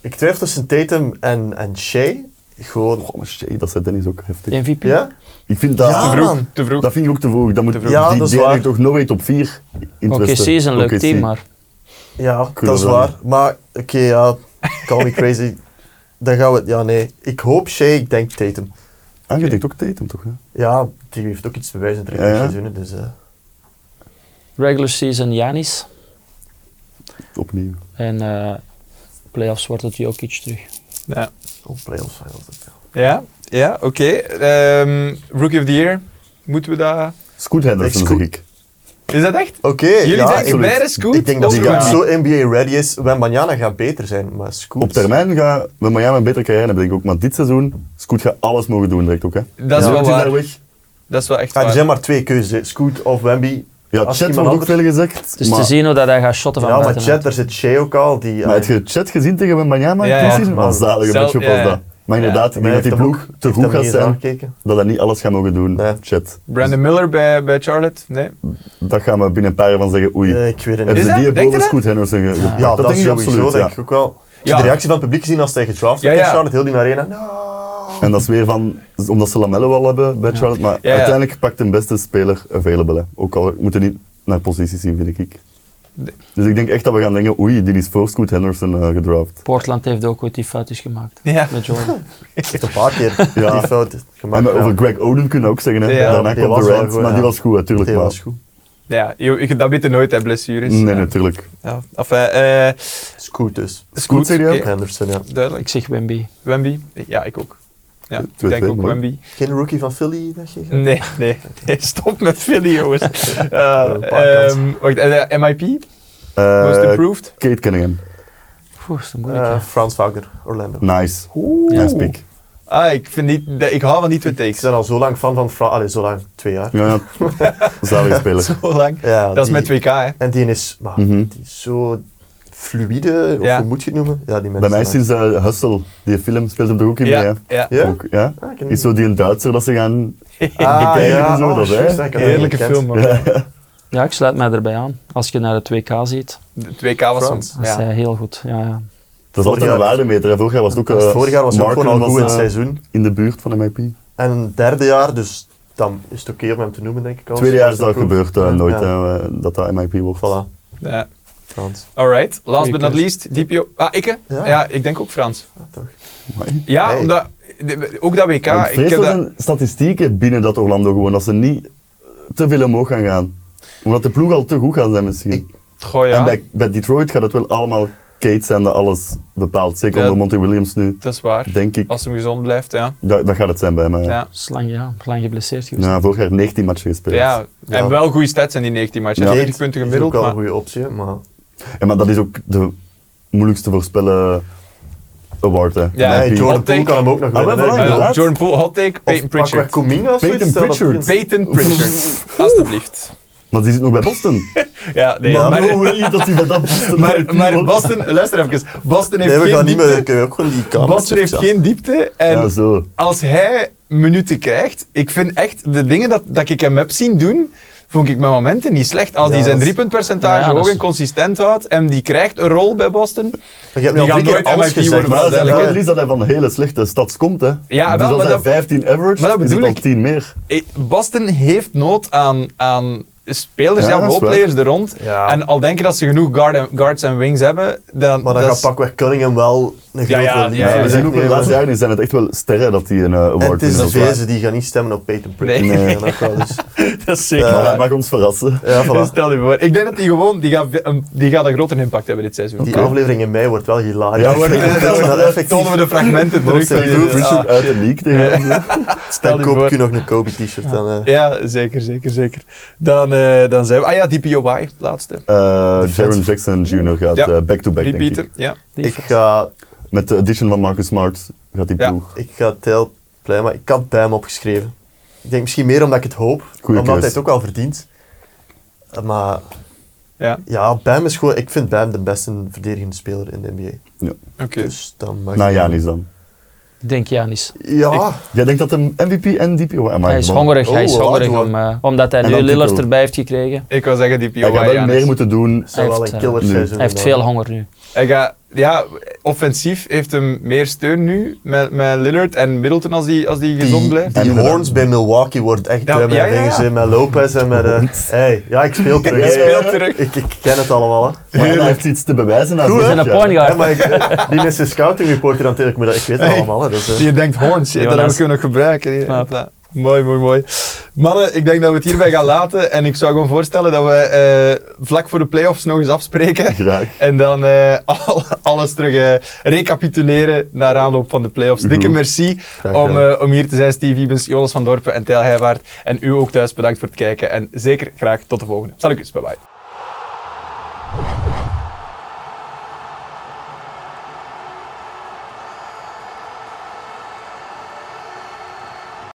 Speaker 2: Ik twijfel tussen Tatum en, en Shea. Gewoon,
Speaker 3: Oh, maar shit, dat zei Dennis ook heftig.
Speaker 4: MVP.
Speaker 2: ja?
Speaker 3: Ik vind dat...
Speaker 2: Ja,
Speaker 3: te
Speaker 1: Te
Speaker 3: vroeg.
Speaker 1: vroeg,
Speaker 2: man.
Speaker 1: te vroeg.
Speaker 3: Ah, Dat vind ik ook te vroeg. Dat moet,
Speaker 1: vroeg.
Speaker 2: Ja,
Speaker 3: die
Speaker 2: dat is
Speaker 3: die
Speaker 2: waar.
Speaker 3: eindigt toch nog weer top 4 in het
Speaker 4: Oké,
Speaker 3: Westen.
Speaker 4: is een leuk
Speaker 3: OKC.
Speaker 4: team, maar
Speaker 2: Ja,
Speaker 3: Cool,
Speaker 2: dat is
Speaker 3: wel.
Speaker 2: waar. Maar oké, ja, call me crazy. Dan gaan we, ja nee, ik hoop Shea, ik denk Tatum.
Speaker 3: Ah, je denkt ook Tatum toch? Hè?
Speaker 2: Ja, die heeft ook iets bewijzen in de
Speaker 3: Ja, ja.
Speaker 2: seizoenen, dus... eh,
Speaker 4: regular season Janis
Speaker 3: Opnieuw.
Speaker 4: en eh playoffs wordt het Jokic terug.
Speaker 1: Ja,
Speaker 2: oh, playoffs finals. dat wel.
Speaker 1: ja, ja oké. Ehm, Rookie of the Year, moeten we dat...
Speaker 3: Scoot Henderson,
Speaker 2: Ik
Speaker 3: zeg
Speaker 2: scoot-
Speaker 3: ik.
Speaker 1: Is dat echt?
Speaker 2: Oké,
Speaker 1: Jullie
Speaker 2: ja,
Speaker 1: denken
Speaker 2: ik-
Speaker 1: beide Scoot?
Speaker 2: Ik denk dat
Speaker 1: Oh,
Speaker 2: Scoot
Speaker 1: ja.
Speaker 2: zo NBA-ready is. Wembanyama gaat beter zijn, maar Scoot...
Speaker 1: Dus-
Speaker 3: Op termijn gaat met Miami een betere carrière hebben, denk ik ook. Maar dit seizoen, Scoot gaat alles mogen doen direct ook. Hè.
Speaker 1: Dat is wel
Speaker 2: Ja.
Speaker 3: Scoot
Speaker 1: waar.
Speaker 3: daar weg.
Speaker 1: Dat is wel echt
Speaker 2: Ja, Ah, er
Speaker 1: waar.
Speaker 2: zijn maar twee keuzes, hè. Scoot of Wemby.
Speaker 3: Ja,
Speaker 2: Als
Speaker 3: Chat
Speaker 2: iemand
Speaker 3: wordt ook
Speaker 2: anders-
Speaker 3: veel gezegd.
Speaker 4: Het is
Speaker 3: maar,
Speaker 4: te zien hoe dat hij gaat shotten van
Speaker 2: Ja, maar
Speaker 4: buitenaf.
Speaker 2: Chet, daar zit Shea ook al. Die, eh,
Speaker 3: Maar heb je Chat gezien tegen Miami?
Speaker 1: Ja,
Speaker 3: Ja,
Speaker 1: ja.
Speaker 3: ja. Een
Speaker 2: Man.
Speaker 3: zalige
Speaker 1: Zelf-
Speaker 3: matchup
Speaker 1: ja,
Speaker 3: was
Speaker 1: ja.
Speaker 3: dat. Maar inderdaad, ik
Speaker 2: Maar
Speaker 3: denk
Speaker 2: hij
Speaker 3: dat die
Speaker 2: heeft hem
Speaker 3: ploeg
Speaker 2: ook-
Speaker 3: te
Speaker 2: heeft
Speaker 3: goed
Speaker 2: hem
Speaker 3: gaat
Speaker 2: niet eens
Speaker 3: zijn,
Speaker 2: aangekeken.
Speaker 3: dat hij niet alles gaat mogen doen,
Speaker 2: Nee.
Speaker 3: Chat.
Speaker 1: Brandon Miller bij, bij Charlotte? Nee.
Speaker 3: Dat gaan we binnen een paar jaar van zeggen, oei.
Speaker 2: Eh, ik weet het niet.
Speaker 3: Hebben
Speaker 1: Is
Speaker 3: ze
Speaker 1: dat?
Speaker 3: die
Speaker 1: Denk je
Speaker 3: boven
Speaker 1: dat?
Speaker 3: Scoot Henderson ge- gepakt?
Speaker 2: Ja, dat,
Speaker 3: denk ik
Speaker 2: sowieso,
Speaker 3: absoluut,
Speaker 2: denk
Speaker 3: ja.
Speaker 2: ik ook wel. Als je
Speaker 1: Ja.
Speaker 2: de reactie van het publiek gezien als hij gedraft
Speaker 1: Ja,
Speaker 2: werd in Nou,
Speaker 1: ja.
Speaker 2: Charlotte, heel die arena. No.
Speaker 3: En dat is weer van, omdat ze Lamello al hebben bij Charlotte, maar
Speaker 1: Ja, ja.
Speaker 3: uiteindelijk pakt een beste speler available. Hè. Ook al moeten niet naar posities zien, vind ik. Dus ik denk echt dat we gaan denken, oei, die is voor Scoot Henderson eh, gedraft.
Speaker 4: Portland heeft ook ooit die foutjes gemaakt.
Speaker 1: Ja.
Speaker 4: Met Jordan.
Speaker 2: Hij heeft een paar keer
Speaker 3: Ja.
Speaker 2: die fout
Speaker 3: En
Speaker 2: gemaakt.
Speaker 3: over
Speaker 2: ja.
Speaker 3: Greg Oden kunnen we ook zeggen, hè.
Speaker 1: Ja,
Speaker 3: daarna
Speaker 2: die
Speaker 3: kwam
Speaker 2: was wel
Speaker 3: Durant,
Speaker 2: goed,
Speaker 3: maar
Speaker 2: ja.
Speaker 3: die was goed, natuurlijk.
Speaker 2: Die
Speaker 3: maar
Speaker 2: was goed.
Speaker 1: Ja, je, je- dat weet je nooit, hè, blessures.
Speaker 3: Nee,
Speaker 1: ja.
Speaker 3: natuurlijk.
Speaker 1: Ja. Of, eh, eh,
Speaker 2: Scoot dus.
Speaker 1: Scoot,
Speaker 3: zeg je ook?
Speaker 1: ja,
Speaker 2: Henderson, ja.
Speaker 1: duidelijk.
Speaker 4: Ik zeg Wemby.
Speaker 1: Wemby? Ja, ik ook. Ja, ik
Speaker 3: Twee,
Speaker 1: denk
Speaker 3: twee,
Speaker 1: ook
Speaker 3: mooi.
Speaker 1: Wemby.
Speaker 2: Geen rookie van Philly, dacht je?
Speaker 1: Nee, nee, nee, stop met Philly, jongens. Eh,
Speaker 2: een paar
Speaker 1: ehm, wacht, en, eh, MIP? Most
Speaker 3: Eh,
Speaker 1: improved?
Speaker 3: Kate Cunningham.
Speaker 4: Oeh, is dat moeilijk.
Speaker 2: Eh,
Speaker 4: hè.
Speaker 2: Frans Wagner, Orlando.
Speaker 3: Nice.
Speaker 1: Oeh.
Speaker 3: Nice pick.
Speaker 1: Ah, ik, vind niet, ik hou van die twee
Speaker 2: Ik
Speaker 1: takes.
Speaker 2: ben al zo lang fan van Frans. Allee, zo lang. Twee jaar.
Speaker 3: Ja, ja. Zalig speler.
Speaker 1: Zo lang.
Speaker 2: Ja,
Speaker 1: dat is
Speaker 2: die-
Speaker 1: met 2K, hè.
Speaker 2: En die is, maar,
Speaker 3: Mhm.
Speaker 2: die is zo fluide, of
Speaker 1: Ja.
Speaker 2: hoe moet je het noemen? Ja, die
Speaker 3: Bij
Speaker 2: mensen.
Speaker 3: mij is sinds eh, Hustle, die film, speelt hem toch ook in mee,
Speaker 1: Ja,
Speaker 3: hè?
Speaker 1: ja.
Speaker 2: Ja?
Speaker 3: Ook, ja?
Speaker 2: Ah, ik ken
Speaker 3: Is zo die een Duitser dat ze gaan...
Speaker 2: Ah,
Speaker 3: bekijken
Speaker 2: ja.
Speaker 3: en zo,
Speaker 2: Oh,
Speaker 3: dat, hè?
Speaker 2: juist, ik had dat niet
Speaker 1: Heerlijke
Speaker 2: herkend.
Speaker 1: film, man. Ja.
Speaker 4: Ja, ik sluit mij erbij aan. Als je naar de 2K ziet,
Speaker 1: De 2K was soms.
Speaker 2: Frans.
Speaker 4: dat is eh,
Speaker 1: Ja.
Speaker 4: hij heel goed. Ja, ja.
Speaker 3: Dat is
Speaker 2: Vorig
Speaker 3: altijd een
Speaker 2: jaar-
Speaker 3: waardemeter. hè. Vorig jaar was het ook... eh,
Speaker 2: Vorig jaar was hij ook
Speaker 3: Marken
Speaker 2: gewoon al goed in het
Speaker 3: eh,
Speaker 2: seizoen.
Speaker 3: in de buurt van MIP.
Speaker 2: En een derde jaar, dus dan is het oké om hem te noemen, denk ik. Al.
Speaker 3: Tweede jaar is dat gebeurd, eh, nooit
Speaker 2: Ja.
Speaker 3: eh, dat dat MIP wordt.
Speaker 2: Voilà,
Speaker 1: Ja.
Speaker 2: Frans.
Speaker 1: Alright, last
Speaker 4: Goeie
Speaker 1: but not
Speaker 4: keus.
Speaker 1: least, Diepio. Ah, ik? hè?
Speaker 2: Ja.
Speaker 1: Ja, ik denk ook Frans.
Speaker 2: Ah, toch.
Speaker 3: Amai.
Speaker 1: Ja,
Speaker 2: Hey.
Speaker 1: omdat, de- ook dat WK.
Speaker 3: Want
Speaker 1: Ik heb
Speaker 3: Vreselijk
Speaker 1: dat,
Speaker 3: zijn statistieken binnen dat Orlando gewoon, dat ze niet te veel omhoog gaan gaan. Omdat de ploeg al te goed gaan zijn misschien.
Speaker 2: Ik-
Speaker 1: Goh, ja.
Speaker 3: En bij, bij Detroit gaat het wel allemaal Kate zijn dat alles bepaalt. Zeker
Speaker 1: Ja.
Speaker 3: onder Monty Williams nu,
Speaker 1: dat is waar.
Speaker 3: denk ik.
Speaker 1: Als hem gezond blijft, ja.
Speaker 3: Dat, dat gaat het zijn bij mij. Ja.
Speaker 1: Ja.
Speaker 4: Is lang, ja, lang geblesseerd geweest.
Speaker 2: Nou,
Speaker 3: Ja, vorig jaar 19 matchen gespeeld.
Speaker 1: Ja, en
Speaker 2: Ja.
Speaker 1: wel goede stats in die 19 matchen.
Speaker 3: Ja.
Speaker 1: 40 punten gemiddeld.
Speaker 2: Is ook wel
Speaker 1: Maar,
Speaker 2: een goede optie, hè, maar
Speaker 3: Ja, maar dat is ook de moeilijkste voorspellen award. Hè.
Speaker 1: Ja,
Speaker 3: MIP.
Speaker 2: nee, Jordan
Speaker 1: Hot take.
Speaker 2: Poole kan hem ook nog
Speaker 3: Ah,
Speaker 2: winnen.
Speaker 3: wel,
Speaker 2: hè.
Speaker 3: wel,
Speaker 1: Ah,
Speaker 3: inderdaad.
Speaker 1: Jordan Poole, hot take, Peyton
Speaker 2: Of pakweg
Speaker 1: Pritchard.
Speaker 2: Kuminga of zoiets,
Speaker 3: Peyton
Speaker 2: stel dat
Speaker 3: Pritchard.
Speaker 2: hij een-
Speaker 1: Peyton Pritchard, alstublieft.
Speaker 3: Maar die zit nog bij Boston.
Speaker 1: Ja, nee,
Speaker 3: maar
Speaker 1: maar,
Speaker 3: hoe wil je dat hij bij dat Boston
Speaker 1: maar, maar Boston, luister even. Boston heeft
Speaker 2: Nee, we gaan
Speaker 1: geen
Speaker 2: niet meer,
Speaker 1: diepte.
Speaker 2: kunnen we ook gewoon die kamer.
Speaker 1: Boston heeft geen diepte. En
Speaker 3: Ja, zo.
Speaker 1: als hij minuten krijgt, ik vind echt de dingen dat, dat ik hem heb zien doen, vond ik mijn momenten niet slecht. Als
Speaker 2: Ja,
Speaker 1: hij zijn
Speaker 2: dat is-
Speaker 1: driepuntpercentage
Speaker 4: Ja, dat
Speaker 1: hoog
Speaker 4: is-
Speaker 1: en consistent houdt en die krijgt een rol bij Boston.
Speaker 2: Maar je hebt
Speaker 1: Die
Speaker 2: nu al
Speaker 1: gaan
Speaker 2: drie keer
Speaker 1: nooit
Speaker 2: alles
Speaker 1: MIP
Speaker 2: gezegd.
Speaker 1: worden,
Speaker 3: Maar
Speaker 1: dat
Speaker 3: het
Speaker 1: is
Speaker 3: zijn
Speaker 1: eigenlijk-
Speaker 3: wel is dat hij van hele slechte stads komt, hè.
Speaker 1: wel,
Speaker 3: dus als
Speaker 1: maar
Speaker 3: hij
Speaker 1: dat-
Speaker 3: 15 average,
Speaker 1: maar dat
Speaker 3: is het
Speaker 1: bedoel
Speaker 3: al
Speaker 1: ik.
Speaker 3: 10 meer.
Speaker 1: Eh, Boston heeft nood aan, aan spelers,
Speaker 3: Ja,
Speaker 1: ja,
Speaker 3: dat is
Speaker 1: roleplayers er rond.
Speaker 2: Ja.
Speaker 1: En al denk je dat ze genoeg guard en- guards en wings hebben, dan,
Speaker 2: Maar dan
Speaker 1: dat
Speaker 2: gaat
Speaker 1: is-
Speaker 2: pakweg Cunningham wel een grote
Speaker 1: ja, ja,
Speaker 2: rol
Speaker 1: ja,
Speaker 3: Ja,
Speaker 1: ja,
Speaker 3: we
Speaker 2: spelen.
Speaker 3: zijn ook
Speaker 2: Nee,
Speaker 3: de
Speaker 2: maar-
Speaker 3: laatste jaren zijn het echt wel sterren dat die een eh, award
Speaker 2: En het is de
Speaker 3: winnen. dat is waar.
Speaker 2: Vezen die gaan niet stemmen op Peyton Pritchard.
Speaker 1: Nee.
Speaker 2: Ja, dat wel, dus.
Speaker 1: dat is zeker.
Speaker 2: Ja.
Speaker 3: Maar hij mag ons verrassen.
Speaker 2: Ja, voilà.
Speaker 1: Stel je voor. Ik denk dat die gewoon, die gaat, een- die gaat een grotere impact hebben dit seizoen.
Speaker 2: Die aflevering in mei wordt wel hilarisch.
Speaker 3: Ja,
Speaker 2: Ik
Speaker 3: wordt-
Speaker 2: denk
Speaker 1: Eh,
Speaker 2: dat mensen dat
Speaker 1: Dan
Speaker 2: effectief-
Speaker 1: tonen we de fragmenten terug.
Speaker 2: Stel je
Speaker 1: Dus,
Speaker 2: voor,
Speaker 1: ah,
Speaker 3: Richard uit de league tegen hem.
Speaker 1: stel
Speaker 2: Dan
Speaker 1: je
Speaker 2: koop
Speaker 1: voor.
Speaker 2: ik u nog een Kobe t-shirt. Dan, eh.
Speaker 1: Ja, zeker, zeker, zeker. Dan, eh, dan zijn we... Ah ja, die POY, laatste.
Speaker 3: Eh, Jaron Jackson Jr. gaat
Speaker 1: Ja.
Speaker 3: eh, back-to-back, denk
Speaker 1: Repeater,
Speaker 3: ik.
Speaker 1: ja.
Speaker 4: Die
Speaker 2: ik, ga,
Speaker 3: Met de addition van Marcus Smart gaat die
Speaker 1: Ja.
Speaker 3: ploeg.
Speaker 2: ik ga Tijl blij, maar ik had bij hem opgeschreven. Ik denk misschien meer omdat ik het hoop,
Speaker 3: Goeie
Speaker 2: omdat hij
Speaker 3: keus.
Speaker 2: het ook wel verdient. Eh, Maar
Speaker 1: Ja,
Speaker 2: ja, Bam is gewoon, ik vind Bam de beste verdedigende speler in de NBA.
Speaker 3: Ja.
Speaker 1: oké. Nou
Speaker 2: Dus dan mag
Speaker 3: Na
Speaker 2: ik-
Speaker 3: Janis dan.
Speaker 4: Ik denk Janis.
Speaker 2: Ja,
Speaker 3: Jij denkt dat hem MVP en DPO... Amai,
Speaker 4: Hij is
Speaker 3: man.
Speaker 4: hongerig, hij is
Speaker 2: Oh,
Speaker 4: hongerig
Speaker 2: laat
Speaker 4: om, eh, omdat hij
Speaker 3: En
Speaker 4: nu
Speaker 3: dan
Speaker 4: Lillard
Speaker 3: titel.
Speaker 4: erbij heeft gekregen.
Speaker 1: Ik wil zeggen die POY,
Speaker 3: Hij gaat wel
Speaker 1: Giannis.
Speaker 3: meer moeten doen.
Speaker 2: zou
Speaker 4: Hij
Speaker 2: wel
Speaker 4: heeft,
Speaker 2: een
Speaker 4: eh,
Speaker 2: killer
Speaker 3: nu.
Speaker 2: seizoen
Speaker 4: Hij heeft
Speaker 2: hebben.
Speaker 4: veel honger nu.
Speaker 1: Hij gaat, ja, offensief heeft hem meer steun nu met, met Lillard en Middleton als die, als die gezond
Speaker 2: Die,
Speaker 1: blijft.
Speaker 2: die
Speaker 3: En-
Speaker 2: horns bij Milwaukee wordt echt
Speaker 1: Ja,
Speaker 2: eh, met
Speaker 1: ja, ja,
Speaker 2: dingen
Speaker 1: ja.
Speaker 2: in, met Lopez en met... eh, hey, ja, ik speel terug.
Speaker 1: Je
Speaker 2: hè.
Speaker 1: speelt terug.
Speaker 2: Ik, ik ken het allemaal, hè.
Speaker 3: Maar hij heeft iets te bewijzen. na
Speaker 2: Goed, hè?
Speaker 3: dit
Speaker 4: En een
Speaker 3: jaar.
Speaker 4: point
Speaker 2: Ja,
Speaker 4: guard.
Speaker 2: maar ik, eh, die is een scouting reporter aan het ik, maar dat- ik weet het
Speaker 1: Hey.
Speaker 2: allemaal. Hè, dus, eh.
Speaker 1: Je denkt horns, ja, dat
Speaker 4: Jonas.
Speaker 1: hebben we nog gebruiken. Ja,
Speaker 4: Ja.
Speaker 1: voilà. Mooi, mooi, mooi. Mannen, ik denk dat we het hierbij gaan laten. En ik zou gewoon voorstellen dat we eh, vlak voor de playoffs nog eens afspreken.
Speaker 3: Graag.
Speaker 1: En dan eh, al- alles terug eh, recapituleren naar aanloop van de playoffs. Dikke
Speaker 3: Mhm.
Speaker 1: merci
Speaker 2: gedaan.
Speaker 1: om, eh, om hier te zijn, Steve Ibens, Jonas van Dorpen en Tijl Heijvaart. En u ook thuis bedankt voor het kijken. En zeker graag tot de volgende. Salutjes, bye bye.